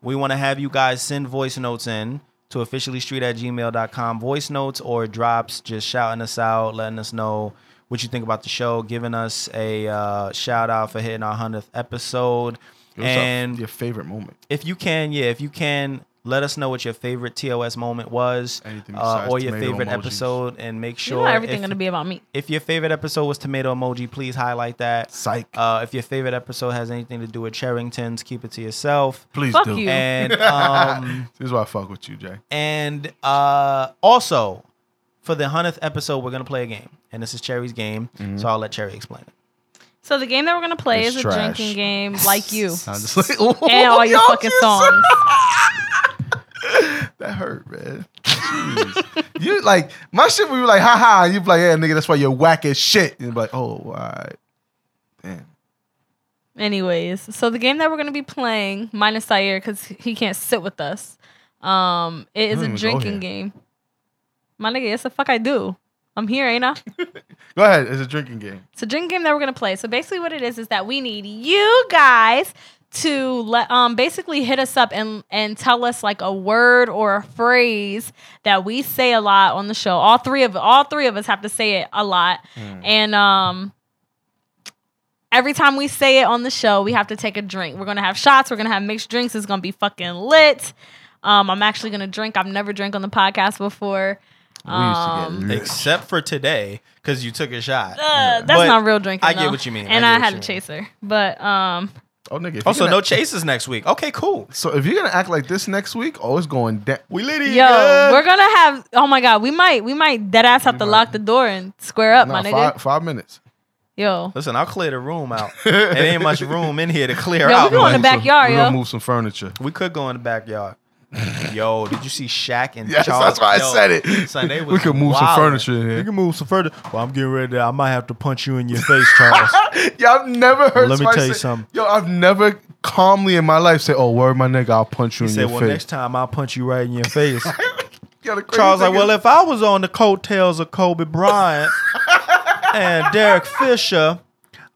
Speaker 3: We want to have you guys send voice notes in to officiallystreet at gmail.com. Voice notes or drops, just shouting us out, letting us know what you think about the show, giving us a uh, shout out for hitting our 100th episode.
Speaker 2: Give us a-
Speaker 3: and
Speaker 2: your favorite moment.
Speaker 3: if you can, yeah, if you can, let us know what your favorite TOS moment was,
Speaker 2: Anything
Speaker 3: uh,
Speaker 2: besides
Speaker 3: or your
Speaker 2: tomato
Speaker 3: favorite
Speaker 2: emojis.
Speaker 3: episode, and make
Speaker 1: You
Speaker 3: sure
Speaker 1: know everything
Speaker 3: if,
Speaker 1: gonna be about me.
Speaker 3: if your favorite episode was tomato emoji, please highlight that.
Speaker 2: Psych.
Speaker 3: Uh, if your favorite episode has anything to do with Cherringtons, keep it to yourself.
Speaker 2: Please
Speaker 1: fuck
Speaker 2: do.
Speaker 1: you.
Speaker 3: And um,
Speaker 2: This is why I fuck with you, Jay.
Speaker 1: (laughs)
Speaker 3: and uh, also for the hundredth episode, we're gonna play a game, and this is Cherry's game, so I'll let Cherry explain it.
Speaker 1: So the game that we're gonna play
Speaker 2: It's
Speaker 1: is a
Speaker 2: trash.
Speaker 1: drinking game, like
Speaker 2: (laughs)
Speaker 1: you
Speaker 2: I'm just like,
Speaker 1: and all your fucking songs.
Speaker 2: (laughs) That hurt, man. Jeez. you like my shit. We were like, ha ha. You be like, yeah, nigga, that's why you're whack as shit. And you be like, oh, all right. Damn.
Speaker 1: Anyways, so the game that we're gonna be playing, minus Sayer, because he can't sit with us. Um, it is a
Speaker 2: don't even Hmm, go
Speaker 1: drinking
Speaker 2: here.
Speaker 1: game. My nigga, yes, the fuck I do. I'm here, ain't I?
Speaker 2: Go ahead. It's a drinking game.
Speaker 1: It's a drinking game that we're gonna play. So basically, what it is is that we need you guys to let um basically hit us up and and tell us like a word or a phrase that we say a lot on the show. All three of all three of us have to say it a lot.
Speaker 3: Mm.
Speaker 1: And um every time we say it on the show, we have to take a drink. We're gonna have shots, we're gonna have mixed drinks, it's gonna be fucking lit. Um I'm actually gonna drink. I've never drank on the podcast before. Um,
Speaker 3: Except for today, because you took a shot.
Speaker 1: uh, that's
Speaker 3: But
Speaker 1: not real drinking.
Speaker 3: I get
Speaker 1: though.
Speaker 3: what you mean. I
Speaker 1: And
Speaker 3: get
Speaker 1: I,
Speaker 3: what
Speaker 1: had
Speaker 3: you
Speaker 1: a
Speaker 3: mean.
Speaker 1: chaser, but um,
Speaker 2: Oh nigga. if
Speaker 3: Also,
Speaker 2: you're
Speaker 3: no
Speaker 2: gonna-
Speaker 3: chases next week. Okay, cool.
Speaker 2: So if you're gonna act like this next week, oh, it's going down.
Speaker 3: We lit it.
Speaker 1: Yo, we're gonna have. Oh my god, we might, we might dead ass have to lock the door and square up, my
Speaker 2: Nah,
Speaker 1: nigga.
Speaker 2: five, five minutes.
Speaker 1: Yo,
Speaker 3: Listen, I'll clear the room out. it ain't much room in here to clear
Speaker 1: Yo,
Speaker 3: out.
Speaker 1: we going to
Speaker 3: man.
Speaker 1: back- backyard,
Speaker 2: We're gonna
Speaker 1: yo.
Speaker 2: move some furniture.
Speaker 3: We could go in the backyard. Yo, did you see Shaq and
Speaker 2: (laughs) Yes,
Speaker 3: Charles?
Speaker 2: that's why I
Speaker 3: Yo,
Speaker 2: said it.
Speaker 3: Son, they
Speaker 2: We
Speaker 3: was
Speaker 2: could move some
Speaker 3: wildin'.
Speaker 2: furniture in here.
Speaker 3: You can move some furniture. Well, I'm getting ready. To, I might have to punch you in your face,
Speaker 2: (laughs)
Speaker 3: Charles.
Speaker 2: Yeah, I've never heard.
Speaker 3: Let me
Speaker 2: somebody
Speaker 3: tell you
Speaker 2: say-
Speaker 3: something.
Speaker 2: Yo, I've never calmly in my life say, "Oh, word, my nigga, I'll punch you
Speaker 3: he
Speaker 2: in
Speaker 3: said,
Speaker 2: your
Speaker 3: "Well,
Speaker 2: face."
Speaker 3: next time I'll punch you right in your
Speaker 2: (laughs)
Speaker 3: face."
Speaker 2: Yo, the crazy
Speaker 3: Charles
Speaker 2: thing
Speaker 3: like, well,
Speaker 2: is-
Speaker 3: if I was on the coattails of
Speaker 2: (laughs)
Speaker 3: Kobe Bryant and Derek Fisher,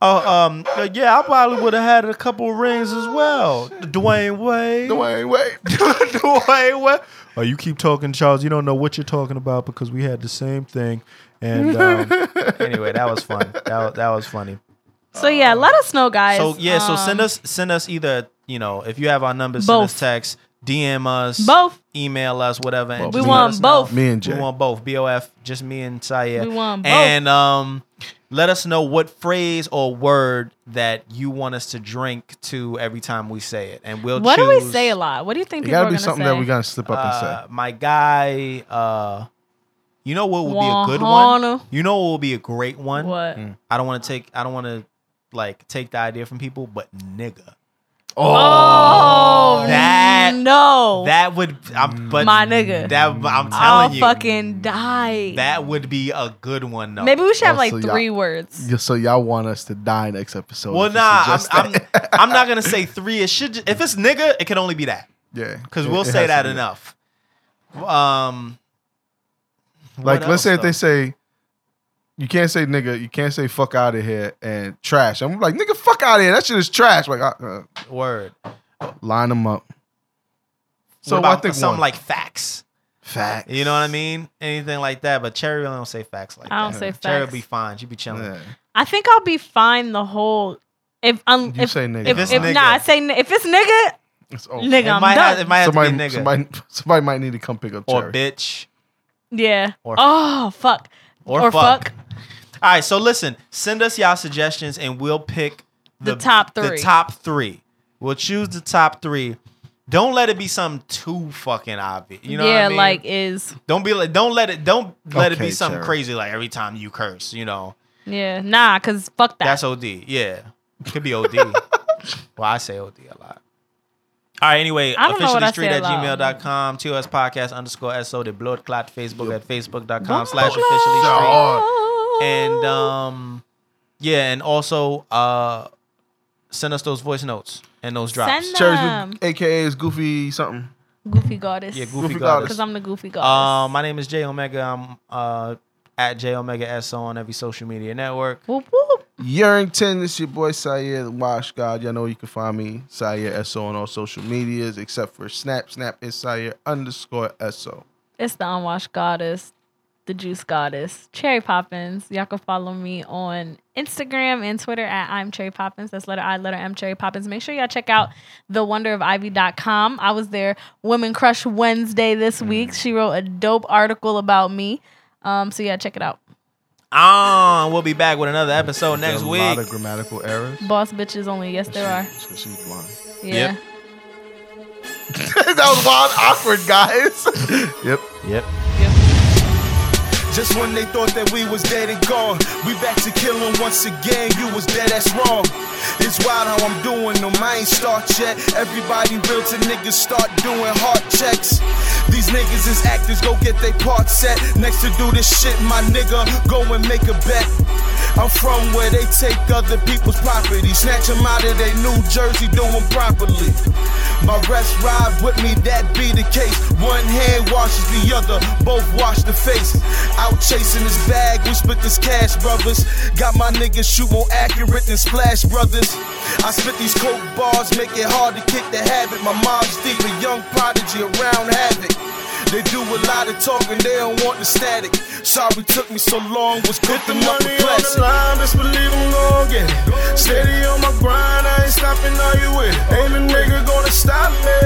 Speaker 3: uh, um, uh, yeah, I probably would have had a couple of rings as well. Dwayne Wade.
Speaker 2: Dwayne (laughs) Wade.
Speaker 3: Dwayne Wade. Oh, you keep talking, Charles. You don't know what you're talking about because we had the same thing. And um, anyway, that was fun. That was, that was funny.
Speaker 1: so yeah, let us know, guys.
Speaker 3: Uh, So yeah, so send
Speaker 1: Um,
Speaker 3: us send us either you know if you have our numbers, send us
Speaker 1: Both.
Speaker 3: text, DM us,
Speaker 1: both.
Speaker 3: email us, whatever. And
Speaker 2: Both.
Speaker 3: just
Speaker 2: We
Speaker 3: let
Speaker 1: want
Speaker 3: us know.
Speaker 1: both.
Speaker 2: Me and Jay.
Speaker 3: We want both. BOF, just me and Saya.
Speaker 1: We want both.
Speaker 3: And um, let us know what phrase or word that you want us to drink to every time we say it, and we'll.
Speaker 1: What do we
Speaker 3: choose,
Speaker 1: say a lot? What do you think
Speaker 2: It
Speaker 1: people are
Speaker 2: gotta be
Speaker 1: gonna
Speaker 2: something
Speaker 1: say?
Speaker 2: that we gotta slip up and
Speaker 3: Uh,
Speaker 2: say.
Speaker 3: my guy, uh, you know what would be a good
Speaker 1: Wahana.
Speaker 3: one? You know what would be a great one?
Speaker 1: What?
Speaker 3: I don't want to take. I don't want to like take the idea from people, but nigga. Uh,
Speaker 1: Oh,
Speaker 3: that-
Speaker 1: no,
Speaker 3: That would,
Speaker 2: Mm.
Speaker 3: I'm, but
Speaker 1: My nigga.
Speaker 3: That I'm telling
Speaker 1: I'll
Speaker 3: you,
Speaker 1: fucking die.
Speaker 3: that would be a good one though.
Speaker 1: Maybe we should have like
Speaker 2: Also, y'all-
Speaker 1: three words.
Speaker 2: Yeah, so y'all want us to die next episode?
Speaker 3: Well,
Speaker 2: if you
Speaker 3: nah, I'm,
Speaker 2: suggest
Speaker 3: I'm,
Speaker 2: that. (laughs)
Speaker 3: (laughs) I'm not gonna say three. It should, ju- if it's nigga, it can only be that (laughs)
Speaker 2: yeah,
Speaker 3: because
Speaker 2: it-
Speaker 3: we'll
Speaker 2: it
Speaker 3: say
Speaker 2: has
Speaker 3: that
Speaker 2: to be.
Speaker 3: enough. Um,
Speaker 2: Like,
Speaker 3: what
Speaker 2: let's say
Speaker 3: else,
Speaker 2: if they
Speaker 3: though?
Speaker 2: say. You can't say nigga. You can't say fuck out of here and trash. I'm like nigga, fuck out of here. That shit is trash. Like, uh, uh,
Speaker 3: word.
Speaker 2: line them up.
Speaker 3: So
Speaker 2: So
Speaker 3: what about
Speaker 2: I think
Speaker 3: something
Speaker 2: one.
Speaker 3: like facts.
Speaker 2: fact.
Speaker 3: You know what I mean? Anything like that. But Cherry really don't say facts like
Speaker 1: I don't
Speaker 3: that.
Speaker 1: say
Speaker 3: Cherry
Speaker 1: facts.
Speaker 3: will be fine. She be chilling.
Speaker 2: Yeah.
Speaker 1: I think I'll be fine the whole. If um,
Speaker 2: You
Speaker 1: if
Speaker 2: say nigga.
Speaker 1: if,
Speaker 3: If it's
Speaker 1: if
Speaker 3: nigga.
Speaker 1: nah, I say n- if it's nigga,
Speaker 2: It's over.
Speaker 1: nigga,
Speaker 3: It
Speaker 1: I'm
Speaker 3: might,
Speaker 1: done.
Speaker 3: have, it might have to
Speaker 2: somebody,
Speaker 3: be nigga
Speaker 2: somebody, (laughs) somebody might need to come pick up
Speaker 3: or
Speaker 2: Cherry.
Speaker 3: bitch
Speaker 1: yeah.
Speaker 3: Or-
Speaker 1: oh fuck.
Speaker 3: or,
Speaker 1: Or
Speaker 3: fuck.
Speaker 1: fuck.
Speaker 3: All right. So listen, send us y'all suggestions and we'll pick
Speaker 1: The top
Speaker 3: The
Speaker 1: three.
Speaker 3: top three. We'll choose the top three. Don't let it be something too fucking obvious. You know
Speaker 1: yeah,
Speaker 3: what I mean?
Speaker 1: like is
Speaker 3: Don't be like, don't let it, don't let it
Speaker 2: Okay,
Speaker 3: be something
Speaker 2: Cherry.
Speaker 3: crazy like every time you curse. You know,
Speaker 1: yeah, nah, cause fuck that.
Speaker 3: that's OD. Yeah, could
Speaker 1: (laughs)
Speaker 3: be OD. well, I say OD a lot. All right. Anyway,
Speaker 1: I don't know what
Speaker 3: officially
Speaker 1: I
Speaker 3: street
Speaker 1: say
Speaker 3: at
Speaker 1: a lot.
Speaker 3: gmail.com, TOS podcast underscore SO, the blood clot Facebook at facebook.com
Speaker 1: Blood
Speaker 3: slash
Speaker 1: Clot.
Speaker 3: officially street.
Speaker 1: Oh.
Speaker 3: And um yeah, and also uh send us those voice notes and those drops.
Speaker 1: Send
Speaker 2: Cherry's
Speaker 1: Um,
Speaker 2: with, AKA is Goofy something.
Speaker 1: goofy goddess.
Speaker 3: yeah, Goofy,
Speaker 2: Goofy
Speaker 3: Goddess.
Speaker 1: Cause I'm the goofy goddess.
Speaker 3: Uh, my name is J Omega. I'm uh at J Omega S on every social media network.
Speaker 1: whoop whoop.
Speaker 2: Yerington, this your boy Sayed the Wash God. Y'all know you can find me, Sayed SO, on all social medias except for Snap. Snap is Sayed underscore SO.
Speaker 1: It's the unwashed goddess, the juice goddess, Cherry Poppins. Y'all can follow me on Instagram and Twitter at I'm Cherry Poppins. That's letter I, letter M, Cherry Poppins. Make sure y'all check out thewonderofivy.com. I was there Women Crush Wednesday this
Speaker 3: Mm.
Speaker 1: week. She wrote a dope article about me. Um, so yeah, check it out.
Speaker 3: Um, we'll be back with another episode next
Speaker 2: Ah. a
Speaker 3: week.
Speaker 2: lot of grammatical errors.
Speaker 1: Boss bitches only. Yes, there are.
Speaker 2: It's 'cause she's blind. (laughs)
Speaker 1: Yeah.
Speaker 3: Yep.
Speaker 2: that was wild, awkward, guys. (laughs) yep.
Speaker 3: Yep.
Speaker 4: Just when they thought that we was dead and gone, we back to killing once again. You was dead, that's wrong. It's wild how I'm doing them. I ain't start yet. Everybody real to niggas start doing heart checks. These niggas is actors, go get they part set. Next to do this shit, my nigga, go and make a bet. I'm from where they take other people's property, snatch 'em out of their New Jersey, do 'em properly. My rest ride with me, that be the case. One hand washes the other, both wash the face. Out chasing this bag, we split this cash, brothers. Got my niggas shoot more accurate than Splash Brothers. I spit these coke bars, make it hard to kick the habit. My mom's deep, a young prodigy around havoc. They do a lot of talking, they don't want the static. Sorry took me so long, was cooking up a plastic.
Speaker 5: line, best believe I'm gon' get it. Steady on my grind, I ain't stopping, are you with it? Ain't a nigga gonna stop me,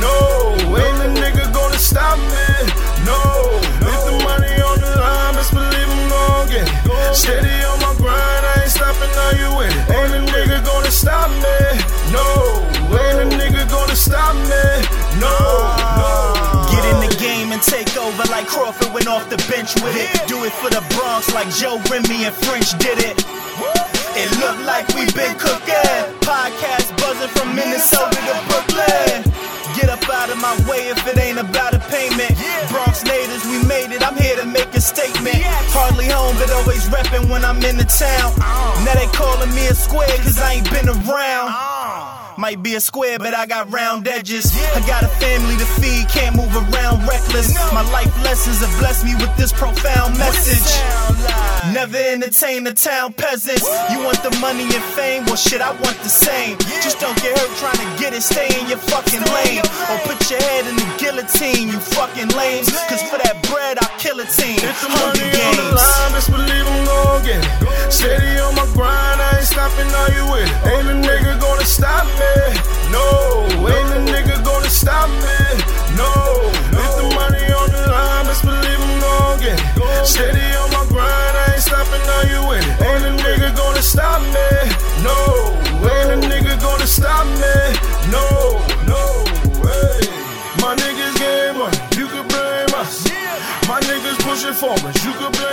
Speaker 5: no. Ain't a nigga gonna stop me, no. If the money on the line, best believe I'm gon' get it. Steady on my grind, I ain't stopping, are you with it? Ain't a nigga gonna stop me, no. Ain't a nigga gonna stop me, no. no.
Speaker 6: Get in the game and take over like Crawford went off the bench with it. Do it for the Bronx like Joe Remy and French did it. It looked like we been cooking. Podcast buzzing from Minnesota to Brooklyn. Get up out of my way if it ain't about a payment. Bronx natives, we made it. I'm here to make a statement. Hardly home, but always reppin' when I'm in the town. Now they calling me a square, cause I ain't been around. Might be a square, but I got round edges. I got a family to feed, can't move around reckless. My life lessons have blessed me with this profound message. Never entertain the town peasants. You want the money and fame? Well, shit, I want the same. Just don't get hurt trying to get it. Stay in your fucking lane. Or put your head in the guillotine, you fucking lames. Cause for that bread, I'll kill a team.
Speaker 5: If the money
Speaker 6: Hunger
Speaker 5: on the
Speaker 6: Games.
Speaker 5: line, best believe I'm gon' get it. Steady on my grind, I ain't stopping, are you with it? Ain't a nigga gonna stop me, no. Ain't a nigga gonna stop me, no. If the money on the line, best believe I'm gon' get it. Steady on my grind, I ain't stopping, are you with it? Ain't a nigga gonna stop me, no. Ain't a nigga gonna stop me, no, no. Hey. My niggas game money, you can blame us. My niggas pushing forwards, you could blame